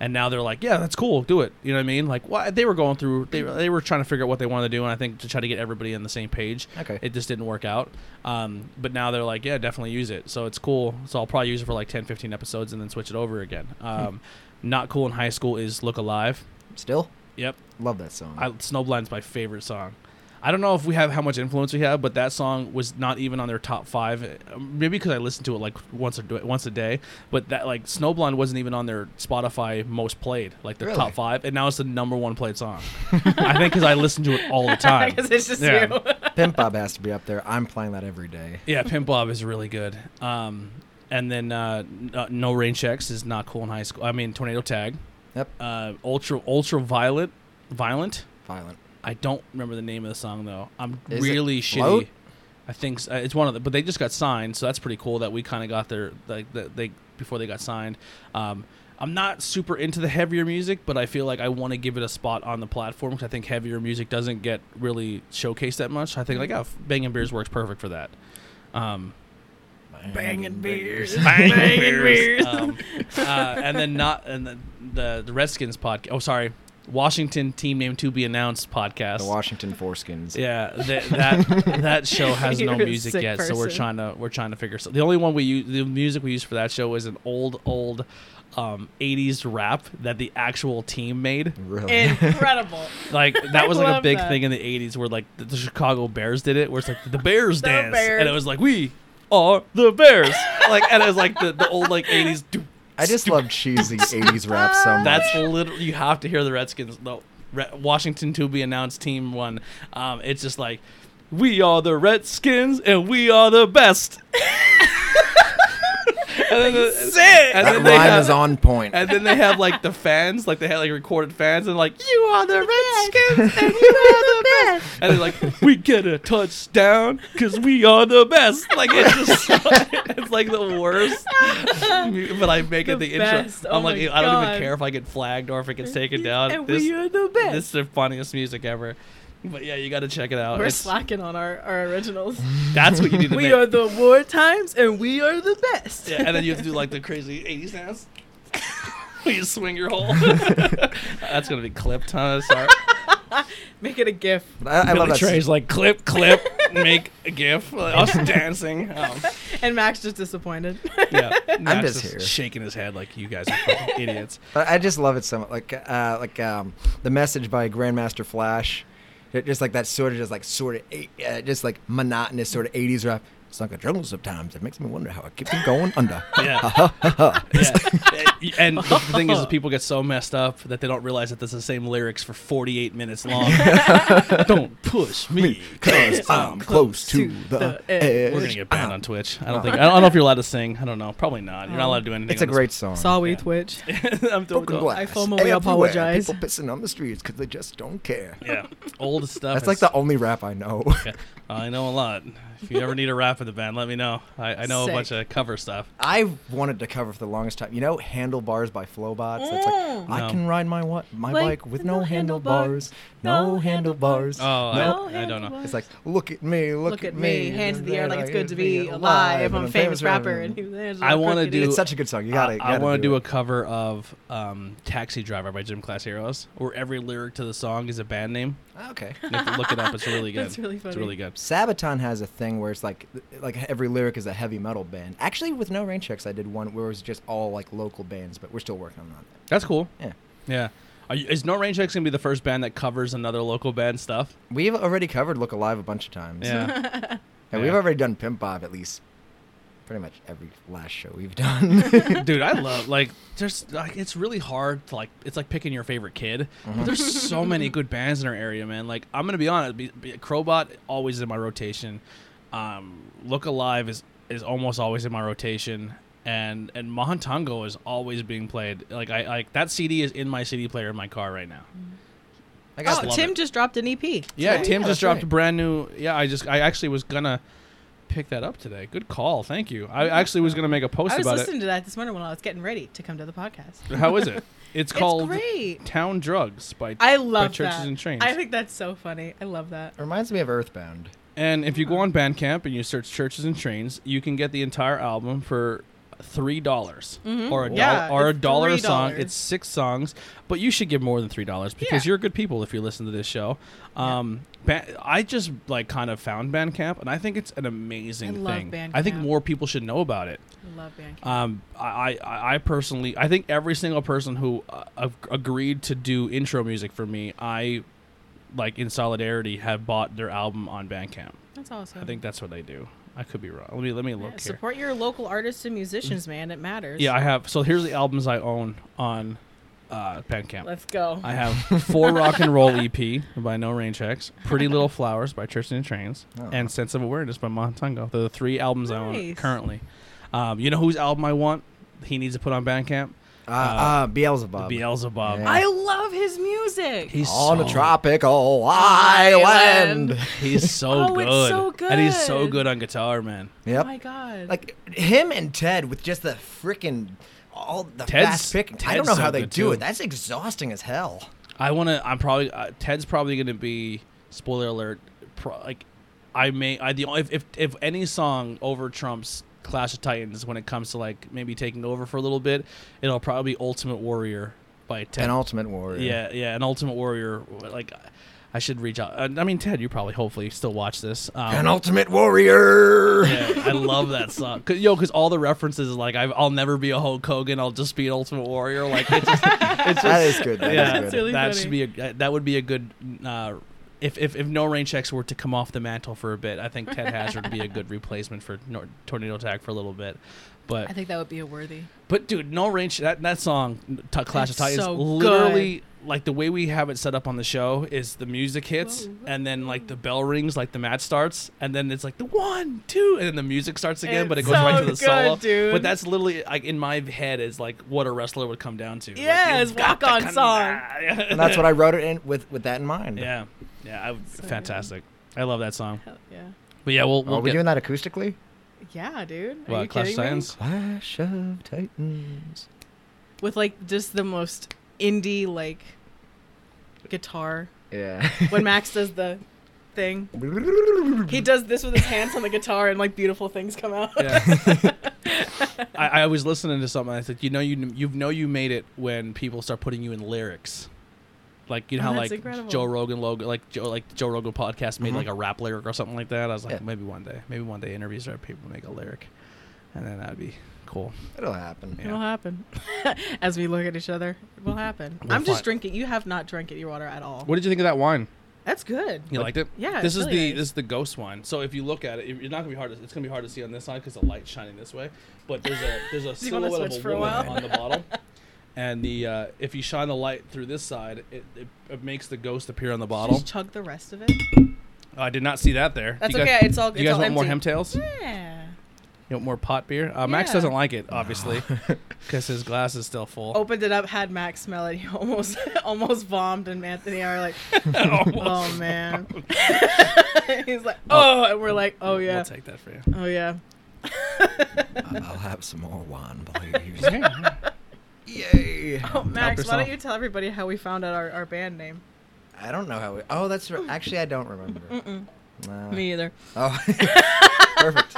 Speaker 3: And now they're like, yeah, that's cool, do it. You know what I mean? Like, why they were going through, they, were- they were trying to figure out what they wanted to do, and I think to try to get everybody on the same page.
Speaker 4: Okay.
Speaker 3: It just didn't work out. Um, but now they're like, yeah, definitely use it. So it's cool. So I'll probably use it for like 10, 15 episodes and then switch it over again. Um, Not cool in high school is Look Alive.
Speaker 4: Still
Speaker 3: Yep.
Speaker 4: love that song.
Speaker 3: I, Snowblind's my favorite song. I don't know if we have how much influence we have, but that song was not even on their top five. Uh, Maybe because I listened to it like once a once a day, but that like Snowblind wasn't even on their Spotify most played, like the
Speaker 4: Really?
Speaker 3: top five, and now it's the number one played song. I think because I listen to it all
Speaker 2: [LAUGHS]
Speaker 3: the [LAUGHS] time.
Speaker 2: Because it's just
Speaker 3: Yeah.
Speaker 2: you.
Speaker 4: [LAUGHS] Pimp Bob has to be up there. I'm playing that every day.
Speaker 3: Yeah, Pimp Bob is really good. Um, and then uh, N- uh, No Rain Checks is not cool in high school. I mean Tornado Tag,
Speaker 4: Yep.
Speaker 3: uh, Ultra Ultra Violet, Violent.
Speaker 4: Violent.
Speaker 3: I don't remember the name of the song though. I'm
Speaker 4: Is it
Speaker 3: really shitty.
Speaker 4: Float?
Speaker 3: I think s- uh, it's one of the, but they just got signed, so that's pretty cool that we kind of got their like the, they before they got signed. Um, I'm not super into the heavier music, but I feel like I want to give it a spot on the platform because I think heavier music doesn't get really showcased that much. I think like yeah, Bangin' Beers works perfect for that.
Speaker 4: [LAUGHS]
Speaker 3: Um,
Speaker 4: Banging beers.
Speaker 3: Bangin' Beers. um, uh, and then not and the the, the Redskins podcast. Oh, sorry, Washington team name to be announced podcast.
Speaker 4: The Washington Foreskins.
Speaker 3: Yeah, th- that
Speaker 2: [LAUGHS]
Speaker 3: that show has no
Speaker 2: You're a
Speaker 3: music
Speaker 2: sick
Speaker 3: yet, so we're
Speaker 2: person.
Speaker 3: trying to we're trying to figure. So the only one we use, the music we use for that show is an old old um, '80s rap that the actual team made.
Speaker 4: Really.
Speaker 2: [LAUGHS] Incredible. [LAUGHS]
Speaker 3: Like that was like a
Speaker 2: love
Speaker 3: big
Speaker 2: that.
Speaker 3: thing in the '80s, where like the, the Chicago Bears did it, where it's like the Bears
Speaker 2: The
Speaker 3: dance,
Speaker 2: Bears.
Speaker 3: and it was like we are the Bears, like and it was like the, the old like '80s. do-
Speaker 4: [LAUGHS] I just love cheesy 80s rap so much.
Speaker 3: That's literally you have to hear the Redskins. The Re- Washington to be announced team one. Um, it's just like we are the Redskins and we are the best. [LAUGHS] and then, the- and
Speaker 4: that
Speaker 3: then
Speaker 4: rhyme
Speaker 3: they have,
Speaker 4: is on point.
Speaker 3: And then they have like the fans, like they had like recorded fans, and like you are the Redskins [LAUGHS] and you are the best. And they're like, we get a touchdown because we are the best. Like
Speaker 2: [LAUGHS]
Speaker 3: it's just, it's like the worst. But I make it
Speaker 2: The
Speaker 3: the intro.
Speaker 2: best. Oh
Speaker 3: I'm like,
Speaker 2: my
Speaker 3: I don't even
Speaker 2: God.
Speaker 3: care if I get flagged or if it gets taken down.
Speaker 2: and
Speaker 3: this,
Speaker 2: we are the best.
Speaker 3: This is the funniest music ever. But yeah, you got to check it out.
Speaker 2: We're
Speaker 3: uh, It's-
Speaker 2: slacking on our, our
Speaker 3: [LAUGHS]
Speaker 2: originals.
Speaker 3: that's what you need
Speaker 2: [LAUGHS]
Speaker 3: to
Speaker 2: we
Speaker 3: make.
Speaker 2: are the war times and we are the best.
Speaker 3: Yeah, and then you have to do like the crazy 80s dance. [LAUGHS] Where you swing your
Speaker 2: [LAUGHS]
Speaker 3: whole. That's going to be clipped, huh? Sorry.
Speaker 2: [LAUGHS] Make it a gif.
Speaker 4: I, I love
Speaker 3: Billy
Speaker 4: that.
Speaker 3: Trey's like clip, clip, make
Speaker 2: [LAUGHS]
Speaker 3: a gif. Like, us dancing. Um,
Speaker 2: And Max just disappointed. [LAUGHS]
Speaker 3: yeah,
Speaker 4: [LAUGHS]
Speaker 3: Max
Speaker 4: just
Speaker 3: is
Speaker 4: here.
Speaker 3: shaking his head like you guys are
Speaker 4: [LAUGHS]
Speaker 3: fucking idiots.
Speaker 4: But I just love it so much. Like, uh, like um, the message by Grandmaster Flash, Ju- just like that sort of, just like sort of, eight- uh, just like monotonous sort of '80s rap. It's like a jungle sometimes. It makes me wonder how I keep from going under. [LAUGHS]
Speaker 3: Yeah. yeah. And the thing is, is people get so messed up that they don't realize that this is the same lyrics for 48
Speaker 4: [LAUGHS]
Speaker 3: minutes long. don't push [LAUGHS] me. [LAUGHS]
Speaker 4: Cause I'm close to the
Speaker 2: the edge.
Speaker 4: edge.
Speaker 3: We're gonna get banned on Twitch. I don't think. I don't know if you're allowed to sing. I don't know. Probably not. You're not allowed to do anything.
Speaker 4: Uh-huh. It's a
Speaker 3: on this-
Speaker 4: great song.
Speaker 2: Saw we
Speaker 3: Yeah.
Speaker 2: Twitch. [LAUGHS]
Speaker 3: [LAUGHS] I'm throwing-
Speaker 4: Broken glass
Speaker 2: I FOMO, we
Speaker 4: everywhere.
Speaker 2: apologize.
Speaker 4: People pissing on the streets because they just don't care.
Speaker 3: Yeah. Old stuff.
Speaker 4: That's like
Speaker 3: is-
Speaker 4: the only rap I know. [LAUGHS]
Speaker 3: Yeah. I know a lot. If you ever need a rap for the band, let me know. I, I know
Speaker 2: Sick.
Speaker 3: a bunch of cover stuff.
Speaker 4: I wanted to cover for the longest time. You know, handlebars by Flowbots. It's like I
Speaker 3: No.
Speaker 4: can ride my wa- my
Speaker 2: Mm. Like,
Speaker 4: bike with no, handlebars, no handlebars.
Speaker 3: Oh, I-
Speaker 2: No
Speaker 3: I, don't know.
Speaker 2: handlebars.
Speaker 4: It's like look at me, look,
Speaker 2: Look at me, hands in the air like it's good to be
Speaker 4: and
Speaker 2: alive. I'm a famous rapper.
Speaker 4: and-
Speaker 2: And he was there, just
Speaker 3: I
Speaker 2: like,
Speaker 3: wanna
Speaker 2: crooked.
Speaker 3: do-
Speaker 4: It's such a good song. You gotta.
Speaker 3: I,
Speaker 4: gotta
Speaker 3: want to do,
Speaker 4: it.
Speaker 3: a cover of um, "Taxi Driver" by Gym Class Heroes, where every lyric to the song is a band name.
Speaker 4: Ah, Okay.
Speaker 3: You have to look it up.
Speaker 2: [LAUGHS]
Speaker 3: It's really good.
Speaker 2: That's really
Speaker 3: It's
Speaker 2: funny.
Speaker 3: really good.
Speaker 4: Sabaton has a thing where it's like, like every lyric is a heavy metal band. Actually, with no rain checks, I did one where it was just all like local bands, but we're still working on that.
Speaker 3: That's cool.
Speaker 4: Yeah,
Speaker 3: Yeah. Are you, is No Rain Checks gonna be the first band that covers another local band stuff?
Speaker 4: we've already covered "Look Alive" a bunch of times.
Speaker 3: Yeah.
Speaker 4: and we've
Speaker 3: Yeah.
Speaker 4: already done "Pimp Bob" at least pretty much every last show we've done.
Speaker 3: dude [LAUGHS] i love like there's like it's really hard to like it's like picking your favorite kid
Speaker 2: Mm-hmm.
Speaker 3: but there's so many good bands in our area man like i'm gonna be honest be, be, crowbot always in my rotation um look alive is is almost always in my rotation and and mahantango is always being played like i like that cd is in my cd player in my car right now
Speaker 4: [LAUGHS] I got
Speaker 2: Oh,
Speaker 3: love
Speaker 2: Tim
Speaker 3: it.
Speaker 2: just dropped an EP.
Speaker 3: yeah
Speaker 4: right.
Speaker 3: tim
Speaker 4: Yeah,
Speaker 3: just
Speaker 4: that's
Speaker 3: dropped
Speaker 4: right.
Speaker 3: a brand new yeah i just i actually was gonna pick that up today good call thank you i actually was gonna make a post
Speaker 2: I was
Speaker 3: about
Speaker 2: listening to that this morning when I was getting ready to come to the podcast.
Speaker 3: it how is it it's called
Speaker 2: [LAUGHS] it's great.
Speaker 3: town drugs by
Speaker 2: I love
Speaker 3: by churches
Speaker 2: that.
Speaker 3: and trains
Speaker 2: I think that's so funny. I love that.
Speaker 4: it reminds me of Earthbound.
Speaker 3: And if you go on Bandcamp and you search Churches and Trains, you can get the entire album for three dollars or a dollar
Speaker 2: Mm-hmm. Yeah,
Speaker 3: or a
Speaker 2: it's
Speaker 3: dollar a song.
Speaker 2: $3.
Speaker 3: It's six songs, but you should give more than three dollars because
Speaker 2: Yeah.
Speaker 3: you're good people if you listen to this show. Um, Ban- I just like kind of found Bandcamp, and I think it's an amazing
Speaker 2: I love
Speaker 3: thing. I think
Speaker 2: Bandcamp.
Speaker 3: more people should know about it.
Speaker 2: I love Bandcamp.
Speaker 3: Um, I, I, I personally, I think every single person who uh, ag- agreed to do intro music for me, I like in solidarity have bought their album on Bandcamp.
Speaker 2: That's awesome.
Speaker 3: I think that's what they do. I could be wrong. Let me let me look
Speaker 2: Yeah,
Speaker 3: here.
Speaker 2: support your local artists and musicians, man. It matters.
Speaker 3: Yeah, I have. So here's the albums I own on uh, Bandcamp.
Speaker 2: Let's go.
Speaker 3: I have
Speaker 2: [LAUGHS]
Speaker 3: Four Rock and Roll EP by No Rain Checks, Pretty Little Flowers by Church and Trains,
Speaker 4: Oh.
Speaker 3: and Sense of Awareness by Montango. They're the three albums I own
Speaker 2: Nice.
Speaker 3: currently. Um, you know whose album I want? He needs to put on Bandcamp.
Speaker 4: Uh, uh,
Speaker 3: The
Speaker 4: Beelzebub.
Speaker 3: Beelzebub.
Speaker 4: Yeah.
Speaker 2: I love his music.
Speaker 3: He's
Speaker 4: on
Speaker 3: so,
Speaker 4: a tropical island.
Speaker 3: He's so
Speaker 2: [LAUGHS] Oh,
Speaker 3: good.
Speaker 2: it's so
Speaker 3: And he's so
Speaker 2: good.
Speaker 3: good on guitar, man.
Speaker 2: oh
Speaker 4: Yep.
Speaker 2: my god.
Speaker 4: like him and Ted with just the freaking all the
Speaker 3: Ted's-
Speaker 4: fast pick. I don't
Speaker 3: Ted's
Speaker 4: know
Speaker 3: so
Speaker 4: how they
Speaker 3: good,
Speaker 4: do
Speaker 3: too.
Speaker 4: it. That's exhausting as hell.
Speaker 3: I want to. I'm probably uh, Ted's probably going to be spoiler alert. Pro, like I may. I the only- if if if any song over trumps Clash of Titans when it comes to like maybe taking over for a little bit, it'll probably be Ultimate Warrior by Ted.
Speaker 4: An Ultimate Warrior.
Speaker 3: yeah, yeah, an Ultimate Warrior. Like I should reach out. I mean, Ted, you probably hopefully still watch this. Um,
Speaker 4: An Ultimate Warrior.
Speaker 3: yeah, I love that song. Cause, yo, because all the references, like, i I'll never be a Hulk Hogan. I'll just be an Ultimate Warrior.
Speaker 2: [LAUGHS]
Speaker 3: Like, it's just, it's
Speaker 4: That is good. That is
Speaker 3: yeah,
Speaker 4: good.
Speaker 2: That's really
Speaker 3: that
Speaker 2: funny.
Speaker 3: should be a that would be a good uh, if, if if no rain checks were to come off the mantle for a bit. I think Ted Hazard would be a good replacement for Nor- Tornado Attack for a little bit.
Speaker 2: I
Speaker 3: But
Speaker 2: think that would be a worthy.
Speaker 3: but dude, no rain Ch- that that song T- Clash of
Speaker 2: It's
Speaker 3: Titans
Speaker 2: so
Speaker 3: literally like the way we have it set up on the show is the music hits
Speaker 2: Whoa,
Speaker 3: and then like the bell rings like the match starts and then it's like the one two and then the music starts again but it
Speaker 2: It's
Speaker 3: goes right
Speaker 2: so
Speaker 3: to the
Speaker 2: good,
Speaker 3: solo
Speaker 2: dude.
Speaker 3: but that's literally like in my head is like what a wrestler would come down to Like,
Speaker 2: Yeah,
Speaker 3: you've
Speaker 2: his
Speaker 3: got to
Speaker 2: walk-on
Speaker 3: come
Speaker 2: song.
Speaker 3: down. [LAUGHS]
Speaker 4: And that's what I wrote it in with with that in mind.
Speaker 3: Yeah, yeah, I,
Speaker 2: So
Speaker 3: fantastic. I love that song.
Speaker 2: Hell yeah.
Speaker 3: But yeah, we'll we'll
Speaker 4: Are we
Speaker 3: get
Speaker 4: doing that acoustically?
Speaker 2: Yeah, dude. Are
Speaker 3: what,
Speaker 2: you
Speaker 3: Clash
Speaker 2: kidding
Speaker 3: of
Speaker 2: me?
Speaker 3: Titans.
Speaker 4: Clash of Titans.
Speaker 2: With like just the most indie like guitar.
Speaker 4: Yeah. [LAUGHS]
Speaker 2: When
Speaker 3: [LAUGHS]
Speaker 2: Max does the thing, he does this with his hands on the guitar and like beautiful things come out.
Speaker 3: Yeah.
Speaker 2: [LAUGHS]
Speaker 3: I, I was listening to something. I said, you know, you you know, you made it when people start putting you in lyrics. Like you know
Speaker 2: Oh,
Speaker 3: how
Speaker 2: that's
Speaker 3: like
Speaker 2: incredible.
Speaker 3: Joe Rogan logo like Joe like Joe Rogan podcast made
Speaker 4: Mhm.
Speaker 3: like a rap lyric or something like that. I was like
Speaker 4: Yeah.
Speaker 3: maybe one day, maybe one day interviews where people make a lyric, and then that'd be cool.
Speaker 4: It'll happen.
Speaker 2: It'll happen. [LAUGHS] As we look at each other, it will happen.
Speaker 3: We'll
Speaker 2: I'm just
Speaker 3: find-
Speaker 2: drinking. You have not drank your water at all.
Speaker 3: What did you think of that wine?
Speaker 2: That's good.
Speaker 3: You liked it?
Speaker 2: yeah,
Speaker 3: This
Speaker 2: it's
Speaker 3: is
Speaker 2: really
Speaker 3: the
Speaker 2: nice.
Speaker 3: this is the ghost wine. So if you look at it, it- it's not gonna be hard. To, it's gonna be hard to see on this side because the light's shining this way. But there's a there's a
Speaker 2: Do [LAUGHS] you wanna
Speaker 3: silhouette of a
Speaker 2: switch for a
Speaker 3: woman
Speaker 2: while?
Speaker 3: on
Speaker 2: [LAUGHS]
Speaker 3: the bottle. And the uh, if you shine the light through this side, it, it, it makes the ghost appear on the bottle.
Speaker 2: Just chug the rest of it.
Speaker 3: Oh, I did not see that there.
Speaker 2: That's
Speaker 3: you guys,
Speaker 2: okay, it's all-
Speaker 3: You
Speaker 2: it's
Speaker 3: guys
Speaker 2: all
Speaker 3: want more
Speaker 2: empty.
Speaker 3: hemtails? You
Speaker 2: Yeah.
Speaker 3: want more pot beer? Uh, Max
Speaker 2: Yeah.
Speaker 3: doesn't like it, obviously, because his glass is still full. [LAUGHS]
Speaker 2: Opened it up, had Max smell it. [LAUGHS] He almost almost bombed, and Anthony and I are like, [LAUGHS] "Oh man." [LAUGHS] He's like, "Oh," and we're like, "Oh yeah,
Speaker 3: We'll take
Speaker 2: [LAUGHS]
Speaker 3: that for you.
Speaker 2: oh yeah."
Speaker 4: I'll have some more wine, please.
Speaker 3: [LAUGHS] Yeah.
Speaker 4: Yay.
Speaker 2: Oh, Max, why
Speaker 3: yourself.
Speaker 2: don't you tell everybody how we found out our, our band name?
Speaker 4: I don't know how we. Oh, that's. Re- actually, I don't remember. No.
Speaker 2: Me either.
Speaker 4: Oh. [LAUGHS] Perfect.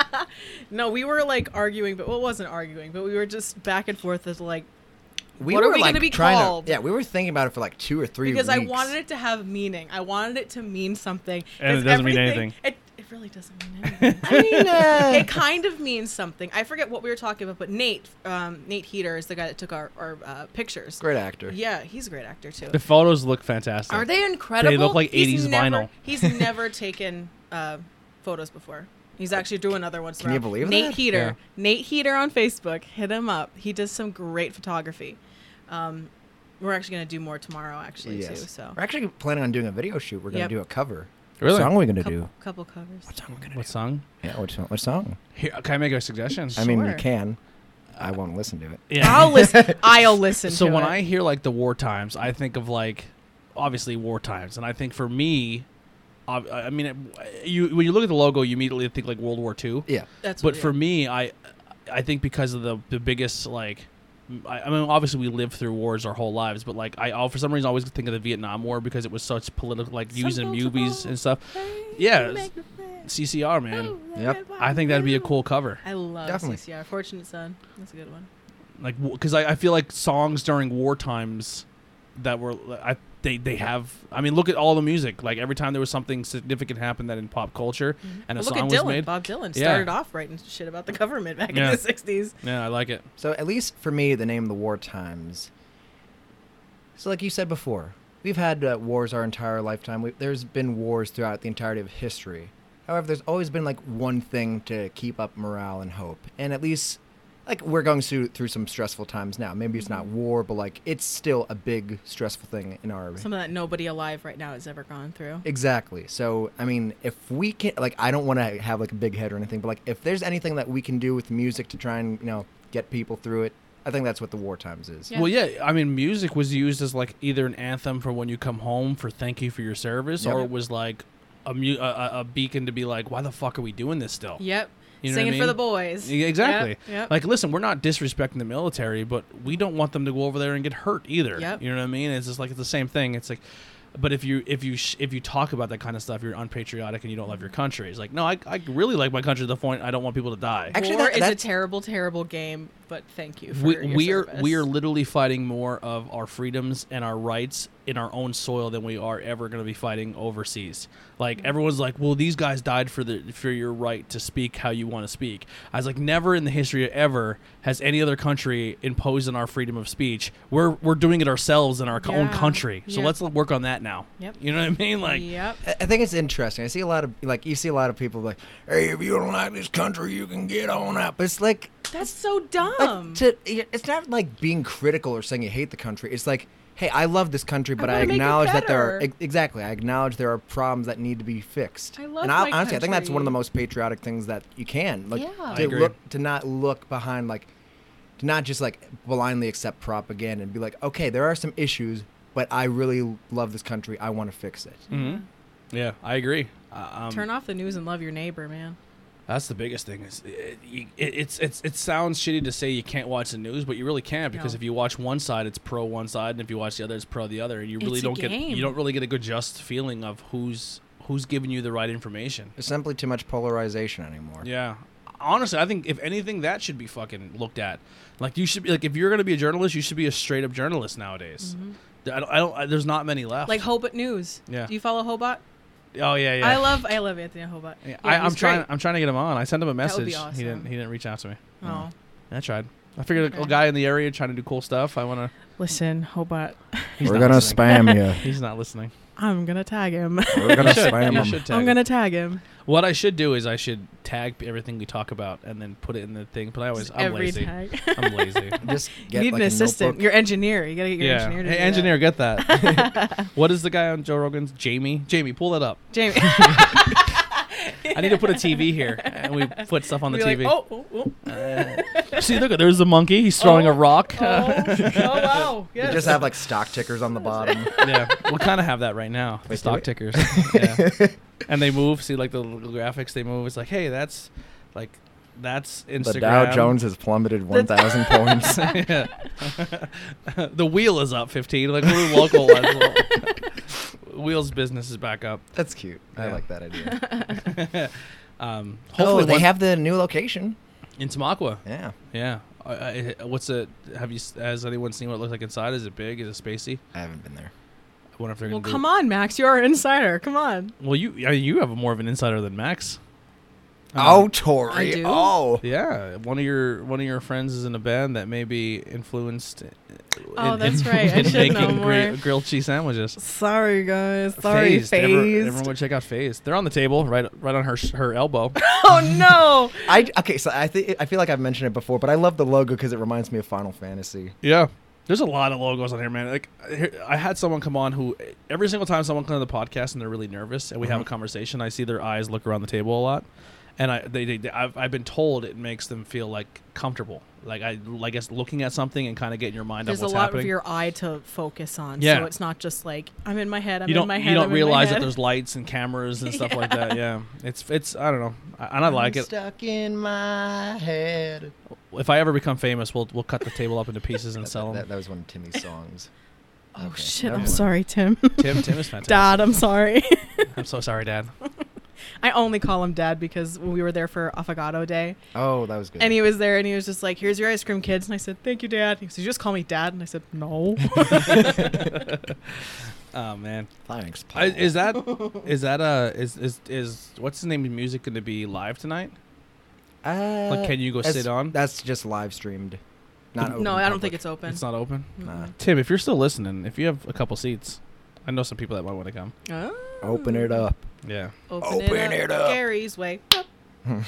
Speaker 2: No, we were like arguing, but well, it wasn't arguing, but we were just back and forth as like
Speaker 4: We
Speaker 2: [LAUGHS] What are
Speaker 4: were,
Speaker 2: we gonna
Speaker 4: like,
Speaker 2: be
Speaker 4: trying to-
Speaker 2: called?
Speaker 4: yeah, we were thinking about it for like two or three
Speaker 2: because I
Speaker 4: weeks.
Speaker 2: wanted it to have meaning. I wanted it to mean something.
Speaker 3: And it
Speaker 2: 'Cause
Speaker 3: doesn't mean
Speaker 2: everything-
Speaker 3: anything.
Speaker 2: It, it really doesn't mean
Speaker 3: [LAUGHS]
Speaker 2: anything.
Speaker 4: I mean, [LAUGHS] uh,
Speaker 2: it kind of means something. I forget what we were talking about, but Nate, um, Nate Heater is the guy that took our, our uh, pictures.
Speaker 4: great actor.
Speaker 2: Yeah, he's a great actor too.
Speaker 3: The photos look fantastic.
Speaker 2: Are they incredible?
Speaker 3: like
Speaker 2: He's
Speaker 3: 80s [LAUGHS]
Speaker 2: never-
Speaker 3: vinyl.
Speaker 2: He's never taken uh, photos before. He's actually doing another one.
Speaker 4: Can you believe
Speaker 2: Nate
Speaker 4: that?
Speaker 2: Heater?
Speaker 3: Yeah.
Speaker 2: Nate Heater on Facebook. Hit him up. He does some great photography. Um, we're actually gonna do more tomorrow, actually, too.
Speaker 4: Yes.
Speaker 2: So
Speaker 4: We're actually planning on doing a video shoot. We're gonna
Speaker 2: Yep.
Speaker 4: do a cover.
Speaker 3: Really?
Speaker 4: What song are we gonna
Speaker 2: couple,
Speaker 4: do?
Speaker 2: couple covers.
Speaker 4: What song are we gonna
Speaker 3: What song?
Speaker 4: do? Yeah, which one? What song?
Speaker 3: Here, can I make a suggestion?
Speaker 4: I mean, you
Speaker 2: Sure.
Speaker 4: can. I won't listen to it.
Speaker 3: yeah.
Speaker 2: I'll
Speaker 3: [LAUGHS]
Speaker 2: listen. I'll listen.
Speaker 3: so
Speaker 2: to
Speaker 3: when
Speaker 2: it.
Speaker 3: I hear like the war times, I think of like obviously war times, and I think for me, ob- I I mean, it, you when you look at the logo, you immediately think like World War Two.
Speaker 4: Yeah.
Speaker 2: that's
Speaker 3: But
Speaker 2: what-
Speaker 3: for me, I I think because of the the biggest like. I I mean, obviously, we lived through wars our whole lives, but like, I I'll- for some reason always think of the Vietnam War because it was such political, like, used in
Speaker 2: Something to
Speaker 3: movies
Speaker 2: hold.
Speaker 3: and stuff.
Speaker 2: Hey,
Speaker 3: yeah,
Speaker 2: you
Speaker 3: it's-
Speaker 2: make me feel
Speaker 3: CCR, man,
Speaker 2: so
Speaker 4: Yep.
Speaker 2: red,
Speaker 3: I think that'd be a
Speaker 2: blue.
Speaker 3: cool cover.
Speaker 2: I love
Speaker 4: Definitely.
Speaker 2: CCR. Fortunate Son. That's a good one.
Speaker 3: like because I, I feel like songs during war times that were I they they have I mean look at all the music like every time there was something significant happened that in pop culture and a
Speaker 2: Mm-hmm. Well, look
Speaker 3: song
Speaker 2: at
Speaker 3: was
Speaker 2: Dylan.
Speaker 3: made
Speaker 2: Bob Dylan
Speaker 3: Yeah.
Speaker 2: started off writing shit about the government back
Speaker 3: Yeah.
Speaker 2: in the '60s.
Speaker 3: yeah I like it
Speaker 4: So at least for me, the name of the war times. So like you said before, we've had uh, wars our entire lifetime. We, there's been wars throughout the entirety of history. However, there's always been like one thing to keep up morale and hope. And at least like we're going through through some stressful times now. Maybe it's not war, but like it's still a big stressful thing in our
Speaker 2: Something that nobody alive right now has ever gone through.
Speaker 4: Exactly. So, I mean, if we can, like, I don't want to have like a big head or anything, but like, if there's anything that we can do with music to try and you know get people through it, I think that's what the war times is.
Speaker 2: Yeah.
Speaker 3: well yeah I mean music was used as like either an anthem for when you come home for thank you for your service
Speaker 4: Yep.
Speaker 3: or it was like a, mu- a- a a beacon to be like why the fuck are we doing this still
Speaker 2: Yep.
Speaker 3: You know what I
Speaker 2: Singing for
Speaker 3: mean?
Speaker 2: the boys.
Speaker 3: E- Exactly.
Speaker 2: Yep. yep.
Speaker 3: Like, listen, we're not disrespecting the military, but we don't want them to go over there and get hurt either.
Speaker 2: Yep.
Speaker 3: You know what I mean? It's just like it's the same thing. It's like, but if you if you sh- if you talk about that kind of stuff, you're unpatriotic and you don't love your country. It's like, no, I, I really like my country to the point I don't want people to die.
Speaker 4: Actually,
Speaker 2: War
Speaker 4: that-
Speaker 2: is a
Speaker 4: that's-
Speaker 2: terrible, terrible game, but thank you for
Speaker 3: We,
Speaker 2: your
Speaker 3: we are
Speaker 2: service.
Speaker 3: we are literally fighting more of our freedoms and our rights in our own soil than we are ever going to be fighting overseas.
Speaker 2: Mm.
Speaker 3: Like everyone's like, well, these guys died for the for your right to speak how you want to speak. I was like, never in the history of ever has any other country imposed on our freedom of speach. We're we're doing it ourselves in our own
Speaker 2: Yeah.
Speaker 3: country. So
Speaker 2: Yep.
Speaker 3: let's work on that now.
Speaker 2: Yep.
Speaker 3: You know what I mean? Like,
Speaker 2: Yep.
Speaker 4: I I think it's interesting. I see a lot of like you see a lot of people like, hey, if you don't like this country, you can get on out. But it's like,
Speaker 2: That's so
Speaker 4: like,
Speaker 2: dumb.
Speaker 4: to, it's not like being critical or saying you hate the country. It's like, hey, I love this country, but I,
Speaker 2: wanna make it
Speaker 4: acknowledge that there are
Speaker 2: better.
Speaker 4: e- exactly. I acknowledge there are problems that need to be fixed.
Speaker 2: I love
Speaker 4: and
Speaker 2: my
Speaker 4: honestly, I think that's one of
Speaker 2: country.
Speaker 4: the most patriotic things that you can. Like,
Speaker 2: Yeah. I
Speaker 4: to
Speaker 3: agree.
Speaker 4: look to not look behind like to not just like blindly accept propaganda and be like, okay, there are some issues, but I really love this country. I want to fix it.
Speaker 3: mhm. yeah, I agree. Uh, um,
Speaker 2: Mm-hmm. Turn off the news and love your neighbor, man.
Speaker 3: That's the biggest thing. Is it, it, it's it's it sounds shitty to say you can't watch the news, but you really can't because
Speaker 2: No.
Speaker 3: if you watch one side, it's pro one side, and if you watch the other, it's pro the other, and you really
Speaker 2: It's a
Speaker 3: don't get
Speaker 2: game.
Speaker 3: you don't really get a good just feeling of who's who's giving you the right information.
Speaker 4: There's simply too much polarization anymore.
Speaker 3: Yeah. Honestly, I think if anything, that should be fucking looked at. Like you should be like if you're gonna be a journalist, you should be a straight up journalist nowadays. I don't. I don't I, there's not many left.
Speaker 2: Mm-hmm. Like Hobart News.
Speaker 3: Yeah.
Speaker 2: Do you follow Hobart?
Speaker 3: oh yeah, yeah.
Speaker 2: I love I love Anthony Hobart.
Speaker 3: Yeah,
Speaker 2: Yeah,
Speaker 3: I, I'm
Speaker 2: he's
Speaker 3: trying.
Speaker 2: great.
Speaker 3: I'm trying to get him on. I sent him
Speaker 2: That
Speaker 3: a
Speaker 2: would
Speaker 3: message.
Speaker 2: be
Speaker 3: He
Speaker 2: awesome.
Speaker 3: didn't. He didn't reach out to me.
Speaker 2: Oh.
Speaker 3: I tried. I figured a
Speaker 2: Okay.
Speaker 3: guy in the area trying to do cool stuff. I want
Speaker 2: Listen, Hobart,
Speaker 3: to.
Speaker 4: spam
Speaker 3: [LAUGHS]
Speaker 4: you.
Speaker 3: He's not listening.
Speaker 2: I'm gonna tag him.
Speaker 4: We're gonna spam
Speaker 3: [LAUGHS] You
Speaker 4: 'em.
Speaker 3: should
Speaker 2: [LAUGHS]
Speaker 3: tag
Speaker 2: I'm
Speaker 3: him.
Speaker 2: gonna tag him.
Speaker 3: What I should do is I should tag everything we talk about and then put it in the thing. But I always I'm
Speaker 2: Every
Speaker 3: lazy.
Speaker 2: tag.
Speaker 3: I'm
Speaker 2: [LAUGHS]
Speaker 3: lazy.
Speaker 4: Just
Speaker 2: You
Speaker 4: get
Speaker 2: need
Speaker 4: like
Speaker 2: an
Speaker 4: a
Speaker 2: assistant.
Speaker 4: notebook.
Speaker 2: Your engineer. You gotta get your
Speaker 3: yeah.
Speaker 2: engineer to
Speaker 3: Hey,
Speaker 2: do that.
Speaker 3: engineer, get that.
Speaker 2: [LAUGHS]
Speaker 3: what is the guy on Joe Rogan's? Jamie. Jamie, pull that up.
Speaker 2: [LAUGHS] Jamie.
Speaker 3: I need to put a TV here, and we put stuff on the
Speaker 2: Be like,
Speaker 3: TV.
Speaker 2: oh, oh, oh,
Speaker 3: [LAUGHS] See, look, there's the monkey. He's throwing a
Speaker 2: Oh.
Speaker 3: rock.
Speaker 2: [LAUGHS] oh, oh, wow.
Speaker 4: You
Speaker 2: Yes.
Speaker 4: just have like stock tickers
Speaker 3: [LAUGHS]
Speaker 4: on the bottom.
Speaker 3: yeah, we kind of have that right now. The
Speaker 4: Wait,
Speaker 3: stock
Speaker 4: do [LAUGHS]
Speaker 3: tickers. yeah. And they move. See, like the little graphics, they move. It's like, hey, that's like that's Instagram. [LAUGHS]
Speaker 4: The Dow Jones has plummeted 1,000 [LAUGHS] points.
Speaker 3: Yeah. [LAUGHS] the wheel is up 15. Like we're
Speaker 4: [LAUGHS]
Speaker 3: local. as well. Wheels business is back up. [LAUGHS]
Speaker 4: That's cute. I
Speaker 3: Yeah.
Speaker 4: like that idea.
Speaker 3: Um, hopefully
Speaker 4: Hopefully, Oh, they
Speaker 3: one-
Speaker 4: have the new location.
Speaker 3: in Tamaqua.
Speaker 4: Yeah,
Speaker 3: Yeah. I, I, what's it? Have you? s- Has anyone seen what it looks like inside? Is it big? Is it spacey?
Speaker 4: I haven't been there.
Speaker 3: I wonder if they're
Speaker 2: Well,
Speaker 3: gonna.
Speaker 2: come on, Max. You're our insider. Come on.
Speaker 3: Well, you I mean, you have more of an insider than Max. Um,
Speaker 4: Oh, Tori.
Speaker 2: I do?
Speaker 4: Oh.
Speaker 3: Yeah, one of your one of your friends is [LAUGHS] in a band that may be influenced
Speaker 2: Oh, that's right. I should know
Speaker 3: making
Speaker 2: more.
Speaker 3: great grilled cheese sandwiches.
Speaker 2: Sorry, guys. Sorry, phased.
Speaker 3: Phased. Everyone- everyone go check out Phased. They're on the table, right, right on her sh- her elbow.
Speaker 2: oh no!
Speaker 4: I okay, so I think I feel like I've mentioned it before, but I love the logo because it reminds me of Final Fantasy.
Speaker 3: yeah, there's a lot of logos on here, man. Like, here- I had someone come on who every single time someone comes on the podcast and they're really nervous and we have a conversation, I see their eyes look around the table a lot, and I they, they, I've, I've been told it makes them feel like comfortable. Like I, I guess looking at something and kind of getting your mind
Speaker 2: There's
Speaker 3: on
Speaker 2: a
Speaker 3: what's
Speaker 2: lot
Speaker 3: happening.
Speaker 2: of your eye to focus on,
Speaker 3: Yeah.
Speaker 2: so it's not just like I'm in my head. I'm
Speaker 3: you don't
Speaker 2: in my head.
Speaker 3: you
Speaker 2: I'm
Speaker 3: don't
Speaker 2: in my
Speaker 3: realize that
Speaker 2: head.
Speaker 3: there's lights and cameras and stuff like that. Yeah, it's it's I don't know, I, and I like it.
Speaker 4: Stuck in my head.
Speaker 3: If I ever become famous, we'll we'll cut the table up into pieces and sell
Speaker 4: That,
Speaker 3: them.
Speaker 4: that was one of Timmy's songs.
Speaker 2: [LAUGHS] Oh
Speaker 4: Okay,
Speaker 2: shit!
Speaker 4: never
Speaker 2: I'm
Speaker 4: mind.
Speaker 2: sorry, Tim.
Speaker 3: Tim [LAUGHS] Tim is fantastic.
Speaker 2: Dad, I'm sorry. [LAUGHS]
Speaker 3: I'm so sorry, [LAUGHS] Dad.
Speaker 2: I only call him Dad because when we were there for Affogato Day,
Speaker 4: Oh, that was good.
Speaker 2: and he was there, and he was just like, "Here's your ice cream, kids." And I said, "Thank you, Dad." He goes, "Did you just call me Dad?" And I said, [LAUGHS] "No."
Speaker 3: Oh man,
Speaker 4: Thanks, Paul.
Speaker 3: I, is that is that uh is is is what's the name of music going to be live tonight?
Speaker 4: Uh,
Speaker 3: Like, can you go
Speaker 4: that's-
Speaker 3: sit on?
Speaker 4: That's just live streamed. Not open
Speaker 2: no, I don't
Speaker 4: public.
Speaker 2: think it's open.
Speaker 3: It's not open.
Speaker 4: Nah.
Speaker 3: Tim, if you're still listening, if you have a couple seats, I know some people that might want to come.
Speaker 2: Oh.
Speaker 4: Open it up.
Speaker 3: Yeah,
Speaker 2: Open,
Speaker 4: Open
Speaker 2: it
Speaker 4: it
Speaker 2: up.
Speaker 4: up.
Speaker 2: Gary's way.
Speaker 3: I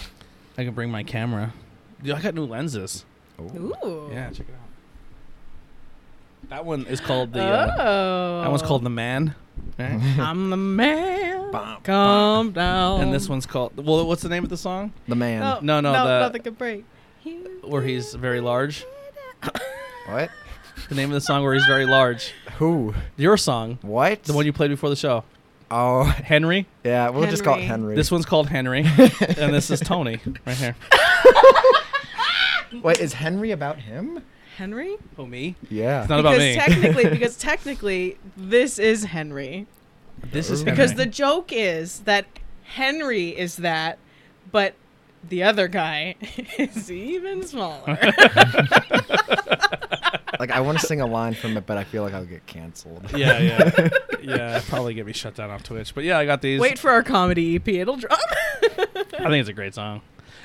Speaker 3: can bring my camera. Dude, I got new lenses.
Speaker 4: Oh.
Speaker 2: Ooh.
Speaker 3: Yeah, check it out. That one is called the. Uh,
Speaker 2: oh.
Speaker 3: That one's called The Man.
Speaker 2: [LAUGHS] I'm the man.
Speaker 4: Bum,
Speaker 2: Calm down.
Speaker 3: And this one's called. Well, what's the name of the song?
Speaker 4: The man.
Speaker 2: Oh,
Speaker 3: No, no,
Speaker 2: no,
Speaker 3: the-
Speaker 2: nothing can break.
Speaker 3: Where he's
Speaker 2: [LAUGHS]
Speaker 3: very large.
Speaker 4: What?
Speaker 3: The name of the song where he's very large.
Speaker 4: Who?
Speaker 3: Your song.
Speaker 4: What?
Speaker 3: The one you played before the show.
Speaker 4: Oh, [LAUGHS]
Speaker 3: Henry.
Speaker 4: yeah. We'll just call it
Speaker 2: Henry.
Speaker 4: Henry.
Speaker 3: This one's
Speaker 2: [LAUGHS]
Speaker 3: called Henry. and this is Tony right here.
Speaker 4: Wait, is Henry about him?
Speaker 2: Henry?
Speaker 3: Oh, me?
Speaker 4: Yeah.
Speaker 3: It's not about
Speaker 2: because
Speaker 3: me. [LAUGHS]
Speaker 2: technically, because technically, this is Henry.
Speaker 3: this is
Speaker 2: Because
Speaker 3: Henry.
Speaker 2: the joke is that Henry is that, but the other guy [LAUGHS] is even smaller.
Speaker 3: [LAUGHS]
Speaker 4: like I want to sing a line from it, but I feel like I'll get canceled.
Speaker 3: Yeah, yeah.
Speaker 2: [LAUGHS]
Speaker 3: Yeah, it'd probably get me shut down on Twitch. But yeah, I got these.
Speaker 2: Wait for our comedy EP; it'll
Speaker 3: [LAUGHS]
Speaker 2: drop.
Speaker 3: I think it's a great song.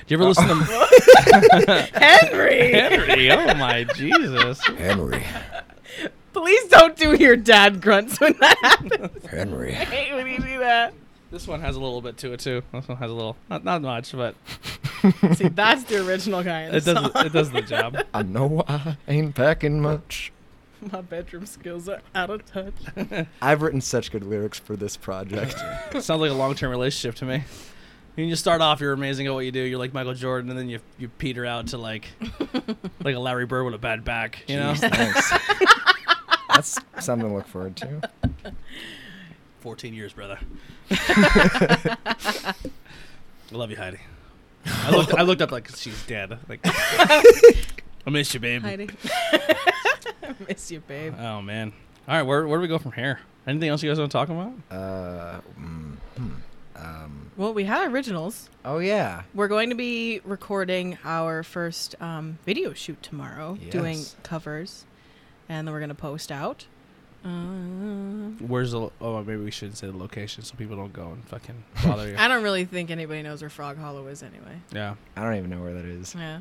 Speaker 3: Do you ever listen [LAUGHS] to
Speaker 2: Henry,
Speaker 3: Henry? Oh my Jesus!
Speaker 4: Henry.
Speaker 2: please don't do your dad grunts when that happens. [LAUGHS]
Speaker 4: Henry.
Speaker 2: I hate when you do that.
Speaker 3: This one has a little bit to it too. This one has a little, not, not much, but
Speaker 2: See, that's the original guy. In the
Speaker 3: it does
Speaker 2: song.
Speaker 3: it does
Speaker 2: [LAUGHS]
Speaker 3: the job. [LAUGHS]
Speaker 4: I know I ain't packing much.
Speaker 2: My bedroom skills are out of
Speaker 3: [LAUGHS]
Speaker 2: touch.
Speaker 4: I've written such good lyrics for this project.
Speaker 3: Sounds like a long term relationship to me. You just start off, you're amazing at what you do. You're like Michael Jordan, and then you you peter out to like like a Larry Bird with a bad back. You know,
Speaker 4: Jeez, thanks. That's something to look forward to.
Speaker 3: [LAUGHS] fourteen years, brother. I love you, Heidi. I looked I looked up like she's dead. Like I miss you, babe.
Speaker 2: Heidi, [LAUGHS] miss you, babe.
Speaker 3: Oh man. All right, where where do we go from here? Anything else you guys want to talk about?
Speaker 4: Uh, mm, hmm, um,
Speaker 2: Well, we have originals.
Speaker 4: oh yeah.
Speaker 2: We're going to be recording our first um, video shoot tomorrow, doing
Speaker 4: Yes.
Speaker 2: covers, and then we're going to post out. Uh,
Speaker 3: Where's the? Oh, maybe we shouldn't say the location so people don't go and [LAUGHS] fucking bother you.
Speaker 2: I don't really think anybody knows where Frog Hollow is anyway.
Speaker 3: yeah.
Speaker 4: I don't even know where that is.
Speaker 2: Yeah,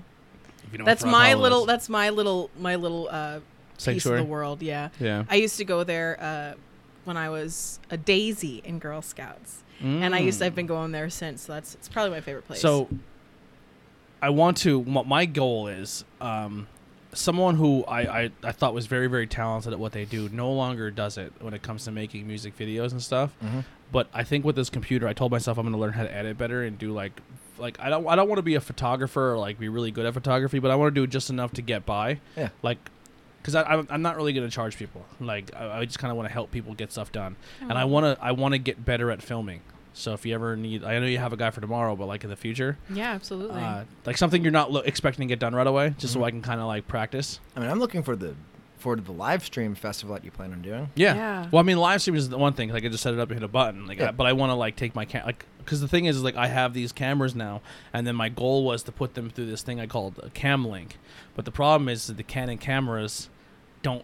Speaker 3: If you know what
Speaker 2: that's
Speaker 3: Frog
Speaker 2: my
Speaker 3: Hollow
Speaker 2: little.
Speaker 3: is.
Speaker 2: That's my little. My little uh, piece of
Speaker 3: Sanctuary?
Speaker 2: the world. Yeah.
Speaker 3: yeah.
Speaker 2: I used to go there uh, when I was a daisy in Girl Scouts, and I
Speaker 3: Mm.
Speaker 2: used to, I've been going there since. So that's it's probably my favorite place.
Speaker 3: Hmm. So I want to. My my goal is um, someone who I, I, I thought was very, very talented at what they do no longer does it when it comes to making music videos and stuff. But I think with this computer, I told myself I'm going to learn how to edit better and do like. Like I don't, I don't want to be a photographer or like be really good at photography, but I want to do just enough to get by.
Speaker 4: Yeah.
Speaker 3: Like, because I'm I'm not really gonna charge people. Like I, I just kind of want to help people get stuff done, and I
Speaker 2: Oh,
Speaker 3: wanna I want to get better at filming. So if you ever need, I know you have a guy for tomorrow, but like in the future,
Speaker 2: yeah, absolutely.
Speaker 3: uh, like something you're not lo- expecting to get done right away, just so I can kind of like practice.
Speaker 4: I mean, I'm looking for the for the live stream festival that you plan on doing.
Speaker 3: Yeah.
Speaker 2: Yeah.
Speaker 3: Well, I mean, live stream is the one thing. Like, I just set it up and hit a button. Like, I,
Speaker 4: Yeah.
Speaker 3: but I want to like take my cam like because the thing is, is like I have these cameras now, and then my goal was to put them through this thing I called a cam link. But the problem is that the Canon cameras don't.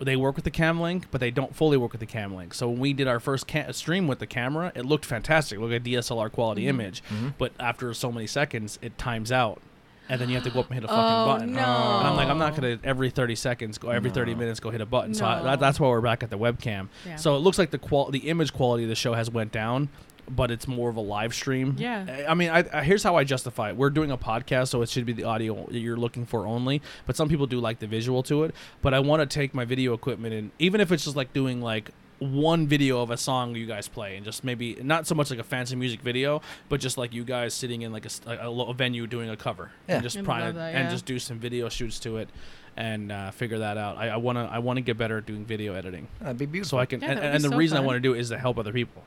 Speaker 3: They work with the cam link, but they don't fully work with the cam link. So when we did our first ca- stream with the camera, it
Speaker 2: Mm-hmm.
Speaker 3: looked fantastic, like a DSLR quality image. But after so many seconds, it times out. and then you have to go up and hit a
Speaker 2: Oh,
Speaker 3: fucking button.
Speaker 2: no.
Speaker 3: And I'm like, I'm
Speaker 2: Oh.
Speaker 3: not gonna every 30 seconds go every 30 minutes go hit a button. So I,
Speaker 2: No.
Speaker 3: that, that's why we're back at the webcam.
Speaker 2: Yeah.
Speaker 3: So it looks like the qual the image quality of the show has went down. But it's more of a live stream.
Speaker 2: Yeah.
Speaker 3: I- I mean, I, I, here's how I justify it. We're doing a podcast, so it should be the audio that you're looking for only. But some people do like the visual to it. But I want to take my video equipment and even if it's just like doing like one video of a song you guys play and just maybe not so much like a fancy music video, but just like you guys sitting in like a, s- a- a lo- a venue doing a cover
Speaker 4: Yeah.
Speaker 3: and just
Speaker 2: And
Speaker 3: prime
Speaker 2: love that,
Speaker 3: and
Speaker 2: yeah.
Speaker 3: just do some video shoots to it and uh, figure that out. I, I wanna I wanna get better at doing video editing
Speaker 4: That'd be beautiful.
Speaker 3: so I can
Speaker 2: Yeah,
Speaker 3: and,
Speaker 2: that would
Speaker 3: and
Speaker 2: be
Speaker 3: the
Speaker 2: so
Speaker 3: reason I
Speaker 2: fun.
Speaker 3: want to do it is to help other people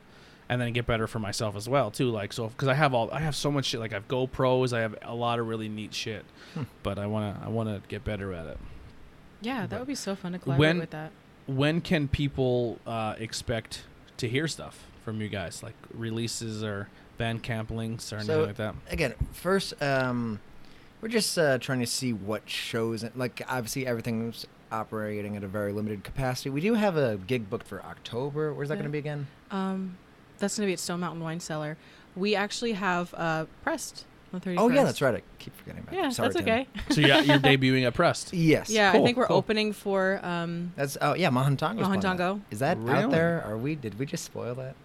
Speaker 3: and then get better for myself as well too like so because I have all I have so much shit like I have GoPros I have a lot of really neat shit
Speaker 2: Hmm.
Speaker 3: but I want to I want to get better at it
Speaker 2: Yeah,
Speaker 3: But
Speaker 2: that would be so fun to collaborate
Speaker 3: when-
Speaker 2: with that.
Speaker 3: when can people uh, expect to hear stuff from you guys like releases or Van Camp links or anything
Speaker 4: So-
Speaker 3: like that
Speaker 4: again, first, um, we're just uh, trying to see what shows. Like, obviously, everything's operating at a very limited capacity. We do have a gig booked for October. Where's that
Speaker 2: Yeah.
Speaker 4: going to be again?
Speaker 2: Um, that's going to be at Stone Mountain Wine Cellar. We actually have uh, Prest on 31st.
Speaker 4: Oh yeah, that's right. I keep forgetting about.
Speaker 2: Yeah,
Speaker 4: that. Sorry,
Speaker 2: that's
Speaker 4: Tim.
Speaker 2: okay.
Speaker 3: so yeah you're debuting at Prest
Speaker 4: Yes.
Speaker 2: Yeah,
Speaker 3: Cool,
Speaker 2: I think we're
Speaker 3: cool.
Speaker 2: opening for. Um,
Speaker 4: That's oh yeah, Mahantango.
Speaker 2: Mahantongo.
Speaker 4: Is that out
Speaker 3: Really?
Speaker 4: there? Are we? Did we just spoil that?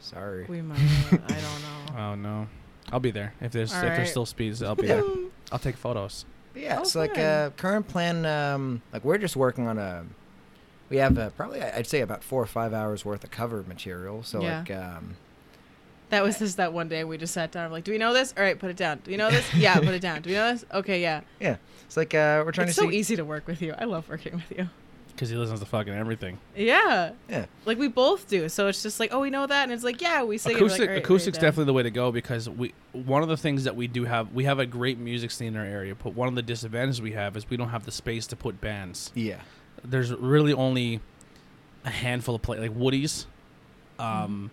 Speaker 4: Sorry.
Speaker 2: we might. I
Speaker 4: [LAUGHS]
Speaker 2: don't
Speaker 4: Uh,
Speaker 2: know.
Speaker 3: oh no I'll be there if there's
Speaker 2: All
Speaker 3: if
Speaker 2: right.
Speaker 3: there's still
Speaker 2: [LAUGHS]
Speaker 3: speeds I'll be
Speaker 4: Yeah.
Speaker 3: there I'll take photos
Speaker 4: But yeah,
Speaker 2: Oh,
Speaker 4: it's like
Speaker 2: fun.
Speaker 4: uh, current plan. Um, like we're just working on a. We have uh, probably I- I'd say about four or five hours worth of cover material. So
Speaker 2: Yeah.
Speaker 4: like, um,
Speaker 2: That was just that one day we just sat down. I'm like, do we know this? All right, put it down. Do we know this? Yeah, put it down. Do we know this? Okay, yeah.
Speaker 4: yeah, it's like uh, we're trying
Speaker 2: It's
Speaker 4: to
Speaker 2: so
Speaker 4: see.
Speaker 2: easy to work with you. I love working with you.
Speaker 3: because he listens to fucking everything
Speaker 2: Yeah,
Speaker 4: Yeah,
Speaker 2: like we both do. So it's just like, oh, we know that, and it's like, yeah, we sing. it. We're like, "All
Speaker 3: acoustic
Speaker 2: right, write it
Speaker 3: acoustics
Speaker 2: down."
Speaker 3: definitely the way to go because we one of the things that we do have we have a great music scene in our area but one of the disadvantages we have is we don't have the space to put bands
Speaker 4: yeah.
Speaker 3: there's really only a handful of play like woody's um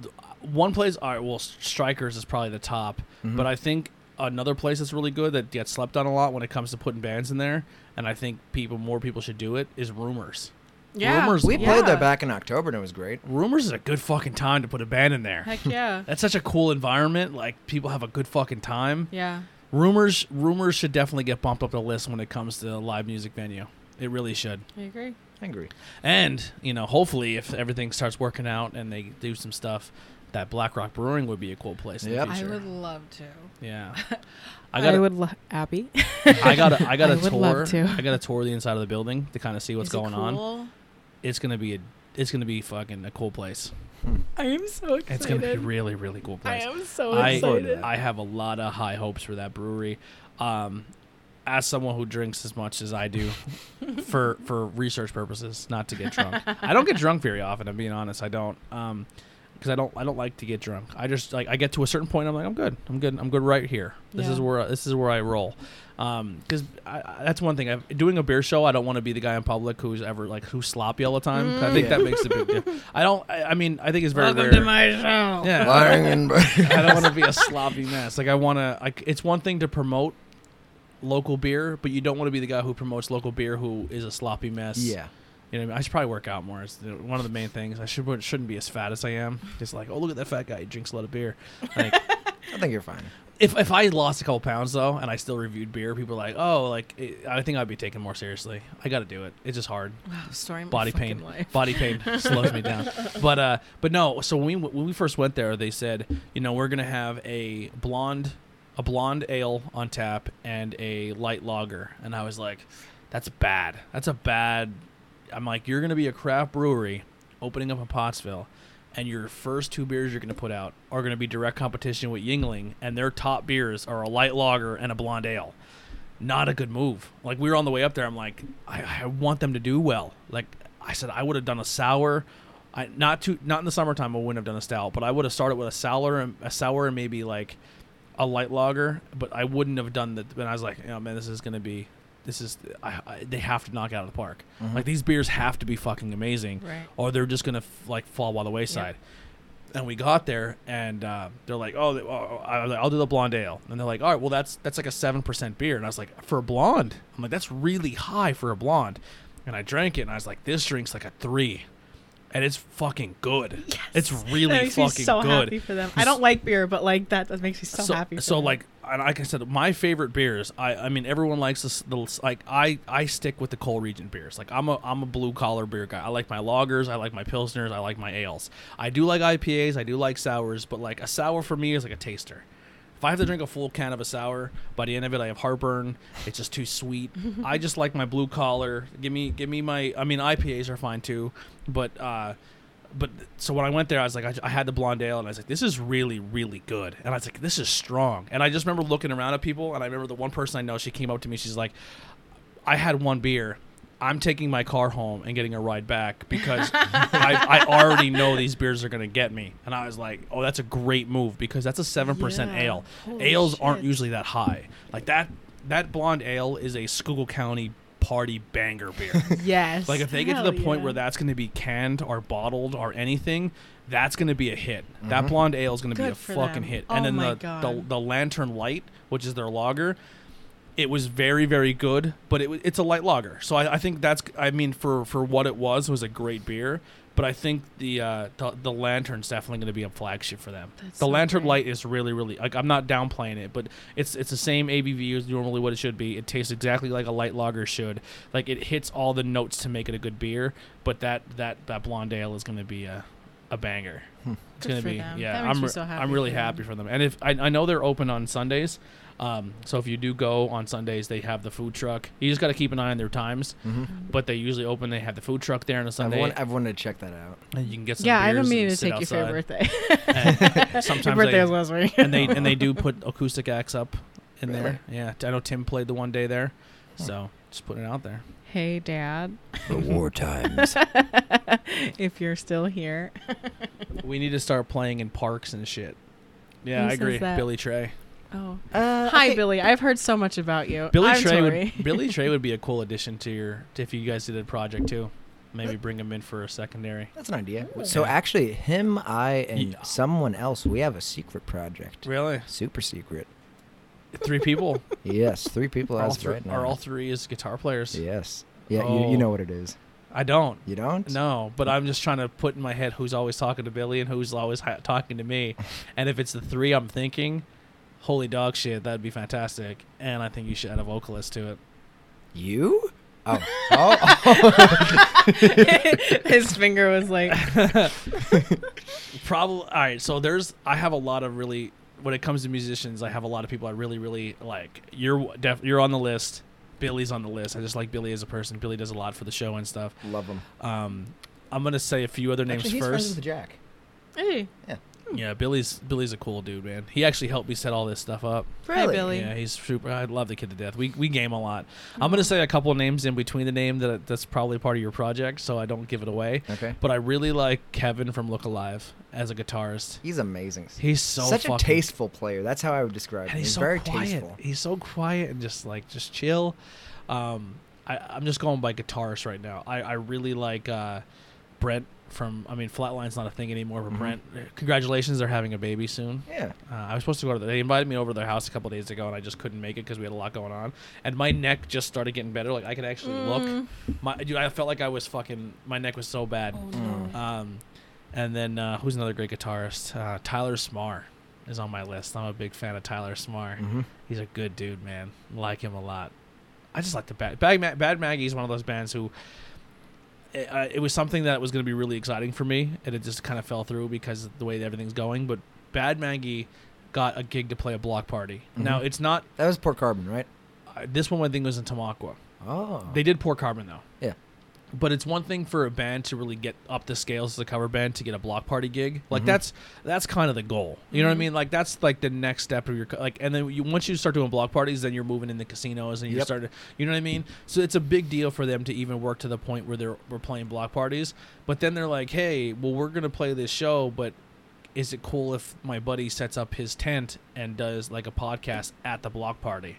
Speaker 3: th- uh, one place all right well strikers is probably the top but i think another place that's really good that gets slept on a lot when it comes to putting bands in there and i think people more people should do it is rumors
Speaker 2: Yeah,
Speaker 3: Rumors
Speaker 4: We
Speaker 3: Yeah.
Speaker 4: played there back in October and it was great.
Speaker 3: rumors is a good fucking time to put a band in there
Speaker 2: Heck yeah,
Speaker 3: that's such a cool environment like people have a good fucking time
Speaker 2: yeah.
Speaker 3: Rumors rumors should definitely get bumped up the list when it comes to live music venue. It really should.
Speaker 2: I agree.
Speaker 4: I agree.
Speaker 3: And, you know, hopefully if everything starts working out and they do some stuff, that Black Rock Brewing would be a cool place in
Speaker 4: Yep.
Speaker 3: the
Speaker 4: I
Speaker 2: I
Speaker 3: future.
Speaker 2: would love to. [LAUGHS]
Speaker 3: yeah. I got I,
Speaker 2: would love Abby.
Speaker 3: I got a, I
Speaker 2: [LAUGHS]
Speaker 3: got
Speaker 2: I
Speaker 3: a
Speaker 2: would
Speaker 3: tour.
Speaker 2: love to.
Speaker 3: I got a tour of the inside of the building to kind of see what's going on.
Speaker 2: on?
Speaker 3: It's going to be a it's going to be fucking a cool place.
Speaker 2: I am so excited.
Speaker 3: It's going to be really really
Speaker 2: I
Speaker 3: cool place.
Speaker 2: am so excited.
Speaker 3: I, I have a lot of high hopes for that brewery. Um, as someone who drinks as much as I
Speaker 2: [LAUGHS]
Speaker 3: do, for for research purposes, not to get drunk. I don't get drunk very often. I'm being honest. I don't. Um, because I don't I don't like to get drunk. I just like I get to a certain point. I'm like I'm good. I'm good. I'm good right here. This
Speaker 2: Yeah.
Speaker 3: is where this is where I roll. Um, because that's one thing. i doing a beer show, I don't want to be the guy in public who's ever like who's sloppy all the time. 'Cause I think
Speaker 4: Yeah.
Speaker 3: that makes a big difference. I don't. I, I mean, I think it's very
Speaker 2: Mm. Welcome
Speaker 3: rare.
Speaker 2: to my show.
Speaker 4: [LAUGHS]
Speaker 3: yeah.
Speaker 4: Lying and
Speaker 3: I don't want to be a sloppy mess. Like I want to. Like it's one thing to promote local beer, but you don't want to be the guy who promotes local beer who is a sloppy mess.
Speaker 4: yeah.
Speaker 3: You know, what I, mean? I should probably work out more. It's the- one of the main things. I should shouldn't be as fat as I am. Just like, oh look at that fat guy. He drinks a lot of beer. Like
Speaker 4: I think you're fine.
Speaker 3: if if I lost a couple pounds though, and I still reviewed beer, people are like, oh like it, I think I'd be taken more seriously. I got to do it. It's just hard
Speaker 2: Wow, story of my
Speaker 3: body
Speaker 2: fucking
Speaker 3: pain
Speaker 2: life.
Speaker 3: body pain slows me down but uh but no so when we when we first went there they said you know we're gonna have a blonde a blonde ale on tap and a light lager and i was like that's bad that's a bad i'm like you're gonna be a craft brewery opening up in pottsville and your first two beers you're gonna put out are gonna be direct competition with yingling and their top beers are a light lager and a blonde ale not a good move. Like we were on the way up there, I'm like, I, I want them to do well. Like I said, I would have done a sour, I, not too, not in the summertime. I wouldn't have done a stout, but I would have started with a sour and a sour and maybe like a light lager. But I wouldn't have done that. And I was like, oh man, this is gonna be, this is, I, I, they have to knock it out of the park. Like these beers have to be fucking amazing,
Speaker 2: Right.
Speaker 3: or they're just gonna f- like fall by the wayside and we got there and uh, they're like oh they- oh, I was like, i'll do the blonde ale and they're like all right well that's that's like a 7% beer and i was like for a blonde i'm like that's really high for a blonde and i drank it and i was like this drink's like a three and it's fucking good it's
Speaker 2: [LAUGHS]
Speaker 3: really
Speaker 2: that makes
Speaker 3: fucking
Speaker 2: me so
Speaker 3: good
Speaker 2: happy for them. I don't like beer, but like that, that makes me so, happy. For
Speaker 3: so
Speaker 2: them.
Speaker 3: like and like I said, my favorite beers. I, I mean, everyone likes this. Little, like I, I stick with the coal region beers. Like I'm a, I'm a blue collar beer guy. I like my lagers. I like my pilsners. I like my ales. I do like IPAs. I do like sours. But like a sour for me is like a taster. If I have to drink a full can of a sour, by the end of it, I have heartburn. It's just
Speaker 2: [LAUGHS]
Speaker 3: too sweet. I just like my blue collar. Give me, give me my. I mean, IPAs are fine too, but. uh but so when I went there, I was like, I, I had the blonde ale, and I was like, this is really, really good. And I was like, this is strong. And I just remember looking around at people, and I remember the one person I know, she came up to me, she's like, I had one beer. I'm taking my car home and getting a ride
Speaker 2: [LAUGHS]
Speaker 3: back because I, I already know these beers are going to get me. And I was like, oh, that's a great move because that's a 7%
Speaker 2: Yeah.
Speaker 3: ale.
Speaker 2: Holy
Speaker 3: Ales aren't
Speaker 2: shit.
Speaker 3: usually that high. Like that, that blonde ale is a Schuylkill County party banger beer.
Speaker 2: [LAUGHS] Yes.
Speaker 3: Like if they get to
Speaker 2: Hell
Speaker 3: the point
Speaker 2: yeah.
Speaker 3: where that's going to be canned or bottled or anything, that's going to be a hit. That blonde ale is going to be
Speaker 2: Good
Speaker 3: a
Speaker 2: for
Speaker 3: fucking
Speaker 2: them.
Speaker 3: hit. And
Speaker 2: Oh
Speaker 3: then
Speaker 2: my
Speaker 3: the, the
Speaker 2: God.
Speaker 3: the Lantern Light, which is their lager, it was very very good, but it wa- it's a light lager. So I, I think that's I mean for for what it was it was a great beer. But I think the uh, the, the lantern's definitely going to be a flagship for them.
Speaker 2: That's
Speaker 3: the
Speaker 2: so
Speaker 3: lantern
Speaker 2: great.
Speaker 3: light is really, really like I'm not downplaying it, but it's it's the same ABV as normally what it should be. It tastes exactly like a light lager should. Like it hits all the notes to make it a good beer. But that that that blonde ale is going to be a a banger. It's
Speaker 2: Good
Speaker 3: going to
Speaker 2: for
Speaker 3: be
Speaker 2: them.
Speaker 3: yeah.
Speaker 2: That makes
Speaker 3: I'm
Speaker 2: me
Speaker 3: re-
Speaker 2: so happy
Speaker 3: I'm really
Speaker 2: for them.
Speaker 3: happy for them. And if I, I know they're open on Sundays, um, so if you do go on Sundays, they have the food truck. You just got to keep an eye on their times,
Speaker 4: Mm-hmm.
Speaker 3: but they usually open. They have the food truck there on a
Speaker 4: I've,
Speaker 3: Sunday,
Speaker 4: want, I've wanted to check that out.
Speaker 3: and you can get some.
Speaker 2: Yeah, I've
Speaker 3: beers
Speaker 2: been meaning
Speaker 3: and
Speaker 2: to
Speaker 3: sit
Speaker 2: take you for your
Speaker 3: outside.
Speaker 2: birthday. [LAUGHS]
Speaker 3: And
Speaker 2: Your
Speaker 3: sometimes
Speaker 2: birthday
Speaker 3: they-
Speaker 2: was last week.
Speaker 3: and they and they do put acoustic acts up in
Speaker 4: Really?
Speaker 3: there. Yeah, I know Tim played the one day there, so just putting it
Speaker 2: [LAUGHS]
Speaker 3: out there.
Speaker 2: [LAUGHS] hey, Dad, [LAUGHS]
Speaker 4: The war times.
Speaker 2: if you're still here.
Speaker 3: We need to start playing in parks and shit. Yeah,
Speaker 2: Who
Speaker 3: I
Speaker 2: says
Speaker 3: agree.
Speaker 2: that?
Speaker 3: Billy Trey.
Speaker 2: Oh,
Speaker 4: [LAUGHS] Uh,
Speaker 2: hi,
Speaker 4: okay.
Speaker 2: Billy. I've heard so much about you.
Speaker 3: Billy
Speaker 2: I'm
Speaker 3: Trey
Speaker 2: sorry.
Speaker 3: would [LAUGHS] Billy Trey would be a cool addition to your to if you guys did a project too. Maybe
Speaker 2: Uh,
Speaker 3: bring him in for a secondary.
Speaker 4: That's an idea. So actually, him, I, and
Speaker 3: Yeah.
Speaker 4: someone else, we have a secret project.
Speaker 3: Really?
Speaker 4: Super secret. [LAUGHS]
Speaker 3: Three people.
Speaker 4: Yes, three people
Speaker 3: are, all
Speaker 4: as of
Speaker 3: three,
Speaker 4: right now.
Speaker 3: are all three is guitar players?
Speaker 4: Yes. Yeah, you,
Speaker 3: Oh.
Speaker 4: you know what it is.
Speaker 3: I don't.
Speaker 4: You don't?
Speaker 3: No, but I'm just trying to put in my head who's always talking to Billy and who's always hi- talking to
Speaker 4: [LAUGHS]
Speaker 3: me. And if it's the three I'm thinking, holy dog shit, that'd be fantastic. And I think you should add a vocalist to it.
Speaker 4: You?
Speaker 3: [LAUGHS]
Speaker 4: Oh. oh.
Speaker 2: [LAUGHS] His finger was like,
Speaker 3: [LAUGHS] Probably. All right. So there's. I have a lot of really. When it comes to musicians, I have a lot of people I really, really like. You're def- you're on the list. Billy's on the list. I just like Billy as a person. Billy does a lot for the show and stuff.
Speaker 4: Love him.
Speaker 3: Um, I'm gonna say a few other names
Speaker 4: Actually, he's friends
Speaker 3: first.
Speaker 4: with Jack.
Speaker 2: [LAUGHS] hey,
Speaker 3: yeah, Billy's Billy's a cool dude, man. He actually helped me set all this stuff up.
Speaker 2: hi,
Speaker 4: Really?
Speaker 2: Billy.
Speaker 3: Yeah, he's super. I love the kid to death. We we game a lot. I'm gonna say a couple of names in between the name that that's probably part of your project, so I don't give it away.
Speaker 4: Okay.
Speaker 3: But I really like Kevin from Look Alive as a guitarist.
Speaker 4: He's amazing.
Speaker 3: He's so
Speaker 4: Such
Speaker 3: fucking,
Speaker 4: a tasteful player. That's how I would describe
Speaker 3: and
Speaker 4: him.
Speaker 3: he's, so
Speaker 4: very
Speaker 3: quiet.
Speaker 4: tasteful.
Speaker 3: He's so quiet and just like just chill. Um, I, I'm just going by guitarist right now. I I really like uh, Brent from. I mean, Flatline's not a thing anymore, but
Speaker 4: Mhm.
Speaker 3: Brent. uh, Congratulations, they're having a baby soon.
Speaker 4: Yeah.
Speaker 3: Uh, I was supposed to go to. The, they invited me over to their house a couple days ago, and I just couldn't make it because we had a lot going on. And my neck just started getting better. Like I could actually
Speaker 2: Mm.
Speaker 3: look. My dude, I felt like I was fucking. My neck was so
Speaker 2: Oh,
Speaker 3: bad.
Speaker 4: Mm.
Speaker 2: Uh,
Speaker 3: Um, and then uh, who's another great guitarist? Uh, Tyler Smar is on my list. I'm a big fan of Tyler Smar.
Speaker 4: Mhm.
Speaker 3: He's a good dude, man. Like him a lot. I just like the bad Bad, Ma- bad Maggie is one of those bands who. Uh, it was something that was going to be really exciting for me, and it just kind of fell through because of the way that everything's going. But Bad Maggie got a gig to play a block party. Now
Speaker 4: Mhm.
Speaker 3: it's not
Speaker 4: That was Port Carbon, right?
Speaker 3: uh, this one. I think was in Tamaqua.
Speaker 4: Oh.
Speaker 3: They did pour carbon though.
Speaker 4: Yeah.
Speaker 3: But it's one thing for a band to really get up the scales as a cover band to get a block party gig. Like
Speaker 4: Mhm.
Speaker 3: that's that's kind of the goal. You know what I mean? Like that's like the next step of your co- like. And then you, once you start doing block parties, then you're moving into casinos and you
Speaker 4: Yep.
Speaker 3: start. You know what I mean? So it's a big deal for them to even work to the point where they're we're playing block parties. But then they're like, hey, well we're gonna play this show, but is it cool if my buddy sets up his tent and does like a podcast at the block party?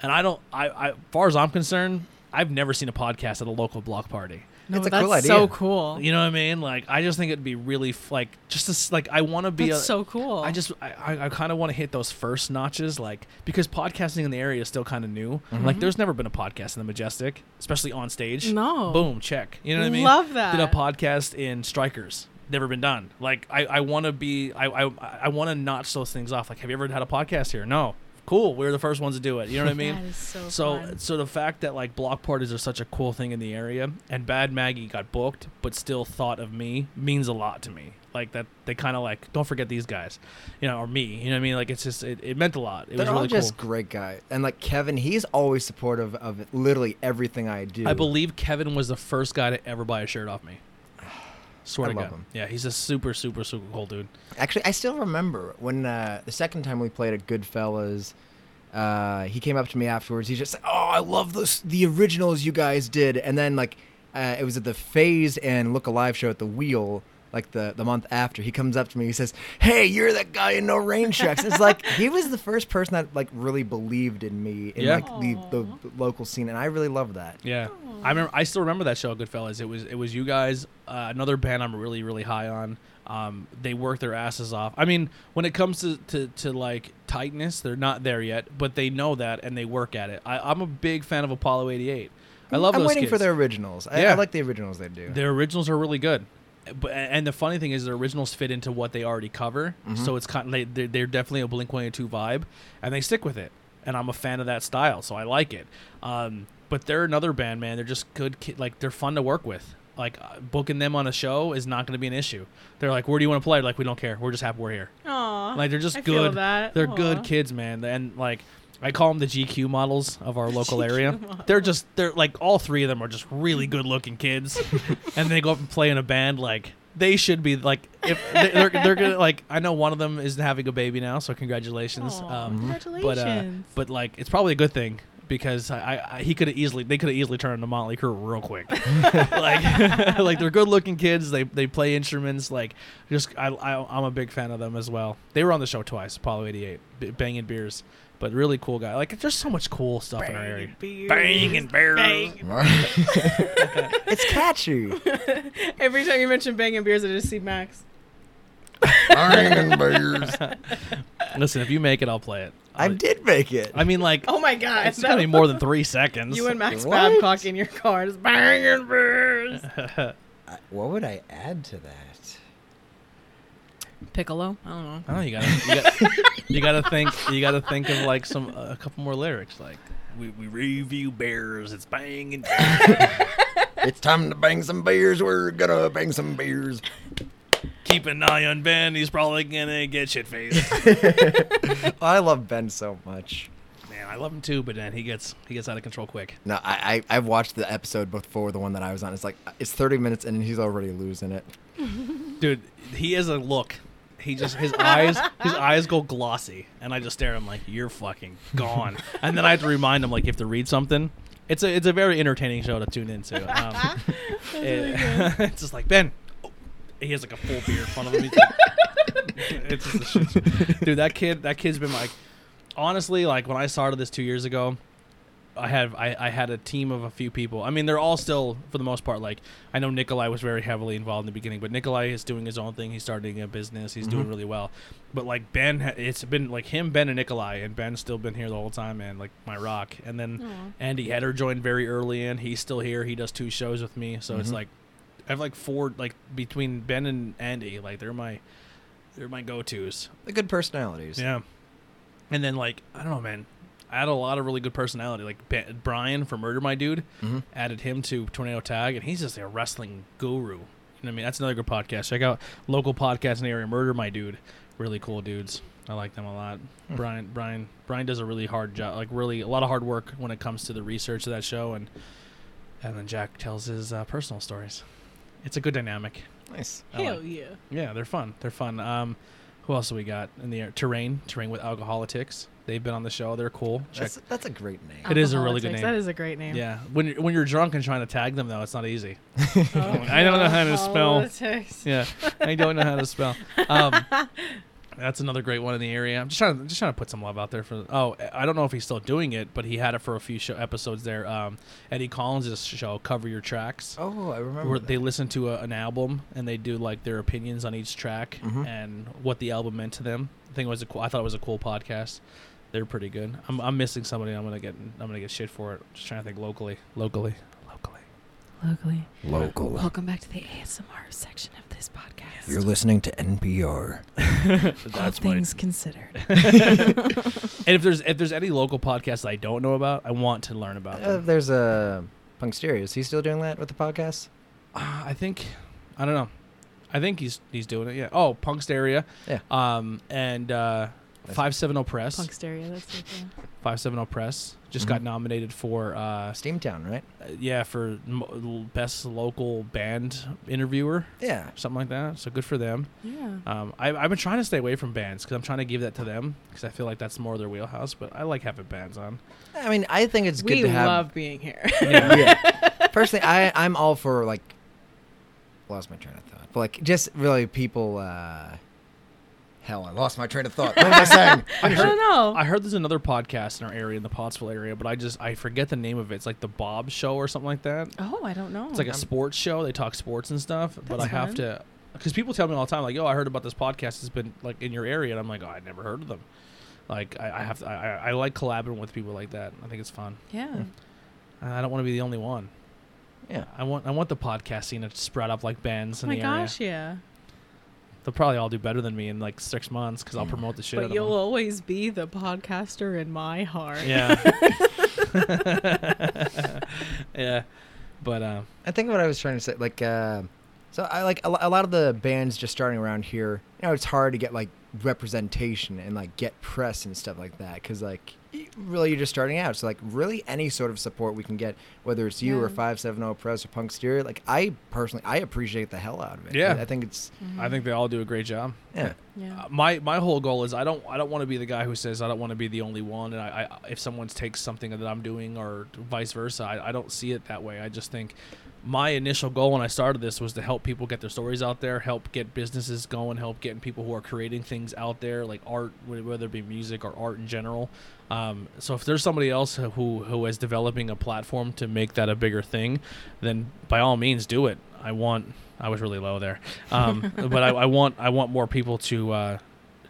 Speaker 3: And I don't, I, I, far as I'm concerned, I've never seen a podcast at a local block party.
Speaker 2: No,
Speaker 4: It's a
Speaker 2: that's
Speaker 4: cool idea.
Speaker 2: so cool.
Speaker 3: You know what I mean? Like, I just think it'd be really f- like just this, like I want to be
Speaker 2: That's
Speaker 3: a-
Speaker 2: so cool.
Speaker 3: I just I, I- I kind of want to hit those first notches, like because podcasting in the area is still kind of new. Like, there's never been a podcast in the Majestic, especially on stage.
Speaker 2: No.
Speaker 3: boom, check. You know what I mean?
Speaker 2: Love that.
Speaker 3: Did a podcast in Strikers. Never been done. Like I, I want to be. I, I, I want to notch those things off. Like, have you ever had a podcast here? No. cool. We were the first ones to do it. You know what I mean?
Speaker 2: [LAUGHS] That is so
Speaker 3: so
Speaker 2: fun.
Speaker 3: so the fact that like block parties are such a cool thing in the area, and Bad Maggie got booked, but still thought of me means a lot to me. Like that, they kind of like don't forget these guys, you know, or me. You know what I mean? Like it's just it, it meant a lot. It
Speaker 4: They're
Speaker 3: was
Speaker 4: all
Speaker 3: really
Speaker 4: just
Speaker 3: cool.
Speaker 4: great guys. And like Kevin, he's always supportive of literally everything I do.
Speaker 3: I believe Kevin was the first guy to ever buy a shirt off me. Swear
Speaker 4: I
Speaker 3: to
Speaker 4: love
Speaker 3: God.
Speaker 4: him.
Speaker 3: Yeah, he's a super super super cool dude.
Speaker 4: Actually, I still remember when uh, the second time we played at Goodfellas, uh, he came up to me afterwards. He's just like, "Oh, I love those the originals you guys did." And then like uh, it was at the Phase and Look Alive show at the Wheel. Like the, the month after, he comes up to me. He says, "Hey, you're that guy in no rain checks." It's like [LAUGHS] he was the first person that like really believed in me in
Speaker 3: Yeah.
Speaker 4: like the, the local scene, and I really love that.
Speaker 3: Yeah,
Speaker 4: Oh.
Speaker 3: I remember. I still remember that show, Goodfellas. It was it was you guys, uh, another band I'm really really high on. Um, they work their asses off. I mean, when it comes to, to, to like tightness, they're not there yet, but they know that and they work at it. I, I'm a big fan of Apollo 88. I love.
Speaker 4: Mm, I'm
Speaker 3: those
Speaker 4: waiting for
Speaker 3: kids.
Speaker 4: their originals. I,
Speaker 3: Yeah.
Speaker 4: I like the originals they
Speaker 3: [LAUGHS]
Speaker 4: do.
Speaker 3: Their originals are really good, but and the funny thing is their originals fit into what they already cover. So it's kind they they're, they're definitely a Blink One Eight Two vibe, and they stick with it. And I'm a fan of that style, so I like it. Um, but they're another band, man. They're just good, ki- like they're fun to work with. Like uh, booking them on a show is not going to be an issue. They're like, where do you want to play? Like we don't care. We're just happy we're here.
Speaker 2: Aw,
Speaker 3: Like they're just
Speaker 2: I
Speaker 3: good.
Speaker 2: feel that.
Speaker 3: They're
Speaker 2: Aw.
Speaker 3: good kids, man. And like I call them the GQ models of
Speaker 2: [LAUGHS]
Speaker 3: our local area.
Speaker 2: models.
Speaker 3: They're just they're like all three of them are just
Speaker 2: [LAUGHS]
Speaker 3: really good looking kids, and they go up and play in a band like. They should be like
Speaker 2: [LAUGHS]
Speaker 3: if they- they're they're gonna like I know one of them is having a baby now, so congratulations.
Speaker 2: Aw,
Speaker 3: But uh,
Speaker 2: congratulations.
Speaker 3: but like it's probably a good thing because I, I, I he could have easily they could have easily turned into Motley Crue
Speaker 2: [LAUGHS]
Speaker 3: real quick. like [LAUGHS] like they're good looking kids. They they play instruments. Like just I, I I'm a big fan of them as well. They were on the show twice. Apollo 88, b- banging beers, but really cool guy. Like there's so much cool stuff in our area. Banging beers.
Speaker 2: Bang.
Speaker 4: [LAUGHS] It's catchy.
Speaker 2: Every time you mention banging beers, I just see Max.
Speaker 5: Iron Bears.
Speaker 3: Listen, if you make it, I'll play it.
Speaker 4: I
Speaker 3: I'll-
Speaker 4: did make it.
Speaker 3: I mean, like
Speaker 2: [LAUGHS] Oh my God!
Speaker 3: it's gonna be more than three seconds.
Speaker 2: you and Max
Speaker 4: What?
Speaker 2: Babcock in your car. Just banging beers.
Speaker 4: What would I add to [LAUGHS] that?
Speaker 2: Piccolo. I don't know.
Speaker 3: I don't know. You gotta, you gotta, you gotta think. You gotta think of like some uh, a couple more lyrics. Like we, we review bears. It's banging.
Speaker 5: It's time to bang some bears. We're gonna bang some bears.
Speaker 3: Keep an eye on Ben. He's probably gonna get shit faced.
Speaker 4: [LAUGHS]
Speaker 3: [LAUGHS]
Speaker 4: I love Ben so much.
Speaker 3: Man, I love him too, but then he gets he gets out of control quick.
Speaker 4: No, I, I I've watched the episode before the one that I was on. It's like it's 30 minutes and he's already losing it.
Speaker 3: Dude, he has a look. He just his eyes his eyes go glossy, and I just stare at him like you're fucking gone. and then I have to remind him like you have to read something. It's a it's a very entertaining show to tune into. Um, it- [LAUGHS] it's just like Ben. oh," He has like a full beard in front of him. He's like- [LAUGHS] it's just a shit show. dude. That kid that kid's been like honestly like when I started this two years ago. I have I, I had a team of a few people. I mean, they're all still for the most part. Like I know Nikolai was very heavily involved in the beginning, but Nikolai is doing his own thing. He's starting a business. He's doing really well. But like Ben, ha- it's been like him, Ben, and Nikolai, and Ben's still been here the whole time, and like my rock. And then Andy Header joined very early in. He's still here. He does two shows with me, so it's like I have like four like between Ben and Andy, like they're my they're my go tos.
Speaker 4: The good personalities.
Speaker 3: Yeah. And then like I don't know, man. I had a lot of really good personality. Like Ba- Brian from Murder My Dude
Speaker 4: Mm-hmm.
Speaker 3: added him to Tornado Tag, and he's just a wrestling guru. You know what I mean? That's another good podcast. Check out local podcast in the area, Murder My Dude. Really cool dudes. I like them a lot. Brian, Brian, Brian does a really hard job. Like really a lot of hard work when it comes to the research of that show, and and then Jack tells his uh, personal stories. It's a good dynamic.
Speaker 4: Nice.
Speaker 3: I like
Speaker 2: Hell yeah.
Speaker 3: yeah, they're fun. They're fun. Um, who else do we got in the air? Terrain, Terrain with Alcoholics. They've been on the show. They're cool. Check.
Speaker 4: That's, that's a great name.
Speaker 3: It is a really good
Speaker 2: Alcoholics.
Speaker 3: name.
Speaker 2: That is a great name. [LAUGHS]
Speaker 3: Yeah, when you're, when you're drunk and trying to tag them though, it's not easy.
Speaker 2: I
Speaker 3: don't know how to spell.
Speaker 2: spell.
Speaker 3: Yeah, I don't know how to spell. Um, that's another great one in the area. I'm just trying to just trying to put some love out there for. Oh, I don't know if he's still doing it, but he had it for a few show episodes there. Um, Eddie Collins' show, Cover Your Tracks.
Speaker 4: Oh, I remember.
Speaker 3: where
Speaker 4: that.
Speaker 3: they listen to a, an album and they do like their opinions on each track and what the album meant to them. I think it was a cool. I thought it was a cool podcast. They're pretty good. I'm, I'm missing somebody. I'm gonna get I'm gonna get shit for it. Just trying to think locally, locally, locally,
Speaker 2: locally.
Speaker 4: Local.
Speaker 2: Welcome back to the ASMR section of this podcast.
Speaker 4: You're listening to NPR.
Speaker 3: That's
Speaker 2: All
Speaker 3: mine.
Speaker 2: things considered.
Speaker 3: [LAUGHS] And if there's if there's any local podcasts I don't know about, I want to learn about
Speaker 4: Uh,
Speaker 3: them.
Speaker 4: there's a Punksteria. Is he still doing that with the podcast?
Speaker 3: Uh, I think I don't know. I think he's he's doing it. Yeah. Oh, Punksteria.
Speaker 4: Yeah.
Speaker 3: Um and uh 570 Press.
Speaker 2: Punksteria, that's it. yeah.
Speaker 3: 570 Press just got
Speaker 4: Mhm.
Speaker 3: nominated for uh
Speaker 4: Steamtown, right?
Speaker 3: yeah, for m- best local band interviewer,
Speaker 4: Yeah.
Speaker 3: something like that. So good for them.
Speaker 2: Yeah.
Speaker 3: Um, I, I've been trying to stay away from bands because I'm trying to give that to them because I feel like that's more their wheelhouse. But I like having bands on.
Speaker 4: I mean, I think it's
Speaker 2: we
Speaker 4: good to have.
Speaker 2: love being here.
Speaker 4: yeah. [LAUGHS] Personally, I I'm all for like. Lost my train of thought, but like just really people. uh Hell, I lost my train of thought. What am I saying?
Speaker 2: [LAUGHS] I don't know.
Speaker 3: I heard there's another podcast in our area in the Pottsville area, but I just I forget the name of it. It's like the Bob Show or something like that.
Speaker 2: oh, I don't know.
Speaker 3: It's like a sports show. They talk sports and stuff. but
Speaker 2: That's
Speaker 3: I have
Speaker 2: fun.
Speaker 3: to because people tell me all the time like, "Yo, I heard about this podcast. It's been like in your area," and I'm like, "Oh, I never heard of them." Like I, I have to, I, I- I like collaborating with people like that. I think it's fun.
Speaker 2: yeah.
Speaker 3: And I don't want to be the only one.
Speaker 4: Yeah.
Speaker 3: I want I want the podcast scene to sprout up like bands
Speaker 2: Oh my
Speaker 3: in the area.
Speaker 2: gosh, yeah.
Speaker 3: They'll probably all do better than me in like six months because I'll
Speaker 2: Yeah.
Speaker 3: promote the shit. out
Speaker 2: But
Speaker 3: of
Speaker 2: you'll
Speaker 3: them.
Speaker 2: always be the podcaster in my heart.
Speaker 3: [LAUGHS] Yeah. [LAUGHS]
Speaker 2: [LAUGHS]
Speaker 3: yeah. But um,
Speaker 4: I think what I was trying to say, like, uh, so I like a, lo- a lot of the bands just starting around here. You know, it's hard to get like representation and like get press and stuff like that because like y- really you're just starting out. So like really any sort of support we can get, whether it's you or
Speaker 2: Yeah.
Speaker 4: Five Seven Zero Press or Punk Stereo, like I personally I appreciate the hell out of it.
Speaker 3: Yeah.
Speaker 4: I think it's
Speaker 2: Mm-hmm.
Speaker 3: I think they all do a great job.
Speaker 4: yeah.
Speaker 2: Yeah.
Speaker 3: Uh, my my whole goal is I don't I don't want to be the guy who says I don't want to be the only one, and I, I if someone takes something that I'm doing or vice versa, I, I don't see it that way. I just think my initial goal when I started this was to help people get their stories out there, help get businesses going, help getting people who are creating things out there, like art, wh- whether it be music or art in general. Um, so if there's somebody else who who is developing a platform to make that a bigger thing, then by all means do it. I want. I was really low there, um, [LAUGHS] but I, I want I want more people to uh,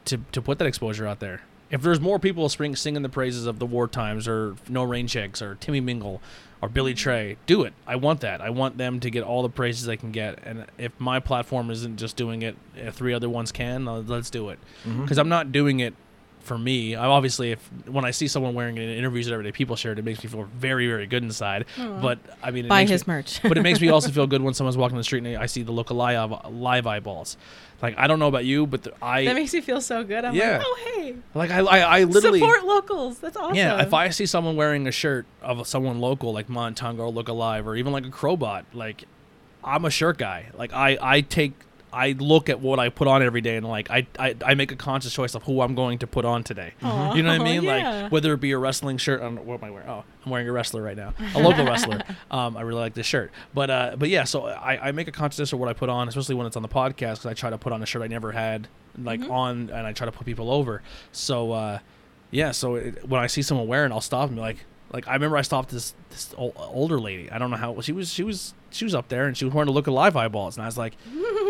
Speaker 3: to to put that exposure out there. If there's more people spring, singing the praises of the war times or No Rain Checks or Timmy Mingle or Billy
Speaker 2: Mm-hmm.
Speaker 3: Trey, do it. I want that. I want them to get all the praises they can get. And if my platform isn't just doing it, if three other ones can, uh, let's do it.
Speaker 2: Mm-hmm.
Speaker 3: Because I'm not doing it for me. I obviously if when I see someone wearing it in interviews and everyday people share it, it makes me feel very very good inside. But I mean, it
Speaker 2: Buy
Speaker 3: makes
Speaker 2: his
Speaker 3: me-
Speaker 2: merch. [LAUGHS]
Speaker 3: but it makes me also feel good when someone's walking the street and I see the look of live, live eyeballs. Like I don't know about you, but the, I
Speaker 2: that makes me feel so good. I'm
Speaker 3: Yeah.
Speaker 2: like, oh hey,
Speaker 3: like I, I, I literally
Speaker 2: support locals. That's awesome.
Speaker 3: yeah. If I see someone wearing a shirt of someone local like Montongo or Look Alive or even like a Crowbot, like I'm a shirt guy. Like I, I take I look at what I put on every day and like I, I, I make a conscious choice of who I'm going to put on today.
Speaker 2: Aw,
Speaker 3: You know what I
Speaker 2: [LAUGHS]
Speaker 3: mean?
Speaker 2: yeah.
Speaker 3: Like whether it be a wrestling shirt. I don't know, what am I wearing? Oh, I'm wearing a wrestler right now, a local wrestler. Um, I really like this shirt. But uh, but yeah, so I, I make a conscious of what I put on, especially when it's on the podcast, because I try to put on a shirt I never had like on, and I try to put people over. So uh, yeah, so it, when I see someone wearing, I'll stop and be like. Like I remember, I stopped this this ol- older lady. I don't know how she was. She was she was up there, and she was wearing a look of live eyeballs. And I was like,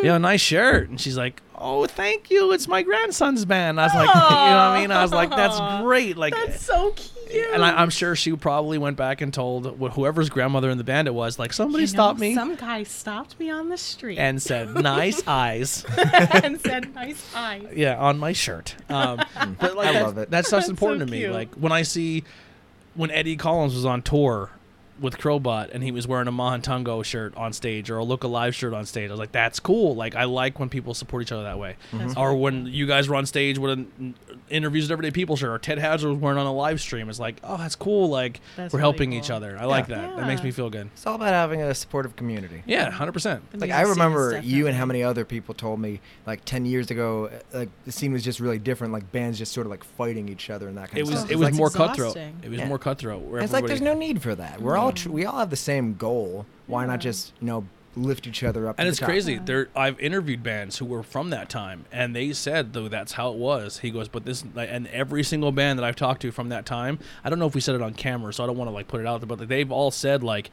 Speaker 3: "Yeah, nice shirt." And she's like, "Oh, thank you. It's my grandson's band." I was like, [LAUGHS] "You know what I mean?" I was like, "That's
Speaker 2: Aw.
Speaker 3: great." Like,
Speaker 2: that's so cute.
Speaker 3: and I, I'm sure she probably went back and told wh- whoever's grandmother in the band it was, like, somebody
Speaker 2: You
Speaker 3: stopped
Speaker 2: know,
Speaker 3: me
Speaker 2: Some guy stopped me on the street [LAUGHS] and,
Speaker 3: and said, nice eyes.
Speaker 2: said, "Nice eyes."
Speaker 3: [LAUGHS] Yeah, on my shirt.
Speaker 4: [LAUGHS]
Speaker 3: Um, but like,
Speaker 4: I
Speaker 3: that-
Speaker 4: love it.
Speaker 3: That stuff's
Speaker 2: That's
Speaker 3: important
Speaker 2: so
Speaker 3: to me.
Speaker 2: cute.
Speaker 3: Like, when I see, when Eddie Collins was on tour with Crowbot and he was wearing a Mahantungo shirt on stage or a Look Alive shirt on stage, I was like, that's cool. Like, I like when people support each other that way.
Speaker 4: Mm-hmm.
Speaker 3: Or when you guys were on stage with an interviews with everyday people shirt or Ted Hazard was wearing on a live stream. It's like, oh, that's cool. Like,
Speaker 2: That's
Speaker 3: we're
Speaker 2: really
Speaker 3: helping
Speaker 2: cool.
Speaker 3: each other. I like that. That makes
Speaker 2: Yeah.
Speaker 3: me feel good.
Speaker 4: It's all about having a supportive community.
Speaker 3: Yeah, hundred percent.
Speaker 2: The
Speaker 4: Like
Speaker 2: music
Speaker 4: I
Speaker 2: scene is
Speaker 4: remember you and how
Speaker 2: definitely-
Speaker 4: many other people told me like ten years ago, uh, like the scene was just really different. Like bands just sort of like fighting each other and that kind
Speaker 3: It
Speaker 4: of
Speaker 3: was
Speaker 4: stuff.
Speaker 3: it
Speaker 4: It's
Speaker 3: was
Speaker 4: like,
Speaker 3: more cutthroat.
Speaker 2: exhausting.
Speaker 3: It was
Speaker 4: Yeah.
Speaker 3: more cutthroat. Where
Speaker 4: It's like there's no
Speaker 3: everybody-
Speaker 4: need for that. We're all tr- we all have the same goal. Why not just you know lift each other up? to
Speaker 3: and
Speaker 4: the
Speaker 3: it's
Speaker 4: top?
Speaker 3: crazy. There, I've interviewed bands who were from that time, and they said though that's how it was. He goes, but this and every single band that I've talked to from that time, I don't know if we said it on camera, so I don't want to like put it out there, but they've all said like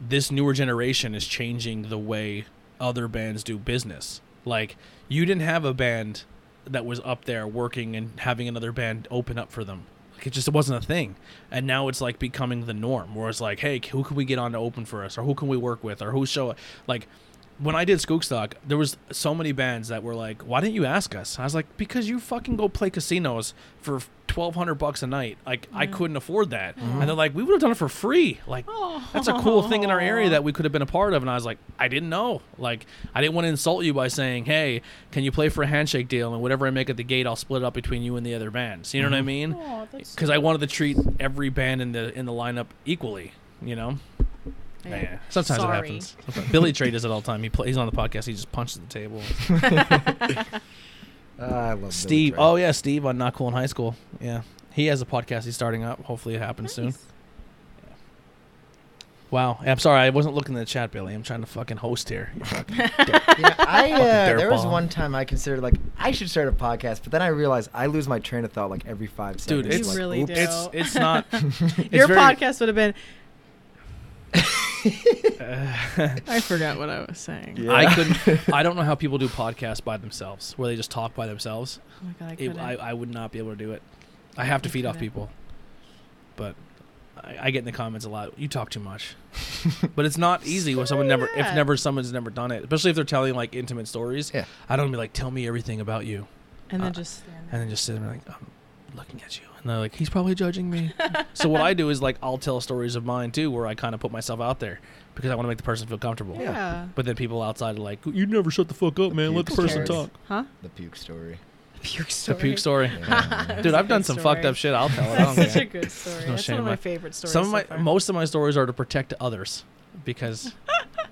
Speaker 3: this newer generation is changing the way other bands do business. Like you didn't have a band that was up there working and having another band open up for them. Like, it just wasn't a thing, and now it's like becoming the norm. Where it's like, hey, who can we get on to open for us, or who can we work with, or who show like. When I did Skookstock, there was so many bands that were like, "Why didn't you ask us?" I was like, "Because you fucking go play casinos for twelve hundred bucks a night. Like, I couldn't afford that." And they're like, "We would have done it for free. Like, that's a cool thing in our area that we could have been a part of." And I was like, "I didn't know. Like, I didn't want to insult you by saying, "Hey, can you play for a handshake deal?" And whatever I make at the gate, I'll split it up between you and the other bands. You know what I mean?
Speaker 2: Aw, that's
Speaker 3: because I wanted to treat every band in the in the lineup equally. You know, Yeah. sometimes
Speaker 2: Sorry.
Speaker 3: it happens. Sometimes. Billy Trey does it all the time. He plays he's on the podcast. He just punches the table.
Speaker 4: Uh, I love Billy
Speaker 3: Steve.
Speaker 4: Joel.
Speaker 3: Oh yeah, Steve on Not Cool in High School. Yeah, he has a podcast. He's starting up. Hopefully, it
Speaker 2: [LAUGHS]
Speaker 3: happens [LAUGHS] soon.
Speaker 2: Nice.
Speaker 3: Wow. I'm sorry. I wasn't looking at the chat, Billy. I'm trying to fucking host here.
Speaker 4: Yeah,
Speaker 3: [LAUGHS]
Speaker 4: I uh,
Speaker 3: dirt
Speaker 4: there was
Speaker 3: bomb.
Speaker 4: one time I considered like I should start a podcast, but then I realized I lose my train of thought like every five seconds.
Speaker 3: Dude, it's
Speaker 4: like,
Speaker 2: really
Speaker 4: oops.
Speaker 2: do.
Speaker 3: [LAUGHS] it's it's not. it's
Speaker 2: Your
Speaker 3: very-
Speaker 2: podcast would have been. I forgot what I was saying.
Speaker 3: I couldn't. I don't know how people do podcasts by themselves, where they just talk by themselves.
Speaker 2: Oh my god, I
Speaker 3: it,
Speaker 2: couldn't.
Speaker 3: I, I would not be able to do it. I have to feed off
Speaker 2: couldn't.
Speaker 3: people, but I, I get in the comments a lot. You talk too much, but it's not easy when someone
Speaker 2: Screw
Speaker 3: never, if
Speaker 2: that.
Speaker 3: never someone's never done it, especially if they're telling like intimate stories.
Speaker 4: Yeah.
Speaker 3: I don't be like, tell me everything about you,
Speaker 2: and then
Speaker 3: uh,
Speaker 2: just stand
Speaker 3: and then just sit there like, I'm looking at you, and they're like, he's probably judging
Speaker 2: [LAUGHS]
Speaker 3: me. so what I do is like, I'll tell stories of mine too, where I kind of put myself out there because I want to make the person feel comfortable.
Speaker 2: there. Yeah.
Speaker 3: But then people outside are like, you never shut the fuck up, man. Let the
Speaker 4: Who
Speaker 3: person
Speaker 4: cares?
Speaker 3: talk.
Speaker 2: Huh?
Speaker 4: the puke
Speaker 3: [LAUGHS]
Speaker 4: story.
Speaker 2: Puke
Speaker 3: The
Speaker 2: story.
Speaker 3: puke story.
Speaker 4: Yeah.
Speaker 3: Dude,
Speaker 2: a
Speaker 3: I've done
Speaker 2: good
Speaker 3: some
Speaker 2: story.
Speaker 3: fucked up shit. I'll tell it. I
Speaker 2: That's
Speaker 3: don't
Speaker 2: such
Speaker 3: care.
Speaker 2: a good story.
Speaker 3: no
Speaker 2: That's
Speaker 3: shame
Speaker 2: one of
Speaker 3: in
Speaker 2: my
Speaker 3: my-
Speaker 2: favorite stories.
Speaker 3: Some of my
Speaker 2: so far. [LAUGHS]
Speaker 3: most of my stories are to protect others because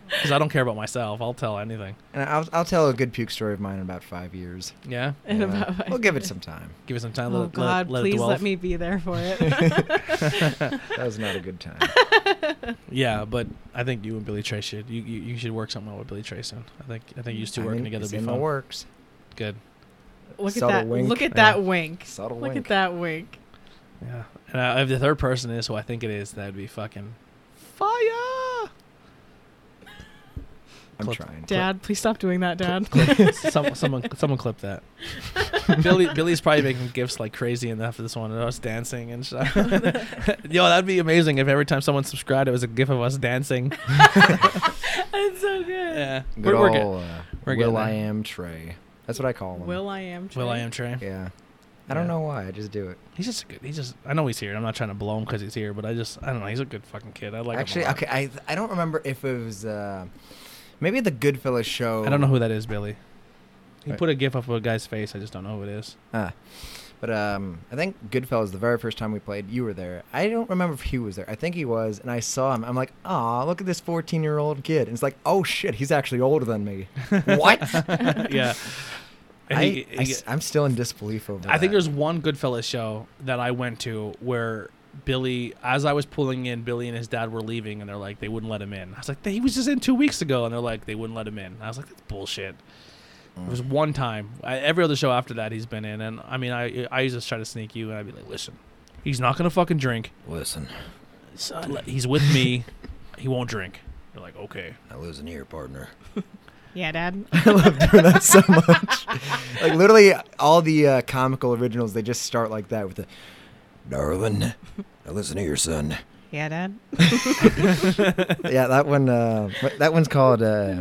Speaker 3: because I don't care about myself. I'll tell anything.
Speaker 4: And I'll, I'll tell a good puke story of mine in about five years.
Speaker 3: Yeah,
Speaker 2: [LAUGHS] In
Speaker 4: Yeah.
Speaker 2: about five
Speaker 4: we'll give it
Speaker 2: minutes.
Speaker 4: some time.
Speaker 3: give it some time.
Speaker 2: Oh
Speaker 3: let, it-
Speaker 2: God!
Speaker 3: let, it- let it
Speaker 2: please let
Speaker 3: dwell.
Speaker 2: me be there for
Speaker 3: [LAUGHS]
Speaker 2: it.
Speaker 4: That was not a good time.
Speaker 3: Yeah, but I think you and Billy Trey should you, you, you should work something out with Billy Trey soon. I think I think you two
Speaker 4: I
Speaker 3: working
Speaker 4: mean,
Speaker 3: together
Speaker 4: it's
Speaker 3: would be
Speaker 4: in the
Speaker 3: fun.
Speaker 4: works.
Speaker 3: Good.
Speaker 2: Look at
Speaker 4: Subtle
Speaker 2: that!
Speaker 4: wink.
Speaker 2: Look at
Speaker 3: Yeah.
Speaker 2: that wink!
Speaker 4: Subtle
Speaker 2: Look
Speaker 4: wink.
Speaker 2: at that wink!
Speaker 3: Yeah, and uh, if the third person is who I think it is, that'd be fucking
Speaker 2: Fire!
Speaker 4: I'm
Speaker 3: Clip-
Speaker 4: trying.
Speaker 2: Dad, please stop doing that, Dad.
Speaker 3: [LAUGHS] Some, someone someone clip that. [LAUGHS] Billy Billy's probably making gifts like crazy and after this one of us dancing and [LAUGHS] stuff. Yo, that'd be amazing if every time someone subscribed, it was a gif of us dancing.
Speaker 2: [LAUGHS] That's so good.
Speaker 3: [LAUGHS] Yeah,
Speaker 4: Good
Speaker 3: we're, we're good.
Speaker 4: ol', uh,
Speaker 3: We're getting
Speaker 4: Will I
Speaker 3: there.
Speaker 4: am Trey. That's what I call him.
Speaker 2: Will I am.
Speaker 3: Will I
Speaker 2: Trey.
Speaker 3: am Trey.
Speaker 4: Yeah. I don't
Speaker 3: Yeah.
Speaker 4: know why. I just do it.
Speaker 3: He's just a good. He's just. I know he's here. I'm not trying to blow him because he's here, but I just. I don't know. He's a good fucking kid. I like.
Speaker 4: Actually,
Speaker 3: him a lot.
Speaker 4: okay. I I don't remember if it was uh, maybe the Goodfellas show.
Speaker 3: I don't know who that is, Billy. He
Speaker 4: Right.
Speaker 3: put a gif up of a guy's face. I just don't know who it [LAUGHS] is.
Speaker 4: Ah. But um, I think Goodfellas, the very first time we played, you were there. I don't remember if he was there. I think he was, and I saw him. I'm like, aw, look at this 14 year old kid. And it's like, oh shit, he's actually older than
Speaker 3: [LAUGHS]
Speaker 4: me. what?
Speaker 3: yeah. And
Speaker 4: I,
Speaker 3: he-
Speaker 4: I,
Speaker 3: he-
Speaker 4: am still in disbelief over
Speaker 3: I think
Speaker 4: that.
Speaker 3: there's one Goodfellas show that I went to where Billy, as I was pulling in, Billy and his dad were leaving, and they're like, they wouldn't let him in. I was like, he was just in two weeks ago, and they're like, they wouldn't let him in. I was like, that's bullshit. It was one time. I, every other show after that, he's been in, and I mean, I I used to try to sneak you, and I'd be like, listen, he's not gonna fucking drink.
Speaker 5: Listen,
Speaker 3: Son, He's with [LAUGHS] me. he won't drink. You're like, okay.
Speaker 5: I lose an
Speaker 4: [LAUGHS]
Speaker 5: ear, partner.
Speaker 2: Yeah, Dad.
Speaker 4: That's so much. like literally, all the uh, comical originals they just start like that with the
Speaker 5: Darling, I listen to
Speaker 3: [LAUGHS]
Speaker 5: your son.
Speaker 2: Yeah, Dad.
Speaker 4: yeah. That one. Uh, what- that one's called. Uh,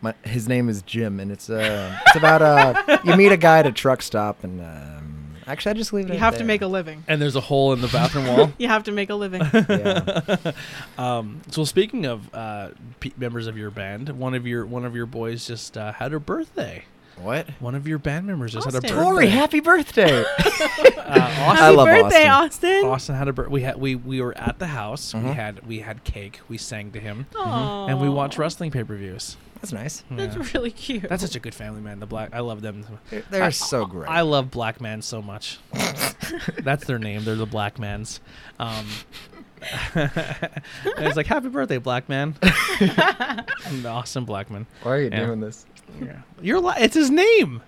Speaker 4: my, his name is Jim, and it's uh, it's about uh, you meet a guy at a truck stop, and um, actually, I just leave it.
Speaker 2: You
Speaker 4: at
Speaker 2: have to
Speaker 4: there.
Speaker 2: make a living.
Speaker 3: And there's a hole in the bathroom [LAUGHS] wall.
Speaker 2: You have to make a living.
Speaker 4: Yeah.
Speaker 3: [LAUGHS] Um, so speaking of uh, pe members of your band, one of your one of your boys just uh, had her birthday.
Speaker 4: what?
Speaker 3: One of your band members just
Speaker 2: Austin.
Speaker 3: had a
Speaker 4: Tori,
Speaker 3: birthday.
Speaker 4: happy
Speaker 5: [LAUGHS]
Speaker 4: birthday!
Speaker 3: Uh, Austin,
Speaker 2: Happy
Speaker 4: I love
Speaker 2: birthday,
Speaker 4: Austin.
Speaker 2: Austin.
Speaker 3: Austin had a birthday. We had we we were at the house. We had we had cake. We sang to him,
Speaker 2: Aw.
Speaker 3: Mm-hmm. and we watched wrestling pay per views.
Speaker 4: That's nice.
Speaker 2: That's really cute.
Speaker 3: That's such a good family, man. The black, I love them.
Speaker 4: They're, they're so great.
Speaker 3: I love black men so much. That's their name. They're the black mans. Um, [LAUGHS] and it's like happy birthday, black man. I'm the Austin Blackman.
Speaker 4: Why are you
Speaker 3: Yeah.
Speaker 4: doing this?
Speaker 3: Yeah. You're li- it's his name.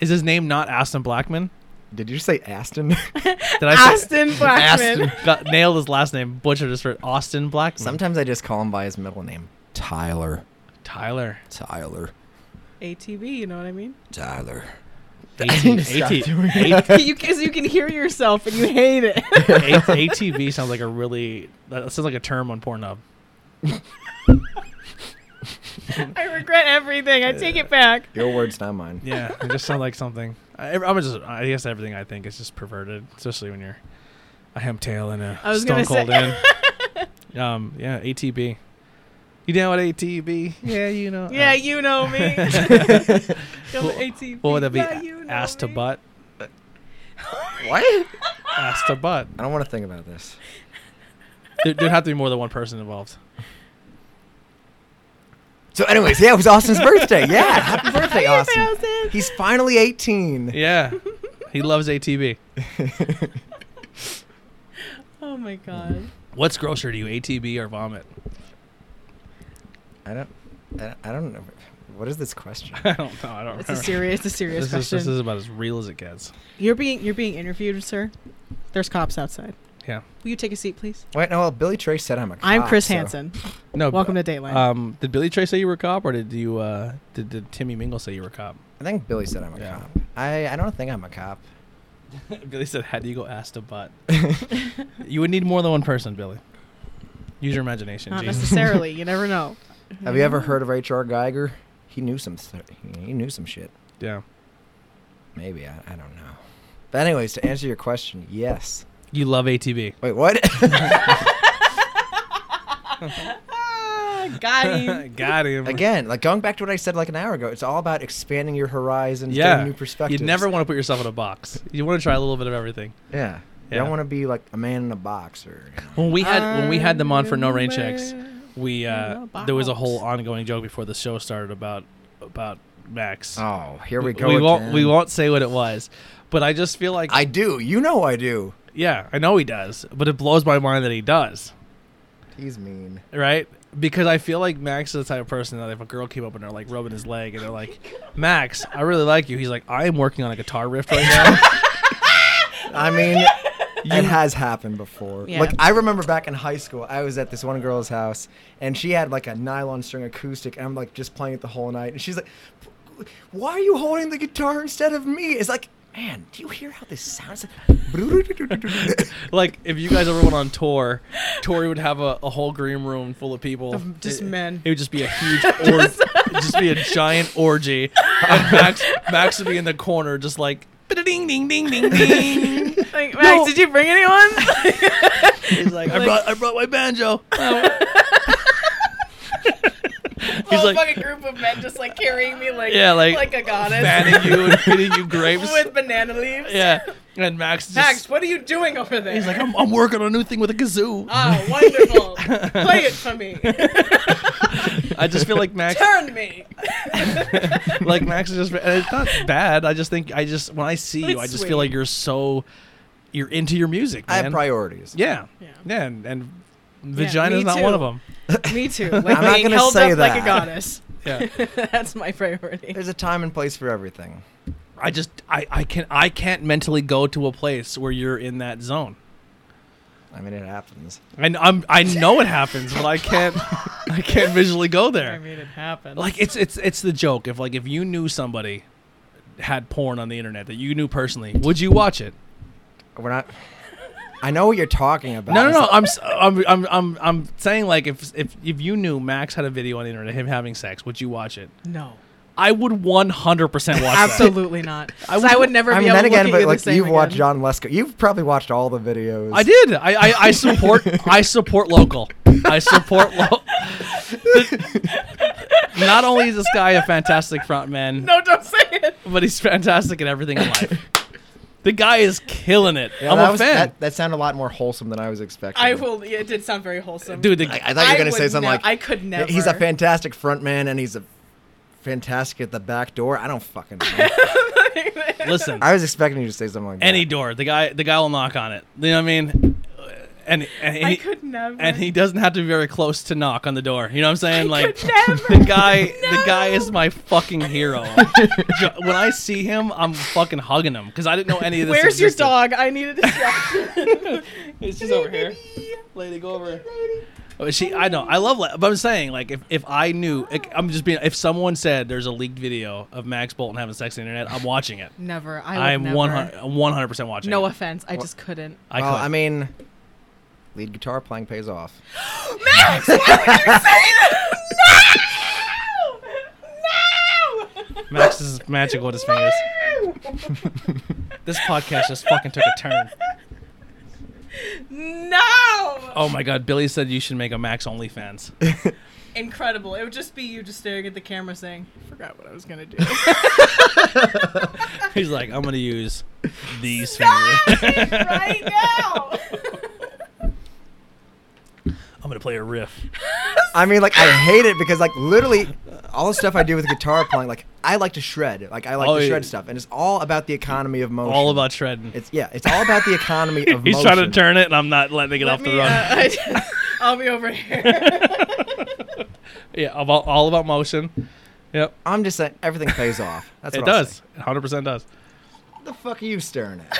Speaker 3: Is his name not Aston Blackman?
Speaker 4: Did you say
Speaker 5: Mm-hmm.
Speaker 4: Aston? [LAUGHS]
Speaker 3: Did I say-
Speaker 2: Austin Blackman.
Speaker 3: got nailed his last name, butchered his for Austin Blackman.
Speaker 4: Sometimes I just call him by his middle name.
Speaker 5: Tyler,
Speaker 3: Tyler.
Speaker 5: Tyler,
Speaker 3: [LAUGHS]
Speaker 2: ATB, you know what I mean?
Speaker 5: Tyler.
Speaker 4: [LAUGHS]
Speaker 3: AT,
Speaker 2: you because you can hear yourself and you hate it. [LAUGHS]
Speaker 3: ATV sounds like a really that sounds like a term on Pornhub.
Speaker 2: I regret everything. I take it back.
Speaker 4: Your words, not mine.
Speaker 3: Yeah, it just sounds like something. I, ev- I'm just I guess everything I think is just perverted, especially when you're a hemp tail and a
Speaker 2: I was
Speaker 3: stone
Speaker 2: gonna
Speaker 3: cold in. Um, yeah, ATB. You know what ATB? Yeah, you know.
Speaker 2: [LAUGHS] Yeah,
Speaker 3: uh,
Speaker 2: you know
Speaker 3: [LAUGHS]
Speaker 2: me. [LAUGHS] Come
Speaker 3: What-
Speaker 2: ATV.
Speaker 3: What would that be?
Speaker 2: Yeah, you know
Speaker 3: ass to
Speaker 2: me. [LAUGHS]
Speaker 3: butt.
Speaker 4: What?
Speaker 3: Ass to butt.
Speaker 4: I don't want to think about this.
Speaker 3: There,
Speaker 2: [LAUGHS]
Speaker 3: there'd have to be more than one person involved.
Speaker 4: So, anyways, yeah, it was Austin's birthday. Yeah, happy
Speaker 2: [LAUGHS]
Speaker 4: birthday, Austin.
Speaker 2: Thousand.
Speaker 4: He's finally 18.
Speaker 2: [LAUGHS]
Speaker 3: Yeah, he loves ATB.
Speaker 2: Oh my god.
Speaker 3: What's grosser to you, ATB or vomit?
Speaker 4: [LAUGHS]
Speaker 3: [LAUGHS]
Speaker 4: I don't, I don't- I don't know. What is this question?
Speaker 3: I don't know. I don't.
Speaker 2: It's
Speaker 3: remember.
Speaker 2: a serious, it's a serious
Speaker 3: this is
Speaker 2: question.
Speaker 3: this is about as real as it gets.
Speaker 2: You're being you're being interviewed, sir. There's cops outside.
Speaker 3: Yeah. Ah,
Speaker 2: Will you take a seat, please?
Speaker 4: Wait, no, well, Billy Trey said I'm a cop.
Speaker 2: I'm Chris
Speaker 4: so-
Speaker 2: Hansen.
Speaker 3: No.
Speaker 2: Welcome to Dateline.
Speaker 3: Um, did Billy Trey say you were a cop, or did you uh, did, did Timmy Mingle say you were a cop?
Speaker 4: I think Billy said I'm a
Speaker 3: Yeah.
Speaker 4: cop. I, I don't think I'm a cop. [LAUGHS]
Speaker 3: [LAUGHS] Billy said, "How do you go ass to butt?"
Speaker 2: [LAUGHS]
Speaker 3: you would need more than one person, Billy. Use your imagination.
Speaker 2: Not
Speaker 3: Jesus.
Speaker 2: necessarily. You never [LAUGHS] know.
Speaker 4: Have you ever heard of H.R. Geiger? He knew some st- he knew some shit.
Speaker 3: [LAUGHS] Yeah,
Speaker 4: Maybe I, I don't know. But anyways, to answer your question, yes.
Speaker 3: you love ATB.
Speaker 4: Wait,
Speaker 3: [COUGHS]
Speaker 4: what? [COUGHS]
Speaker 2: Ah, got him.
Speaker 3: [LAUGHS] Got him
Speaker 4: Again, like going back to what I said like an hour ago, it's all about expanding your horizons,
Speaker 3: Yeah,
Speaker 4: getting new
Speaker 3: you
Speaker 4: perspectives.
Speaker 3: never want to put yourself in a box. You want to try a little bit of everything.
Speaker 4: Yeah. You
Speaker 3: Yeah.
Speaker 4: don't want to be like a man in a box or. you know.
Speaker 3: When we had when we had them on for no rain
Speaker 2: I'm a
Speaker 3: checks, we uh,
Speaker 2: in a
Speaker 3: there was a
Speaker 2: box.
Speaker 3: whole ongoing joke before the show started about about Max.
Speaker 4: Oh, here we go.
Speaker 3: We won't
Speaker 4: again.
Speaker 3: we won't say what it was, but I just feel like
Speaker 4: I do. You know I do.
Speaker 3: yeah I know he does, but it blows my mind that he does.
Speaker 4: He's mean.
Speaker 3: right? Because I feel like Max is the type of person that if a girl came up and they're like rubbing his leg and they're like, Max, I really like you. He's like, I am working on a guitar riff right now.
Speaker 4: I [LAUGHS] mean, it has happened before.
Speaker 2: Yeah.
Speaker 4: Like I remember back in high school, I was at this one girl's house, and she had like a nylon string acoustic, and I'm like just playing it the whole night, and she's like, "Why are you holding the guitar instead of me?" It's like, man, do you hear how this sounds? It's like-
Speaker 3: like if you guys ever went on tour, Tori would have a, a whole green room full of people,
Speaker 2: Of just
Speaker 3: It-
Speaker 2: men.
Speaker 3: It would just be a [LAUGHS] huge, or- just, just be a giant orgy, and Max Max would be in the corner just like. Ding ding ding ding ding.
Speaker 2: Like, Max, did you bring anyone?
Speaker 3: He's like, Oh, I brought I brought my banjo. [LAUGHS]
Speaker 2: [LAUGHS]
Speaker 3: He's
Speaker 2: Whole
Speaker 3: like
Speaker 2: fucking group of men just like carrying me like
Speaker 3: Yeah, like,
Speaker 2: like a goddess
Speaker 3: fanning
Speaker 2: [LAUGHS]
Speaker 3: you and feeding you [LAUGHS] grapes.
Speaker 2: with banana leaves.
Speaker 3: Yeah. And Max just
Speaker 2: Max, what are you doing over there?
Speaker 3: He's like, I'm, I'm working on a new thing with a kazoo.
Speaker 2: [LAUGHS] Ah, wonderful. Play it for me.
Speaker 3: [LAUGHS] I just feel like Max,
Speaker 2: Turn me.
Speaker 3: like Max is just. and It's not bad. I just think I just when I see you,
Speaker 2: That's
Speaker 3: I just
Speaker 2: sweet.
Speaker 3: feel like you're so, you're into your music.
Speaker 4: [LAUGHS] I
Speaker 3: Man.
Speaker 4: have priorities.
Speaker 3: Yeah.
Speaker 2: Yeah.
Speaker 3: Yeah. And, and
Speaker 2: me
Speaker 3: vagina is not
Speaker 2: too.
Speaker 3: one of them.
Speaker 2: Me too. Like
Speaker 4: I'm not
Speaker 2: being
Speaker 4: gonna
Speaker 2: held
Speaker 4: say
Speaker 2: up like a
Speaker 4: that.
Speaker 2: goddess. [LAUGHS]
Speaker 3: Yeah.
Speaker 2: That's my priority.
Speaker 4: There's a time and place for everything.
Speaker 3: I just I I can I can't mentally go to a place where you're in that zone.
Speaker 4: I mean, it happens.
Speaker 3: And I'm I know it happens, but I can't I can't visually go
Speaker 2: [LAUGHS]
Speaker 3: there.
Speaker 2: I made it happen.
Speaker 3: like it's it's it's the joke if like if you knew somebody had porn on the internet that you knew personally would you watch it
Speaker 4: We're not. I know what you're talking about.
Speaker 3: no no
Speaker 4: It's
Speaker 3: no
Speaker 4: like-
Speaker 3: i'm s- i'm i'm i'm, I'm saying like if if if you knew max had a video on the internet of him having sex would you watch it
Speaker 2: no.
Speaker 3: i would 100% watch that
Speaker 2: Absolutely not. 'Cause I would, never
Speaker 4: I
Speaker 2: be
Speaker 4: mean,
Speaker 2: able
Speaker 4: then
Speaker 2: to
Speaker 4: again,
Speaker 2: look at
Speaker 4: but
Speaker 2: you
Speaker 4: like
Speaker 2: the same
Speaker 4: you've watched
Speaker 2: again.
Speaker 4: John Lesko. You've probably watched all the videos.
Speaker 3: I did. I, I, I support. I support local. I support local. Not only is this guy a fantastic frontman,
Speaker 2: No, don't say it.
Speaker 3: but he's fantastic at everything in life. The guy is killing it.
Speaker 4: Yeah,
Speaker 3: I'm
Speaker 4: that
Speaker 3: a
Speaker 4: was-
Speaker 3: fan.
Speaker 4: That, that sounded a lot more wholesome than I was expecting.
Speaker 2: I will. yeah, It did sound very wholesome.
Speaker 3: Dude, the,
Speaker 4: I, I thought you were going to
Speaker 2: would
Speaker 4: say something
Speaker 2: nev-
Speaker 4: like,
Speaker 2: I could
Speaker 4: "Yeah,
Speaker 2: never.
Speaker 4: He's a
Speaker 2: [LAUGHS]
Speaker 4: fantastic front man and he's a fantastic at the back door. I don't fucking know. [LAUGHS]
Speaker 3: listen,
Speaker 4: I was expecting you to say something like that.
Speaker 3: any door. The guy, the guy will knock on it. You know what I mean? And and
Speaker 2: I
Speaker 3: he,
Speaker 2: could never.
Speaker 3: and he doesn't have to be very close to knock on the door. You know what I'm saying? like
Speaker 2: could never.
Speaker 3: the guy, the guy is my
Speaker 4: [LAUGHS]
Speaker 3: fucking hero. Jo- when I see him, I'm fucking hugging him because I didn't know any of this.
Speaker 2: Where's your
Speaker 3: existed. [LAUGHS]
Speaker 2: dog? I need a distraction.
Speaker 3: She's over here. Lady, go over. But She, I know, I love. La- But I'm saying, like, if, if I knew, like, I'm just being. If someone said there's a leaked video of Max Bolton having sex on the internet, I'm watching it.
Speaker 2: Never. I would
Speaker 3: I'm
Speaker 2: never.
Speaker 3: 100 percent watching.
Speaker 2: No
Speaker 3: it.
Speaker 2: offense. I just couldn't.
Speaker 3: I,
Speaker 4: well,
Speaker 3: could.
Speaker 4: I mean, lead guitar playing pays off.
Speaker 2: Max, [LAUGHS] why would you say that? No! No!
Speaker 3: Max is magical with his fingers. This podcast just fucking took a turn.
Speaker 2: No!
Speaker 3: Oh my god, Billy said you should make a Max [LAUGHS] OnlyFans.
Speaker 2: Incredible. It would just be you just staring at the camera saying, forgot what I was [LAUGHS] going to do.
Speaker 3: He's like, I'm gonna use
Speaker 4: [LAUGHS]
Speaker 3: these fingers.
Speaker 2: [LAUGHS] right now!
Speaker 3: [LAUGHS] I'm gonna play a riff.
Speaker 4: I mean, like, I hate it because, like, literally, all the stuff I do with guitar playing, like, I like to shred. Like, I like
Speaker 3: Oh,
Speaker 4: to shred
Speaker 3: yeah.
Speaker 4: stuff, and it's all about the economy of motion.
Speaker 3: All about shredding. [LAUGHS]
Speaker 4: It's yeah, it's all about the [LAUGHS] economy of
Speaker 3: He's
Speaker 4: motion.
Speaker 3: trying to turn it, and I'm not letting it get off the
Speaker 2: [LAUGHS]
Speaker 3: run.
Speaker 2: uh, I'll be over here. uh,
Speaker 3: [LAUGHS] yeah, about all about motion. Yep,
Speaker 4: I'm just saying everything pays off. That's
Speaker 3: it
Speaker 4: what I'll
Speaker 3: does. 100 percent [LAUGHS] does.
Speaker 4: say. What the fuck are you staring at?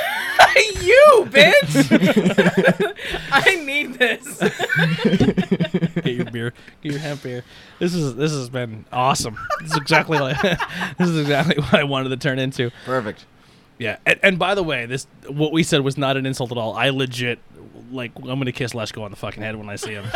Speaker 2: [LAUGHS] you, bitch! [LAUGHS] I need
Speaker 4: [LAUGHS]
Speaker 2: this.
Speaker 3: Get your beer. Get your hemp beer. This is this has been awesome. This is exactly like [LAUGHS] this is exactly what I wanted to turn into.
Speaker 4: Perfect.
Speaker 3: Yeah, and, and by the way, this what we said was not an insult at all. I legit like I'm gonna kiss Leshko on the fucking head when I see him.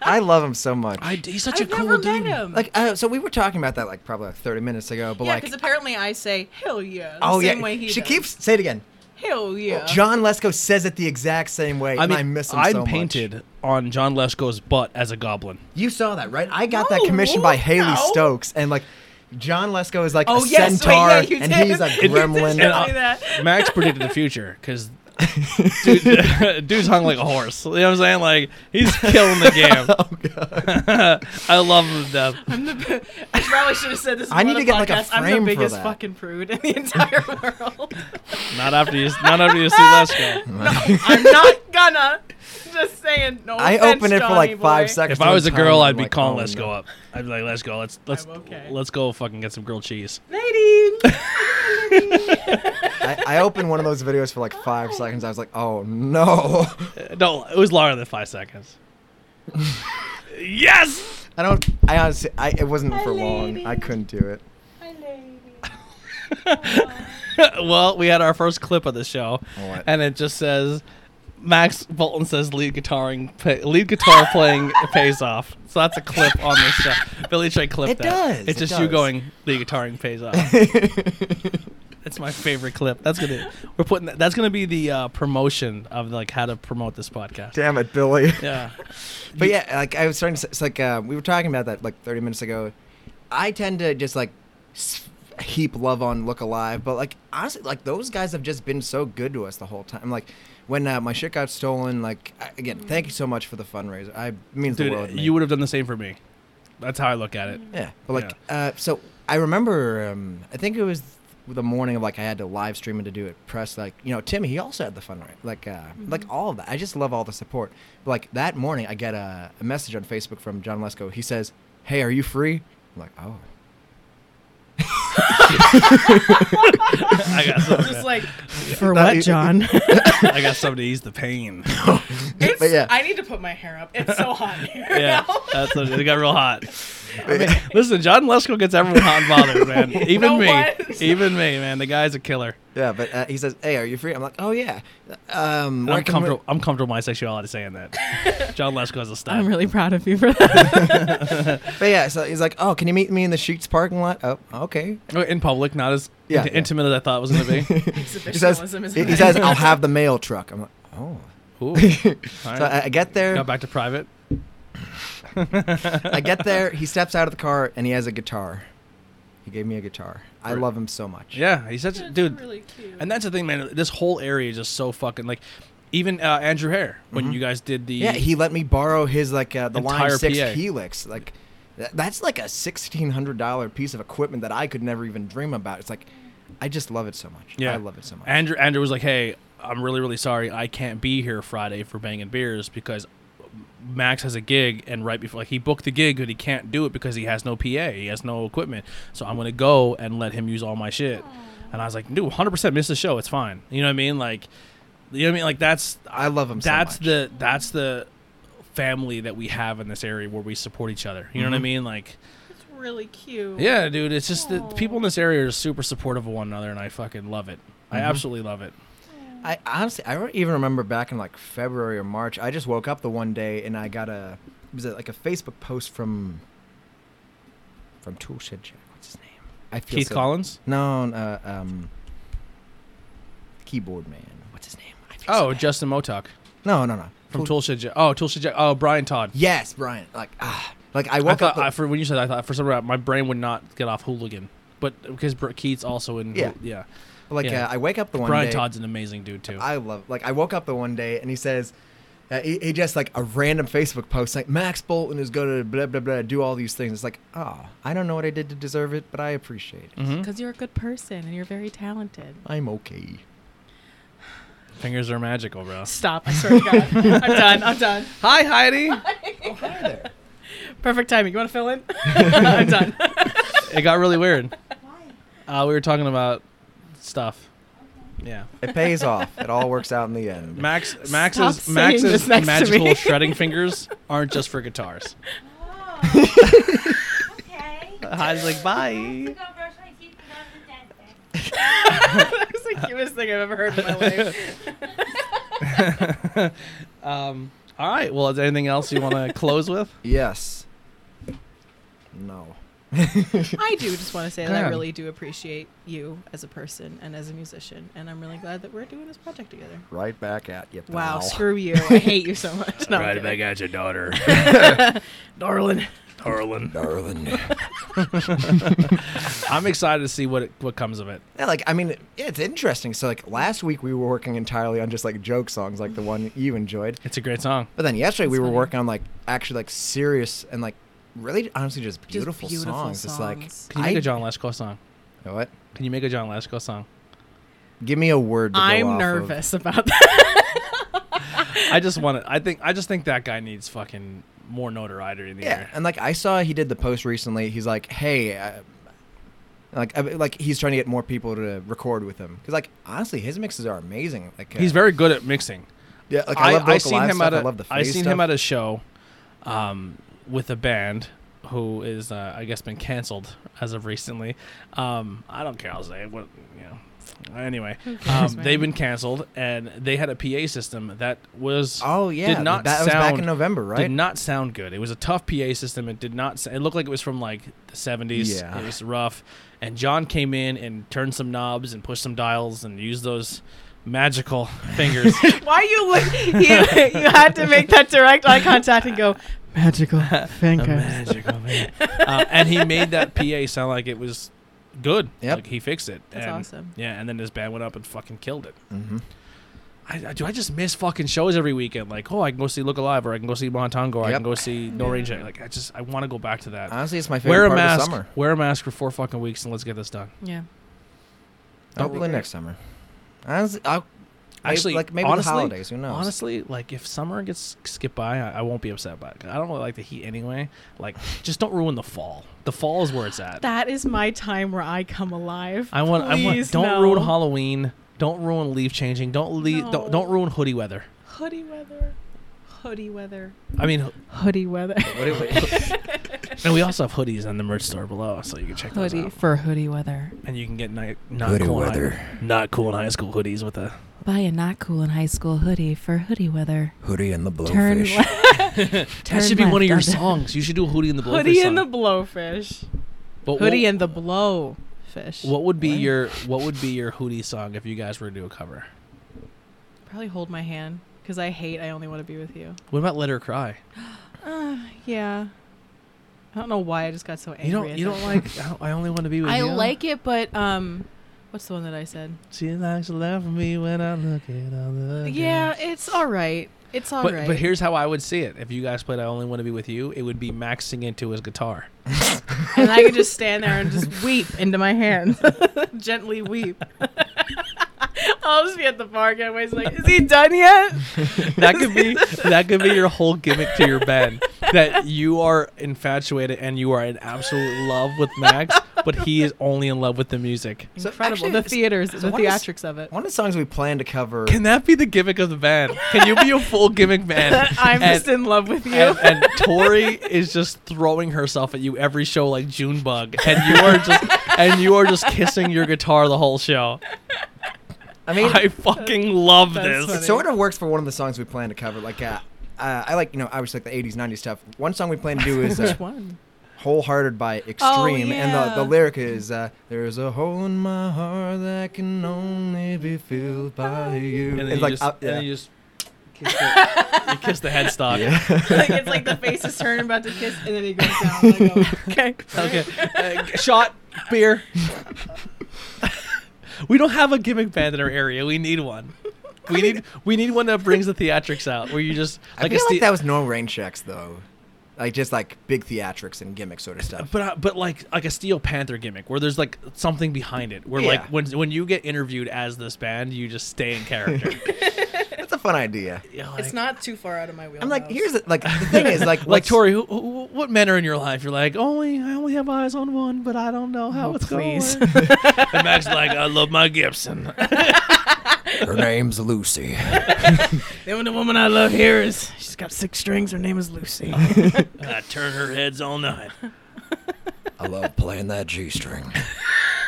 Speaker 4: I love him so much.
Speaker 3: [LAUGHS] I, he's such
Speaker 2: I've
Speaker 3: a cool
Speaker 2: never met
Speaker 3: dude.
Speaker 2: him.
Speaker 4: like, uh, so we were talking about that like probably like 30 minutes ago, but
Speaker 2: yeah,
Speaker 4: like,
Speaker 2: because apparently I say, hell yeah. The
Speaker 4: oh
Speaker 2: same
Speaker 4: yeah,
Speaker 2: way he
Speaker 4: she
Speaker 2: does.
Speaker 4: keeps say it again.
Speaker 2: Hell yeah.
Speaker 4: John Lesko says it the exact same way.
Speaker 3: I mean,
Speaker 4: and I miss him
Speaker 3: I'm
Speaker 4: so much.
Speaker 3: painted on John Leshko's butt as a goblin.
Speaker 4: You saw that, right? I got
Speaker 2: No,
Speaker 4: that commissioned by Haley
Speaker 2: no.
Speaker 4: Stokes, and like John Lesko is like
Speaker 2: Oh,
Speaker 4: a
Speaker 2: yes, wait,
Speaker 4: centaur,
Speaker 2: yeah, you
Speaker 4: and
Speaker 2: did.
Speaker 4: he's a
Speaker 2: [LAUGHS] You did
Speaker 4: gremlin.
Speaker 2: say
Speaker 3: And I-
Speaker 2: that.
Speaker 3: Max predicted the future because [LAUGHS] dude, dude's hung like a horse. You know what I'm saying? Like he's killing the
Speaker 4: [LAUGHS]
Speaker 3: game. [LAUGHS]
Speaker 4: Oh,
Speaker 3: I love him to death.
Speaker 2: I'm the. b- I probably should have said this.
Speaker 4: I need
Speaker 2: before
Speaker 4: to
Speaker 2: the
Speaker 4: get, like, a
Speaker 2: podcast. I'm
Speaker 4: frame
Speaker 2: the
Speaker 4: for
Speaker 2: biggest
Speaker 4: that.
Speaker 2: fucking prude in the [LAUGHS] entire
Speaker 4: [LAUGHS]
Speaker 2: world.
Speaker 3: Not after you. Not after you see Lesko.
Speaker 2: I'm not gonna. Just saying. No.
Speaker 4: I
Speaker 2: offense,
Speaker 4: open it for
Speaker 2: Johnny
Speaker 4: like
Speaker 2: boy.
Speaker 4: five seconds.
Speaker 3: If I was a
Speaker 4: at time,
Speaker 3: girl,
Speaker 4: and
Speaker 3: I'd
Speaker 4: I'm
Speaker 3: be
Speaker 4: like,
Speaker 3: calling
Speaker 4: oh,
Speaker 3: Lesko
Speaker 4: no.
Speaker 3: up. I'd be like, let's go. Let's let's
Speaker 2: I'm okay.
Speaker 3: let's go fucking get some grilled cheese.
Speaker 2: Lady.
Speaker 4: [LAUGHS] I, I opened one of those videos for like five seconds. I was like, oh no.
Speaker 3: Uh, No, it was longer than five [LAUGHS] seconds. yes.
Speaker 4: I don't. I honestly, I, it wasn't
Speaker 2: Hi,
Speaker 4: for long.
Speaker 2: lady.
Speaker 4: I couldn't do it.
Speaker 2: Hi, lady.
Speaker 3: [LAUGHS] well, we had our first clip of the show,
Speaker 4: What?
Speaker 3: and it just says Max Bolton says lead guitaring pa- lead [LAUGHS] guitar playing pays off. So that's a clip on this show. Billy Trey clipped
Speaker 4: It
Speaker 3: that.
Speaker 4: does,
Speaker 3: It's
Speaker 4: it
Speaker 3: just you
Speaker 4: does.
Speaker 3: going lead guitaring pays off. [LAUGHS] that's my favorite clip. That's gonna we're putting that, that's gonna be the uh, promotion of like how to promote this
Speaker 4: [LAUGHS]
Speaker 3: podcast. [LAUGHS]
Speaker 4: Damn it, Billy.
Speaker 3: Yeah.
Speaker 4: But yeah, like I was starting to. say- It's like uh, we were talking about that like 30 minutes ago. I tend to just like s- heap love on Look Alive, but like honestly, like those guys have just been so good to us the whole time. Like when uh, my shit got stolen, like I, again, thank you so much for the fundraiser. I it means the world.
Speaker 3: Dude,
Speaker 4: to me.
Speaker 3: you would have done the same for me. That's how I look [LAUGHS] at it.
Speaker 4: Yeah, but like, uh, so I remember. Um, I think it was the morning of like I had to live stream and to do it. Press like you know Timmy. He also had the fun right. Like uh, like all of that. I just love all the support. But like that morning, I get a, a message on Facebook from John Lesko. He says, "Hey, are you free?" I'm like, "Oh."
Speaker 3: I got [LAUGHS] something.
Speaker 2: Just
Speaker 3: to-
Speaker 2: like
Speaker 6: For
Speaker 4: That-
Speaker 6: what, John?
Speaker 3: [LAUGHS] I got something to ease
Speaker 4: [LAUGHS]
Speaker 3: the pain.
Speaker 4: [LAUGHS]
Speaker 2: it's.
Speaker 4: But yeah.
Speaker 2: I need to put my hair up. It's
Speaker 3: [LAUGHS]
Speaker 2: so hot in here
Speaker 3: Yeah,
Speaker 2: now. [LAUGHS]
Speaker 3: that's what, it got
Speaker 4: [LAUGHS]
Speaker 3: real hot. I mean, listen, John Lesko gets everyone hot
Speaker 4: [LAUGHS]
Speaker 3: and bothered, man. Even
Speaker 2: No
Speaker 3: me,
Speaker 2: what?
Speaker 3: even me, man. The guy's a killer.
Speaker 4: Yeah, but uh, he says, "Hey, are you free?" I'm like, "Oh yeah." Um, where can we-
Speaker 3: I'm comfortable. I'm comfortable with my sexuality saying that.
Speaker 4: [LAUGHS]
Speaker 3: John Lesko has a style.
Speaker 6: I'm really proud of you for that.
Speaker 4: But yeah, so he's like, "Oh, can you meet me in the Sheets parking lot?" Oh, okay.
Speaker 3: in public, not as
Speaker 4: Yeah,
Speaker 3: int-
Speaker 4: yeah.
Speaker 3: intimate as I thought it was
Speaker 4: [LAUGHS]
Speaker 3: going to be.
Speaker 4: He says,
Speaker 2: Exhibitionism is.
Speaker 4: he, he
Speaker 2: amazing.
Speaker 4: says,
Speaker 2: [LAUGHS]
Speaker 4: "I'll have the mail truck." I'm like, "Oh."
Speaker 3: [LAUGHS] Ooh. All
Speaker 4: So I,
Speaker 3: right.
Speaker 4: I get there.
Speaker 3: Got back to private.
Speaker 4: I
Speaker 3: [LAUGHS]
Speaker 4: get there. He steps out of the car and he has a guitar. He gave me a guitar. I love him so much.
Speaker 3: Yeah, he's such a
Speaker 2: That's
Speaker 3: dude.
Speaker 2: Really cute.
Speaker 3: And that's the thing, man. This whole area is just so fucking like. Even uh, Andrew Hare, when you guys did the
Speaker 4: Mm-hmm. Yeah, he let me borrow his like uh, the
Speaker 3: Entire
Speaker 4: Line Six
Speaker 3: PA.
Speaker 4: Helix. Like, th- that's like a sixteen hundred dollar piece of equipment that I could never even dream about. It's like, I just love it so much. I love it so much.
Speaker 3: Andrew Andrew was like, "Hey, I'm really really sorry I can't be here Friday for banging beers because Max has a gig and right before like he booked the gig but he can't do it because he has no PA, he has no equipment. So I'm gonna go and let him use all my shit." And I was like, "Dude, 100 percent miss the show. It's fine. You know what I mean? Like, you know what I mean? Like that's
Speaker 4: I love him.
Speaker 3: that's
Speaker 4: so much.
Speaker 3: the that's the family that we have in this area where we support each other. You know what I mean? Like,
Speaker 2: It's really cute.
Speaker 3: yeah, dude, it's just that the
Speaker 2: Aw.
Speaker 3: people in this area are super supportive of one another, and I fucking love it. I absolutely love it.
Speaker 4: I honestly, I don't even remember back in like February or March. I just woke up the one day and I got a it was like a Facebook post from from Tool Shed Jack. What's his name? I feel
Speaker 3: Keith
Speaker 4: so-
Speaker 3: Collins.
Speaker 4: No, uh, um, keyboard man. What's his name? I feel so
Speaker 3: Oh,
Speaker 4: bad.
Speaker 3: Justin Motok
Speaker 4: no, no, no.
Speaker 3: from Toolshed. Ja- Oh, Toolshed. Ja- Oh, Brian Todd.
Speaker 4: Yes, Brian. Like ah, like I
Speaker 3: I
Speaker 4: woke
Speaker 3: thought
Speaker 4: up. the-
Speaker 3: I, for when you said that, I thought for some reason my brain would not get off hooligan, but because Br- Keith's also in.
Speaker 4: Yeah.
Speaker 3: yeah.
Speaker 4: like
Speaker 3: yeah.
Speaker 4: uh, I wake up the one
Speaker 3: Brian
Speaker 4: day.
Speaker 3: Todd's an amazing dude too.
Speaker 4: I love like I woke up the one day and he says uh, he, he just like a random Facebook post like Max Bolton is going to blah blah blah do all these things. It's like oh I don't know what I did to deserve it, but I appreciate it.
Speaker 3: Mhm.
Speaker 2: Because you're a good person and you're very talented.
Speaker 4: I'm okay.
Speaker 3: Fingers are magical, bro.
Speaker 2: Stop. I swear to God. [LAUGHS] I'm done. I'm done.
Speaker 3: Hi, Heidi.
Speaker 2: Perfect timing. You want to fill in? [LAUGHS] I'm done. [LAUGHS]
Speaker 3: it got really weird. Uh, we were talking about stuff. Yeah,
Speaker 4: It pays off. It all works out in the end.
Speaker 3: Max.
Speaker 2: Stop
Speaker 3: Max's
Speaker 2: saying
Speaker 3: Max's
Speaker 2: this next to
Speaker 3: magical
Speaker 2: me.
Speaker 3: shredding fingers aren't just for guitars. [LAUGHS]
Speaker 6: Oh, okay.
Speaker 3: Heidi's like,
Speaker 6: Go
Speaker 3: bye.
Speaker 6: brush my teeth and go to the dentist.
Speaker 2: that was the cutest thing I've ever heard in my life.
Speaker 3: um, all right. Well, is there anything else you want to close with?
Speaker 4: Yes. No.
Speaker 2: I do just want to say that
Speaker 3: Go
Speaker 2: I
Speaker 3: ahead.
Speaker 2: really do appreciate you as a person and as a musician, and I'm really glad that we're doing this project together.
Speaker 4: Right back at you.
Speaker 2: Wow,
Speaker 4: pal.
Speaker 2: screw you. I hate you so much. No, right back
Speaker 3: at your daughter, [LAUGHS]
Speaker 2: Darling.
Speaker 3: darling.
Speaker 4: darling.
Speaker 3: I'm excited to see what it, what comes of it.
Speaker 4: Yeah, like I mean, it's interesting. So like last week we were working entirely on just like joke songs, like the one you enjoyed.
Speaker 3: It's a great song.
Speaker 4: But then yesterday we
Speaker 2: That's
Speaker 4: were
Speaker 2: funny.
Speaker 4: working on like actually like serious and like really honestly just beautiful,
Speaker 2: beautiful
Speaker 4: songs. It's like
Speaker 2: songs.
Speaker 3: Can you
Speaker 4: I-
Speaker 3: make a John Lesko song?
Speaker 4: You know what?
Speaker 3: Can you make a John Lesko song?
Speaker 4: Give me a word. To go off
Speaker 2: I'm
Speaker 4: of.
Speaker 2: nervous about that. [LAUGHS]
Speaker 3: I just want to. I think I just think that guy needs fucking more notoriety in the
Speaker 4: Yeah,
Speaker 3: air.
Speaker 4: and like I saw he did the post recently. He's like, hey. Uh, like, uh, like he's trying to get more people to record with him because, like, honestly, his mixes are amazing. Like, uh,
Speaker 3: He's very good at mixing.
Speaker 4: yeah. Like, I, love
Speaker 3: I,
Speaker 4: Vocal
Speaker 3: seen
Speaker 4: Live
Speaker 3: him
Speaker 4: stuff.
Speaker 3: at a,
Speaker 4: I love the
Speaker 3: I
Speaker 4: phase
Speaker 3: seen
Speaker 4: stuff.
Speaker 3: him at a show um, with a band who is uh, I guess been canceled as of recently. Um, I don't care. I'll say it, what you know. Anyway,
Speaker 2: cares,
Speaker 3: um, they've
Speaker 2: man?
Speaker 3: been canceled, and they had a PA system that was
Speaker 4: Oh yeah,
Speaker 3: did not
Speaker 4: that was
Speaker 3: sound
Speaker 4: back in November, right?
Speaker 3: Did not sound good. It was a tough PA system. It did not. sa- It looked like it was from like the seventies.
Speaker 4: Yeah.
Speaker 3: It was rough. And John came in and turned some knobs and pushed some dials and used those magical [LAUGHS] fingers.
Speaker 2: Why are you look? You, you had to make that direct eye contact and go,
Speaker 3: [LAUGHS]
Speaker 2: magical
Speaker 3: The
Speaker 2: fingers. [LAUGHS]
Speaker 3: magical man. Uh, and he made that PA sound like it was good.
Speaker 4: Yep.
Speaker 3: Like he fixed it.
Speaker 2: That's
Speaker 3: And-
Speaker 2: awesome.
Speaker 3: Yeah, and then his band went up and fucking killed it.
Speaker 4: Mhm.
Speaker 3: I, I- do I just miss fucking shows every weekend? Like, oh, I can go see Look Alive, or I can go see Montango, or I
Speaker 4: Yep.
Speaker 3: can go see No Rain Jack. Like, I just I want to go back to that.
Speaker 4: Honestly, it's my favorite
Speaker 3: wear a
Speaker 4: part
Speaker 3: mask.
Speaker 4: of the summer.
Speaker 3: Wear a mask for four fucking weeks and let's get this done.
Speaker 2: Yeah.
Speaker 3: That'd be
Speaker 4: Hopefully
Speaker 3: great.
Speaker 4: next summer. Honestly, I'll, maybe-
Speaker 3: Actually,
Speaker 4: like maybe
Speaker 3: honestly,
Speaker 4: the holidays. Who knows?
Speaker 3: Honestly, like if summer gets skipped by, I, I won't be upset about it. I don't really like the heat anyway. Like, just don't ruin the fall. The fall is where it's at.
Speaker 2: That is my time where I come alive.
Speaker 3: I want. I want.
Speaker 2: Please,
Speaker 3: Don't
Speaker 2: no.
Speaker 3: ruin Halloween. Don't ruin leaf changing. Don't leave. Don't,
Speaker 2: No.
Speaker 3: don't ruin hoodie weather.
Speaker 2: Hoodie weather. Hoodie weather. [LAUGHS]
Speaker 3: I mean,
Speaker 2: Hoodie weather.
Speaker 4: [LAUGHS]
Speaker 3: and we also have hoodies on the merch store below, so you can check those out.
Speaker 2: for hoodie weather.
Speaker 3: And you can get ni- not
Speaker 5: Hoodie
Speaker 3: cool
Speaker 5: weather.
Speaker 3: High, not cool in high school hoodies with a.
Speaker 7: Buy a not cool in high school hoodie for hoodie weather.
Speaker 5: Hoodie and the
Speaker 7: Turn
Speaker 5: blowfish.
Speaker 7: left.
Speaker 3: That should be one of your songs. You should do a hoodie
Speaker 2: [LAUGHS]
Speaker 3: in the blowfish.
Speaker 2: Hoodie
Speaker 3: song.
Speaker 2: and the blowfish.
Speaker 3: But
Speaker 2: Hoodie
Speaker 3: what,
Speaker 2: and the blowfish.
Speaker 3: What would be your What would be your hoodie song if you guys were to do a cover?
Speaker 2: Probably hold my hand because I hate. I only want to be with you.
Speaker 3: What about Let Her Cry?
Speaker 2: Uh, Yeah. I don't know why I just got so angry.
Speaker 3: You don't.
Speaker 2: at
Speaker 3: You
Speaker 2: that.
Speaker 3: don't like. I, don't- I only want to be with
Speaker 2: I
Speaker 3: you.
Speaker 2: like it, but um, what's the one that I said?
Speaker 3: She likes to laugh at me when I look at all the.
Speaker 2: Yeah, it's all right. It's all right.
Speaker 3: But, but here's how I would see it. If you guys played I Only Want to Be With You, it would be Max singing to his guitar.
Speaker 2: and I could just stand there and just weep into my hands, [LAUGHS] gently weep. [LAUGHS] I'll just be at the bar, and everybody's like, "Is he done yet?"
Speaker 3: That could be that could be your whole gimmick to your band. That you are infatuated and you are in absolute love with Max, but he is only in love with the music.
Speaker 4: So
Speaker 2: Incredible.
Speaker 4: actually,
Speaker 2: the
Speaker 4: it's-
Speaker 2: theaters,
Speaker 4: so
Speaker 2: the
Speaker 4: one s-
Speaker 2: theatrics of it.
Speaker 4: One of the songs we plan to cover.
Speaker 3: Can that be the gimmick of the band? Can you be a full gimmick band?
Speaker 2: [LAUGHS] I'm
Speaker 3: And-
Speaker 2: just in love with you.
Speaker 3: and,
Speaker 2: [LAUGHS]
Speaker 3: and Tori is just throwing herself at you every show like Junebug, and you are just and you are just kissing your guitar the whole show.
Speaker 4: I mean,
Speaker 3: I fucking love
Speaker 2: That's
Speaker 3: this.
Speaker 2: funny.
Speaker 4: it sort of works for one of the songs we plan to cover. Like, uh, uh, I like you know obviously like the '80s, '90s stuff. One song we plan to do is uh,
Speaker 2: Which one?
Speaker 4: "Wholehearted" by
Speaker 3: Oh,
Speaker 4: Extreme, and
Speaker 2: yeah.
Speaker 4: the, the lyric is uh, "There's a hole in my heart that can only be filled by you."
Speaker 3: And then,
Speaker 4: It's
Speaker 3: you,
Speaker 4: like,
Speaker 3: just,
Speaker 4: uh,
Speaker 3: and then
Speaker 4: yeah.
Speaker 3: you just kiss the, you kiss the headstock.
Speaker 2: like it's like the face is turned about to kiss, and then he goes down. Like, oh, okay.
Speaker 3: [LAUGHS] Okay, Uh, [LAUGHS] shot beer. [LAUGHS] we don't have a gimmick band in our area. We need one. We [LAUGHS] need we need one that brings the theatrics out. Where you just
Speaker 4: I
Speaker 3: like a
Speaker 4: feel like
Speaker 3: ste-
Speaker 4: that was no rain checks though, like just like big theatrics and gimmick sort of stuff.
Speaker 3: But uh, but like like a Steel Panther gimmick where there's like something behind it where
Speaker 4: Yeah.
Speaker 3: like when when you get interviewed as this band you just stay
Speaker 4: [LAUGHS]
Speaker 3: in character.
Speaker 4: [LAUGHS] That's a fun idea.
Speaker 3: Yeah, like,
Speaker 2: It's not too far out of my wheelhouse.
Speaker 4: I'm like, here's the, like the thing is [LAUGHS] like
Speaker 3: like
Speaker 4: what's-
Speaker 3: Tori. Who, who, what men are in your life? You're like only I only have eyes on one, but I don't know how
Speaker 2: Oh,
Speaker 3: it's [LAUGHS]
Speaker 2: please.
Speaker 3: going. and Max is like I love my Gibson. [LAUGHS]
Speaker 5: Her name's Lucy.
Speaker 2: The only woman I love here is she's got six strings. Her name is Lucy. [LAUGHS]
Speaker 3: I turn her heads all night.
Speaker 5: I love playing that G string.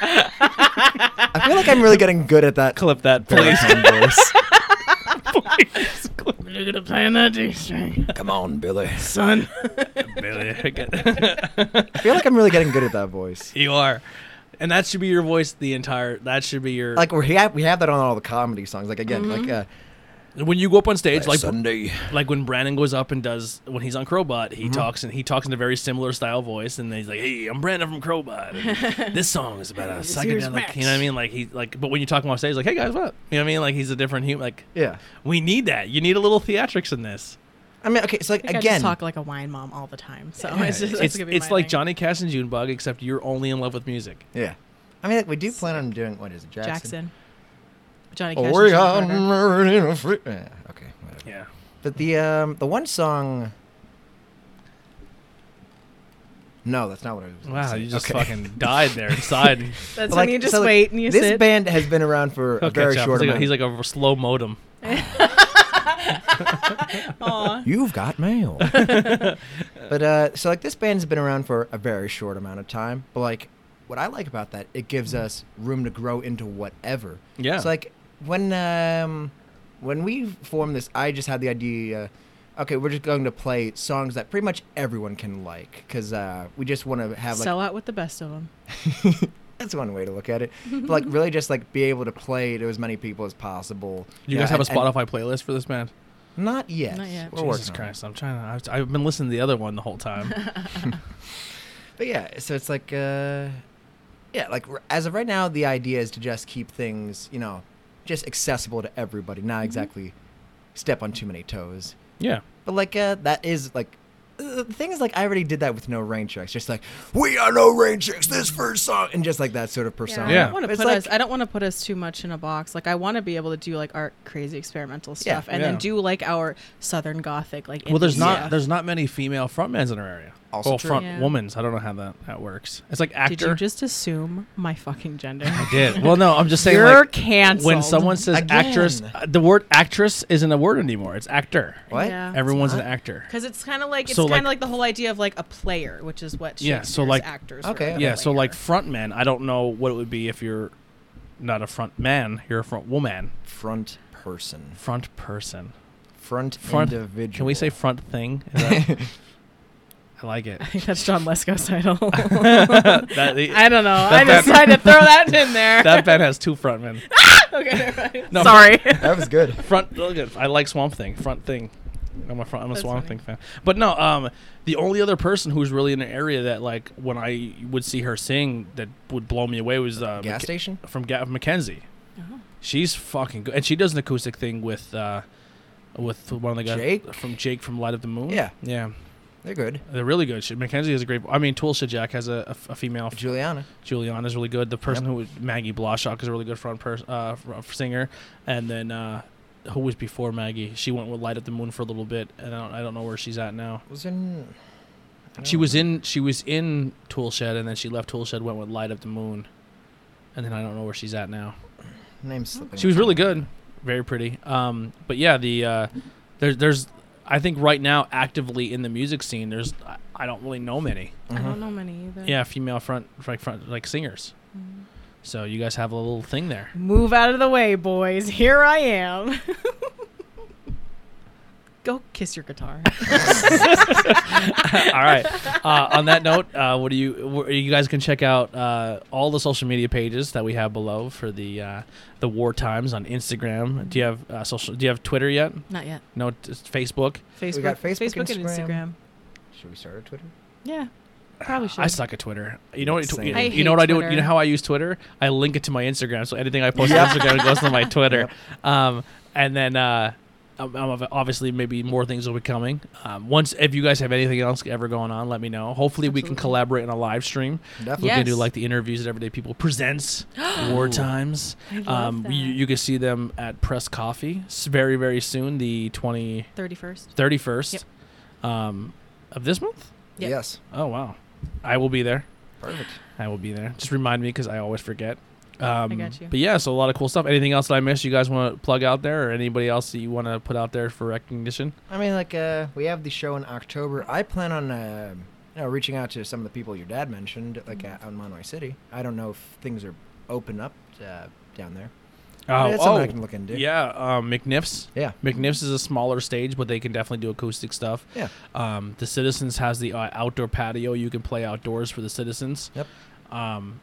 Speaker 4: I feel like I'm really getting good at [LAUGHS] that.
Speaker 3: Clip that, please. [LAUGHS]
Speaker 4: baritone voice.
Speaker 2: You're gonna play on that G string,
Speaker 5: Come on, Billy.
Speaker 2: son.
Speaker 3: Billy.
Speaker 4: I feel like I'm really getting good at that voice.
Speaker 3: you are, and that should be your voice. The entire that should be your
Speaker 4: Like we have we have that on all the comedy songs. Like again, like
Speaker 2: Mm-hmm.
Speaker 4: uh,
Speaker 3: when you go up on stage
Speaker 5: Like
Speaker 3: like
Speaker 5: Sunday.
Speaker 3: like when Brandon goes up and does when he's on Crowbot,
Speaker 4: Mm-hmm.
Speaker 3: he talks and he talks in a very similar style voice, and he's like, "Hey, I'm Brandon from Crowbot.
Speaker 4: [LAUGHS]
Speaker 3: and this song is about a
Speaker 2: here's
Speaker 3: psychedelic."
Speaker 2: Max.
Speaker 3: You know what I mean? Like he like, but when you talk him off stage, like, "Hey guys, what?" up?" You know what I mean? Like he's a different human. Like
Speaker 4: yeah.
Speaker 3: we need that. You need a little theatrics in this.
Speaker 4: I mean, okay, so like
Speaker 2: I
Speaker 4: again,
Speaker 2: just talk like a wine mom all the time, so it's just
Speaker 3: it's
Speaker 2: that's gonna be
Speaker 3: it's
Speaker 2: my
Speaker 3: like
Speaker 2: thing.
Speaker 3: Johnny Cash and Junebug, except you're only in love with music.
Speaker 4: yeah. I mean, like, we do plan on doing what is it, Jackson?
Speaker 2: Jackson. Johnny Cash. and
Speaker 4: Or
Speaker 2: Johnny Carter.
Speaker 4: eh, okay, whatever.
Speaker 3: Yeah.
Speaker 4: But the um the one song. No, that's not what I was. gonna
Speaker 3: Wow,
Speaker 4: say.
Speaker 3: you just
Speaker 4: Okay.
Speaker 3: fucking died
Speaker 4: [LAUGHS]
Speaker 3: there inside.
Speaker 2: That's
Speaker 4: But,
Speaker 2: when you just
Speaker 4: so, like,
Speaker 2: wait and
Speaker 4: [LAUGHS]
Speaker 2: you
Speaker 4: this
Speaker 2: sit.
Speaker 4: band has been around for a
Speaker 3: Okay,
Speaker 4: very
Speaker 3: Chop,
Speaker 4: short
Speaker 3: he's,
Speaker 4: amount.
Speaker 3: like a, he's like a slow modem.
Speaker 2: [LAUGHS] Aw.
Speaker 4: You've got
Speaker 3: [LAUGHS]
Speaker 4: mail. but uh, so like this band's been around for a very short amount of time. But like what I like about that, it gives us room to grow into whatever.
Speaker 3: Yeah.
Speaker 4: So like when um when we formed this, I just had the idea. Okay, we're just going to play songs that pretty much everyone can like because uh, we just want to have like
Speaker 2: Sell out with the best of them.
Speaker 4: [LAUGHS] that's one way to look at it. But like really just like be able to play to as many people as possible.
Speaker 3: You
Speaker 4: know,
Speaker 3: guys have a
Speaker 4: and- and-
Speaker 3: Spotify playlist for this band?
Speaker 4: Not yet.
Speaker 2: Not yet.
Speaker 4: We're
Speaker 3: Jesus
Speaker 4: working on it.
Speaker 3: Christ, I'm trying to. I've, I've been listening to the other one the whole time.
Speaker 4: But yeah, so it's like, uh, yeah, like r- as of right now, the idea is to just keep things, you know, just accessible to everybody,
Speaker 2: Mm-hmm.
Speaker 4: not exactly step on too many toes.
Speaker 3: yeah.
Speaker 4: But like, uh, that is like, uh, the thing is, like, I already did that with no rain checks, just like,
Speaker 5: We are no rain chicks. This first song.
Speaker 4: and just like that sort of persona.
Speaker 2: I
Speaker 3: Yeah.
Speaker 2: don't want to
Speaker 4: It's
Speaker 2: put
Speaker 4: like-
Speaker 2: us. I don't want to put us too much in a box. Like I want to be able to do like our crazy experimental
Speaker 4: Yeah.
Speaker 2: stuff, and
Speaker 3: Yeah.
Speaker 2: then do like our southern gothic like.
Speaker 3: Well, there's
Speaker 2: indie
Speaker 3: not
Speaker 2: stuff.
Speaker 3: there's not many female frontmans in our area.
Speaker 4: Also
Speaker 3: well,
Speaker 4: true.
Speaker 3: front
Speaker 2: Yeah.
Speaker 3: womans. I don't know how that, that works. It's like actor.
Speaker 2: Did you just assume my
Speaker 4: [LAUGHS]
Speaker 2: fucking gender?
Speaker 3: I did. Well, no, I'm just saying.
Speaker 2: You're
Speaker 3: like,
Speaker 2: canceled.
Speaker 3: When someone says
Speaker 4: Again.
Speaker 3: actress, uh, the word actress isn't a word anymore. It's actor.
Speaker 4: What?
Speaker 2: Yeah.
Speaker 3: Everyone's an actor.
Speaker 2: Because it's kind of like it's
Speaker 3: So,
Speaker 2: kind
Speaker 3: like-
Speaker 2: of like the whole idea of like a player, which is what
Speaker 3: Yeah, so,
Speaker 2: Shakespeare's
Speaker 3: like-
Speaker 2: actors.
Speaker 4: Okay.
Speaker 2: were.
Speaker 3: Yeah. So like frontman, I don't know what it would be if you're not a front man. You're a front woman.
Speaker 4: Front person,
Speaker 3: Front person.
Speaker 4: front,
Speaker 3: Front.
Speaker 4: individual.
Speaker 3: Can we say front thing? Is that-
Speaker 4: [LAUGHS]
Speaker 3: I
Speaker 2: [LAUGHS]
Speaker 3: like it.
Speaker 2: I think that's John Lesko's [LAUGHS] title. [LAUGHS]
Speaker 3: That,
Speaker 2: I don't know. I
Speaker 3: band-
Speaker 2: just had to throw that in there.
Speaker 3: that band has two frontmen.
Speaker 2: [LAUGHS] okay, never mind.
Speaker 3: No,
Speaker 2: Sorry.
Speaker 3: [LAUGHS]
Speaker 4: that was good.
Speaker 3: front look at- I like Swamp Thing. Front Thing. I'm a front, I'm a
Speaker 2: That's
Speaker 3: Swamp
Speaker 2: funny.
Speaker 3: Thing fan. But no, um, the only other person who's really in an area that like when I would see her sing that would blow me away was uh,
Speaker 4: Gas
Speaker 3: Mc-
Speaker 4: station.
Speaker 3: from Ga- Mackenzie. She's fucking good, and she does an acoustic thing with uh, with one of the guys
Speaker 4: Jake?
Speaker 3: from Jake from Light of the Moon.
Speaker 4: Yeah.
Speaker 3: yeah,
Speaker 4: They're good.
Speaker 3: they're really good. She, Mackenzie is a great. I mean, Toolshed Jack has a, a f- a female. f-
Speaker 4: Juliana.
Speaker 3: Juliana's really good. The person who was Maggie Blashock is a really good front person, uh, fr- uh, singer. And then uh, who was before Maggie? She went with Light at the Moon for a little bit, and I don't, I don't know where she's at now.
Speaker 4: Was in.
Speaker 3: She was in she was in Tool Shed and then she left Tool Shed, went with Light Up the Moon, and then I don't know where she's at now.
Speaker 4: Name's slipping.
Speaker 3: She was really good, very pretty. Um, but yeah, the uh, there's there's I think right now actively in the music scene there's I, I don't really know many.
Speaker 4: Mm-hmm.
Speaker 2: I don't know many either.
Speaker 3: Uh-huh. Yeah, female front like front like singers. So you guys have a little thing there.
Speaker 2: Mm. Move out of the way, boys. Here I am. [LAUGHS] Go kiss your guitar.
Speaker 3: [LAUGHS] All right. Uh, on that note, uh, what do you wh- you guys can check out uh, all the social media pages that we have below for the uh, the war times on Instagram. Do you have uh, social? Do you have Twitter yet?
Speaker 7: Not yet.
Speaker 3: No, just Facebook.
Speaker 2: [LAUGHS] Facebook,
Speaker 4: got Facebook,
Speaker 2: and
Speaker 4: Instagram.
Speaker 2: Instagram.
Speaker 4: Should we start a Twitter?
Speaker 2: Yeah, probably should.
Speaker 3: I suck at Twitter. You know what?
Speaker 4: Same.
Speaker 3: You,
Speaker 4: I
Speaker 3: you
Speaker 2: hate
Speaker 3: know what I do?
Speaker 2: Twitter.
Speaker 3: You know how I use Twitter? I link it to my Instagram, so anything I post on Instagram goes to my Twitter. Um, and then uh, um, um, obviously maybe more things will be coming. Um, once if you guys have anything else ever going on, let me know. Hopefully we can
Speaker 2: Absolutely.
Speaker 3: collaborate in a live stream.
Speaker 4: Definitely.
Speaker 3: We can
Speaker 7: Yes.
Speaker 3: do like the interviews at Everyday People Presents War Times.
Speaker 7: I love
Speaker 3: Um,
Speaker 7: that.
Speaker 3: you, you can see them at Press Coffee s- very very soon. The 20,
Speaker 2: Thirty first.
Speaker 3: 31st
Speaker 2: Yep.
Speaker 3: um, of this month.
Speaker 2: Yeah.
Speaker 4: Yes.
Speaker 3: Oh wow, I will be there.
Speaker 4: Perfect.
Speaker 3: I will be there. Just remind me because I always forget. Um,
Speaker 2: got you.
Speaker 3: But yeah, so a lot of cool stuff. Anything else that I missed? You guys want to plug out there, or anybody else that you want to put out there for recognition?
Speaker 4: I mean, like, uh, we have the show in October. I plan on, uh, you know, reaching out to some of the people your dad mentioned, like, uh, out in Monterey City. I don't know if things are open up uh, down there.
Speaker 3: Oh,
Speaker 4: That's something I can look into.
Speaker 3: yeah, um, McNiff's.
Speaker 4: Yeah.
Speaker 3: McNiff's is a smaller stage, but they can definitely do acoustic stuff.
Speaker 4: Yeah.
Speaker 3: Um, the Citizens has the uh, outdoor patio. You can play outdoors for the Citizens.
Speaker 4: Yep.
Speaker 3: Um,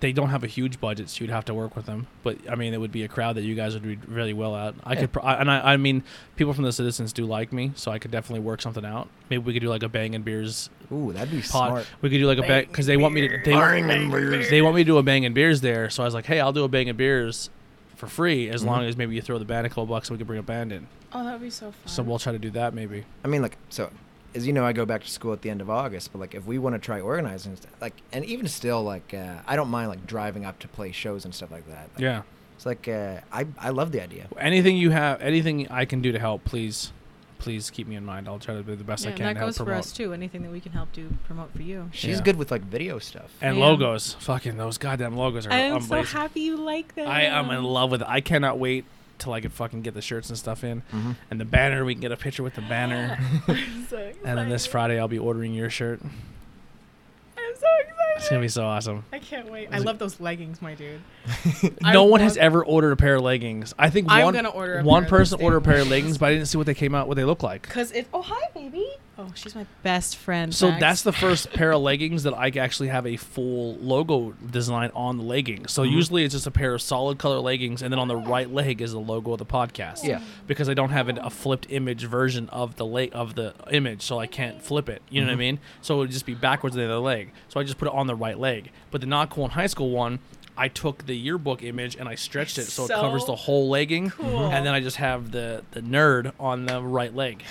Speaker 3: they don't have a huge budget, so you'd have to work with them. But I mean, it would be a crowd that you guys would be really well at. I
Speaker 4: Yeah.
Speaker 3: could, pro- I- and I, I mean, people from the Citizens do like me, so I could definitely work something out. Maybe we could do like a Bang and Beers
Speaker 4: Ooh, that'd be
Speaker 3: pot.
Speaker 4: smart.
Speaker 3: We could do like a bang because they want me to. They, they want me to do a bang and beers there, so I was like, "Hey, I'll do a bang and beers for free as long as maybe you throw the band a couple bucks and we can bring a band in."
Speaker 2: Oh, that would be so fun.
Speaker 3: So we'll try to do that maybe.
Speaker 4: I mean, like, so as you know, I go back to school at the end of August, but like, if we want to try organizing, st- like, and even still, like, uh, I don't mind like driving up to play shows and stuff like that. Like,
Speaker 3: Yeah.
Speaker 4: it's like uh, I I love the idea.
Speaker 3: Anything you have, anything I can do to help, please, please keep me in mind. I'll try to do the best
Speaker 2: Yeah,
Speaker 3: I
Speaker 2: and
Speaker 3: can
Speaker 2: that
Speaker 3: to help
Speaker 2: goes
Speaker 3: promote.
Speaker 2: for us too. Anything that we can help do promote for you.
Speaker 4: She's
Speaker 3: Yeah.
Speaker 4: good with like video stuff.
Speaker 3: And
Speaker 2: Yeah.
Speaker 3: logos, fucking those goddamn logos are
Speaker 2: I'm so
Speaker 3: amazing.
Speaker 2: happy you like that.
Speaker 3: I am in love with it. I cannot wait till I can fucking get the shirts and stuff in, and the banner. We can get a picture with
Speaker 2: [LAUGHS]
Speaker 3: the banner, and then this Friday I'll be ordering your shirt.
Speaker 2: I'm so
Speaker 3: It's
Speaker 2: excited.
Speaker 3: gonna be so awesome.
Speaker 2: I can't wait. I love those leggings, my
Speaker 3: [LAUGHS]
Speaker 2: dude.
Speaker 3: no one has
Speaker 2: love-
Speaker 3: ever ordered a pair of leggings. I think
Speaker 2: I'm
Speaker 3: one
Speaker 2: gonna order a
Speaker 3: one
Speaker 2: pair of
Speaker 3: person
Speaker 2: those
Speaker 3: ordered a pair of
Speaker 2: damn
Speaker 3: leggings, but I didn't see what they came out, what they look like.
Speaker 2: Cause it. Oh hi, baby. Oh, she's my best friend.
Speaker 3: So
Speaker 2: Max. [LAUGHS]
Speaker 3: that's the first pair of leggings that I actually have a full logo design on the leggings. So usually it's just a pair of solid color leggings, and then on the right leg is the logo of the podcast.
Speaker 4: Yeah.
Speaker 3: because I don't have an, a flipped image version of the leg of the image, so I can't flip it. You know what I mean? So it would just be backwards of the other leg. So I just put it on the right leg. But the not cool in high school one. I took the yearbook image and I stretched it so, it
Speaker 2: So
Speaker 3: covers the whole legging,
Speaker 2: cool.
Speaker 3: and then I just have the, the nerd on the right leg.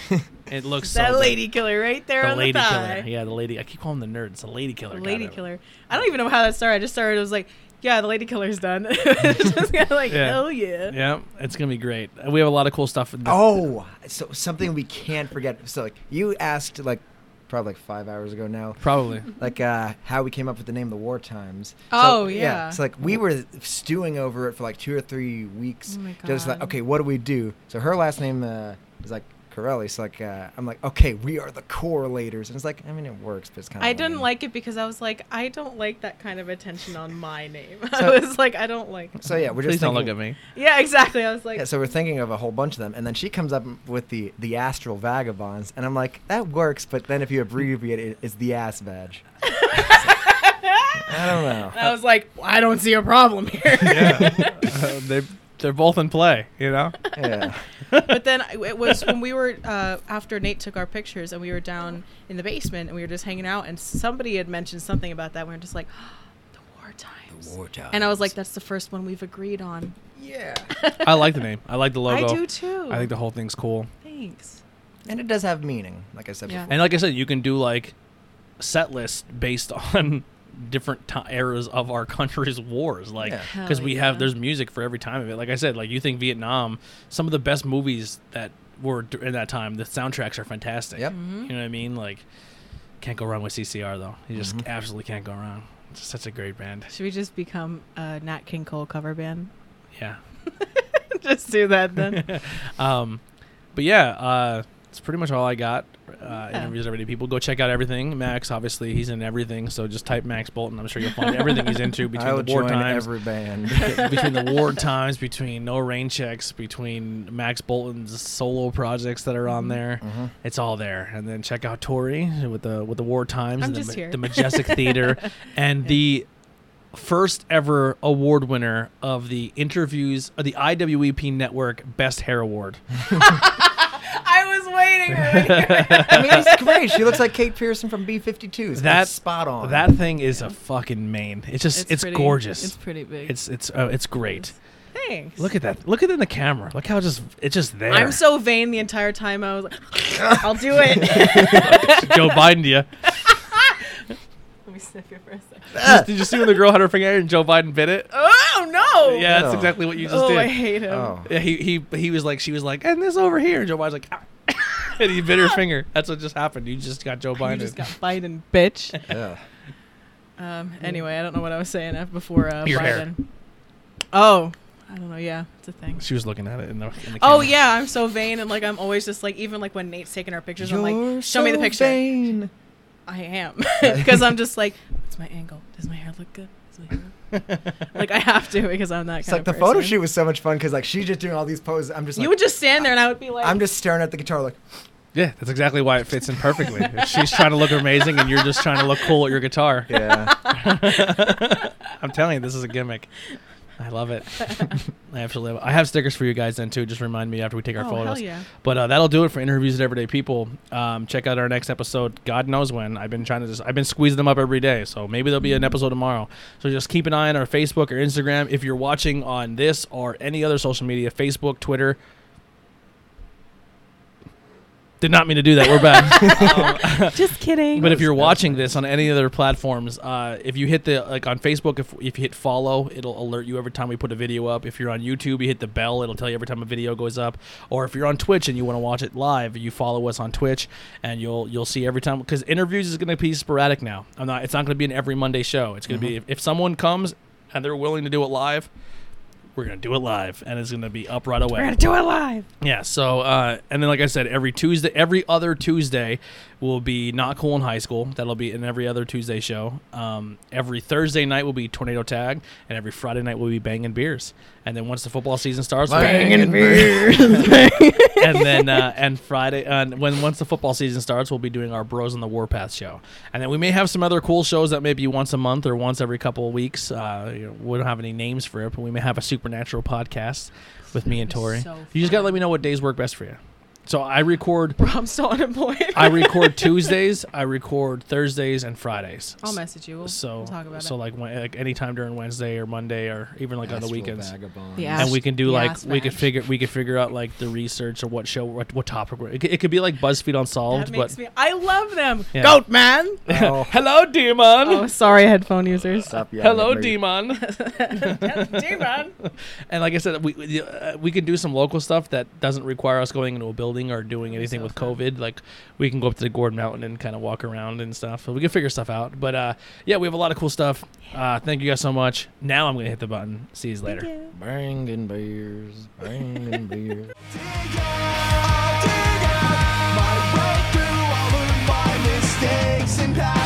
Speaker 3: it looks so
Speaker 2: that
Speaker 3: dope
Speaker 2: lady killer right there
Speaker 3: the
Speaker 2: on
Speaker 3: lady
Speaker 2: the thigh.
Speaker 3: killer. Yeah, the lady. I keep calling him the nerd. It's the lady killer.
Speaker 2: The lady
Speaker 3: goddamn it. [LAUGHS]
Speaker 2: killer. [LAUGHS] I don't even know how that started. I just started. It was like, yeah, the lady killer's done. [LAUGHS] just
Speaker 3: [LAUGHS]
Speaker 2: kinda like,
Speaker 3: Yeah.
Speaker 2: oh yeah.
Speaker 3: Yeah, it's gonna be great. Uh, We have a lot of cool stuff. In this.
Speaker 4: Oh, so something we can't forget. So like you asked like probably like five hours ago now,
Speaker 3: probably.
Speaker 4: like uh, how we came up with the name the War Times. So,
Speaker 2: Oh, yeah.
Speaker 4: So like we were stewing over it for like two or three weeks.
Speaker 2: Oh, my
Speaker 4: Just like
Speaker 2: God.
Speaker 4: okay, what do we do? So her last name uh, is like Corelli. So like uh, I'm like okay, we are the correlators, and it's like I mean it works, but it's kind of
Speaker 2: I didn't like it because I was like, I don't like that kind of attention on my name. [LAUGHS]
Speaker 4: So-
Speaker 2: I was like, I don't like.
Speaker 4: So yeah, we're just
Speaker 3: Please don't look
Speaker 4: thinking-
Speaker 3: at [LAUGHS] me.
Speaker 2: Yeah, exactly. I was like,
Speaker 4: Yeah, so we're thinking of a whole bunch of them, and then she comes up with the the astral vagabonds, and I'm like, that works, but then if you abbreviate it, it's the ass
Speaker 2: [LAUGHS]
Speaker 4: badge. I don't know.
Speaker 2: I was like, I don't see a problem here.
Speaker 3: [LAUGHS] Uh, they they're both in play. You know.
Speaker 4: Yeah.
Speaker 2: [LAUGHS] but then I- it was when we were uh, after Nate took our pictures and we were down in the basement and we were just hanging out and somebody had mentioned something about that. We were just like, [GASPS] the war times. And I was like, that's the first one we've agreed on.
Speaker 4: yeah.
Speaker 3: [LAUGHS] I like the name. I like the
Speaker 2: [LAUGHS]
Speaker 3: logo.
Speaker 2: I do too.
Speaker 3: I think the whole thing's cool.
Speaker 2: Thanks.
Speaker 4: And it does have meaning, like I said
Speaker 2: Yeah.
Speaker 4: before.
Speaker 3: And like I said, you can do like set lists based [LAUGHS] on different ti eras of our country's wars like
Speaker 4: Yeah.
Speaker 7: Hell
Speaker 3: because we
Speaker 7: yeah.
Speaker 3: have there's music for every time of it like i said like you think vietnam some of the best movies that were d- in that time the soundtracks are fantastic
Speaker 2: Mm-hmm.
Speaker 4: Yep.
Speaker 3: you know what i mean like Can't go wrong with CCR though. You just
Speaker 4: Mm-hmm.
Speaker 3: absolutely can't go wrong. It's such a great band.
Speaker 2: Should we just become a Nat King Cole cover band? [LAUGHS]
Speaker 3: Yeah.
Speaker 2: just do that
Speaker 3: [LAUGHS]
Speaker 2: then. [LAUGHS]
Speaker 3: Um, but yeah, uh, it's pretty much all I got. Uh,
Speaker 2: Yeah.
Speaker 3: Interviews everyday people. Go check out everything. Max, obviously, he's in everything. So just type Max Bolton. I'm sure you'll find everything he's into
Speaker 4: I
Speaker 3: between
Speaker 4: will
Speaker 3: the war
Speaker 4: join
Speaker 3: times,
Speaker 4: every
Speaker 3: [LAUGHS]
Speaker 4: band.
Speaker 3: between the war times, between no rain checks, between Max Bolton's solo projects that are on there.
Speaker 4: Mhm.
Speaker 3: It's all there. And then check out Tori with the with the war times,
Speaker 2: I'm
Speaker 3: and the,
Speaker 2: just
Speaker 3: ma-
Speaker 2: here.
Speaker 3: the majestic
Speaker 2: [LAUGHS]
Speaker 3: theater, and the first ever award winner of the interviews of the IWEP Network Best Hair Award.
Speaker 2: I was waiting.
Speaker 4: I mean, it's great. She looks like Kate Pearson from B52s.
Speaker 3: That-
Speaker 4: That's spot on.
Speaker 3: That thing is a fucking mane. It's just it's,
Speaker 2: pretty-
Speaker 3: gorgeous.
Speaker 2: It's pretty big.
Speaker 3: It's it's uh, it's great.
Speaker 2: Thanks.
Speaker 3: Look at that. Look at it in the camera. Look how just it's just there.
Speaker 2: I'm so vain the entire time. I was like, [LAUGHS] I'll do it. Let
Speaker 3: [LAUGHS] Joe
Speaker 2: [LAUGHS]
Speaker 3: Biden to you.
Speaker 2: me sniff you for a second.
Speaker 3: Did you see when the girl had her finger and Joe Biden bit it?
Speaker 2: Oh no!
Speaker 3: Yeah, that's
Speaker 4: No.
Speaker 3: exactly what you just
Speaker 2: Oh,
Speaker 3: did.
Speaker 2: I hate
Speaker 4: [LAUGHS]
Speaker 2: him.
Speaker 3: [LAUGHS]
Speaker 4: oh.
Speaker 3: Yeah, he he he was like she was like and this over here and Joe Biden's like "Ah." [LAUGHS] and he bit her finger. That's what just happened. You just got Joe Biden.
Speaker 2: You just got Biden, bitch.
Speaker 4: Yeah.
Speaker 3: [LAUGHS]
Speaker 2: Um, anyway, I don't know what I was saying af- before uh,
Speaker 3: Your
Speaker 2: Biden.
Speaker 3: hair.
Speaker 2: Oh, I don't know. Yeah, it's a thing.
Speaker 3: she was looking at it in the, in the
Speaker 2: Oh
Speaker 3: camera.
Speaker 2: yeah, I'm so vain and like I'm always just like even like when Nate's taking our pictures, I'm
Speaker 4: You're
Speaker 2: like, show me the
Speaker 4: so
Speaker 2: picture.
Speaker 4: vain.
Speaker 2: I
Speaker 3: [LAUGHS]
Speaker 2: am [LAUGHS] because I'm just like, what's my angle? Does my hair look good? Does my hair
Speaker 3: [LAUGHS]
Speaker 2: look-" like I have to because I'm that
Speaker 4: It's
Speaker 2: kind
Speaker 4: like the
Speaker 2: of
Speaker 4: photo
Speaker 2: person.
Speaker 4: shoot was so much fun because like she's just doing all these poses. I'm just like,
Speaker 2: you would just stand there and I would be like,
Speaker 4: I'm just staring at the guitar like,
Speaker 3: Yeah, that's exactly why it fits in perfectly. If She's trying to look amazing and you're just trying to look cool at your guitar. [LAUGHS]
Speaker 4: [LAUGHS] yeah.
Speaker 2: [LAUGHS]
Speaker 3: I'm telling you, this is a gimmick. I love it. I absolutely love it. I have stickers for you guys then too. Just remind me after we take our
Speaker 2: oh
Speaker 3: photos.
Speaker 2: hell yeah.
Speaker 3: But uh, that'll do it for interviews with everyday people. Um, check out our next episode. God knows when. I've been trying to just I've been squeezing them up every day. So maybe there'll be an episode tomorrow. So just keep an eye on our Facebook or Instagram. If you're watching on this or any other social media, Facebook, Twitter. Did not mean to do that. We're back.
Speaker 7: Just kidding.
Speaker 3: But if you're watching this on any other platforms, uh, if you hit the like on Facebook, if if you hit follow, it'll alert you every time we put a video up. If you're on YouTube, you hit the bell, it'll tell you every time a video goes up. Or if you're on Twitch and you want to watch it live, you follow us on Twitch, and you'll you'll see every time because interviews is going to be sporadic now. I'm not. It's not going to be an every Monday show. It's going to be if, if someone comes and they're willing to do it live. We're gonna do it live, and it's gonna be up right away.
Speaker 7: we're gonna do it live.
Speaker 3: Yeah. So, uh, and then like I said, every Tuesday, every other Tuesday will be not cool in high school. That'll be in every other Tuesday show. Um, every Thursday night will be tornado tag, and every Friday night will be banging beers. And then once the football season starts,
Speaker 5: Banging beers.
Speaker 3: and then uh, and Friday, and when once the football season starts, we'll be doing our Bros on the Warpath show. And then we may have some other cool shows that may be once a month or once every couple of weeks. Uh, you know, we don't have any names for it, but we may have a supernatural podcast with me and Tori.
Speaker 2: So
Speaker 3: you just gotta let me know what days work best for you. So I record.
Speaker 2: Bro, [LAUGHS] I'm so unemployed.
Speaker 3: I record Tuesdays, I record Thursdays and Fridays.
Speaker 2: [LAUGHS] I'll message you. We'll,
Speaker 3: So
Speaker 2: we'll talk about
Speaker 3: so
Speaker 2: it.
Speaker 3: like when, like anytime during Wednesday or Monday or even like on the
Speaker 4: Astral
Speaker 3: weekends.
Speaker 4: Vagabond.
Speaker 7: The
Speaker 3: And we can do
Speaker 7: Yeah,
Speaker 3: like
Speaker 7: that's
Speaker 3: we could
Speaker 7: fine.
Speaker 3: figure we could figure out like the research or what show what, what topic we're, it, could- it could be like BuzzFeed
Speaker 2: that
Speaker 3: Unsolved,
Speaker 2: makes
Speaker 3: but
Speaker 2: me. I love them. [LAUGHS]
Speaker 3: Yeah.
Speaker 2: Goat man.
Speaker 4: Oh,
Speaker 3: hello demon,
Speaker 2: Oh, sorry, headphone [LAUGHS]
Speaker 4: [LAUGHS]
Speaker 2: users.
Speaker 4: stop yelling
Speaker 3: hello
Speaker 4: at me.
Speaker 3: demon,
Speaker 2: [LAUGHS]
Speaker 3: [LAUGHS]
Speaker 2: Demon.
Speaker 3: and like I said, we- we uh, we can do some local stuff that doesn't require us going into a building or doing anything
Speaker 2: so
Speaker 3: with
Speaker 2: fun.
Speaker 3: COVID. Like we can go up to the Gordon Mountain and kind of walk around and stuff. So we can figure stuff out. But uh, yeah, we have a lot of cool stuff. Uh, thank you guys so much. Now I'm gonna hit the button. See you later.
Speaker 5: Banging beers. Banging beers.
Speaker 1: I dig it. My way through all of my mistakes and past.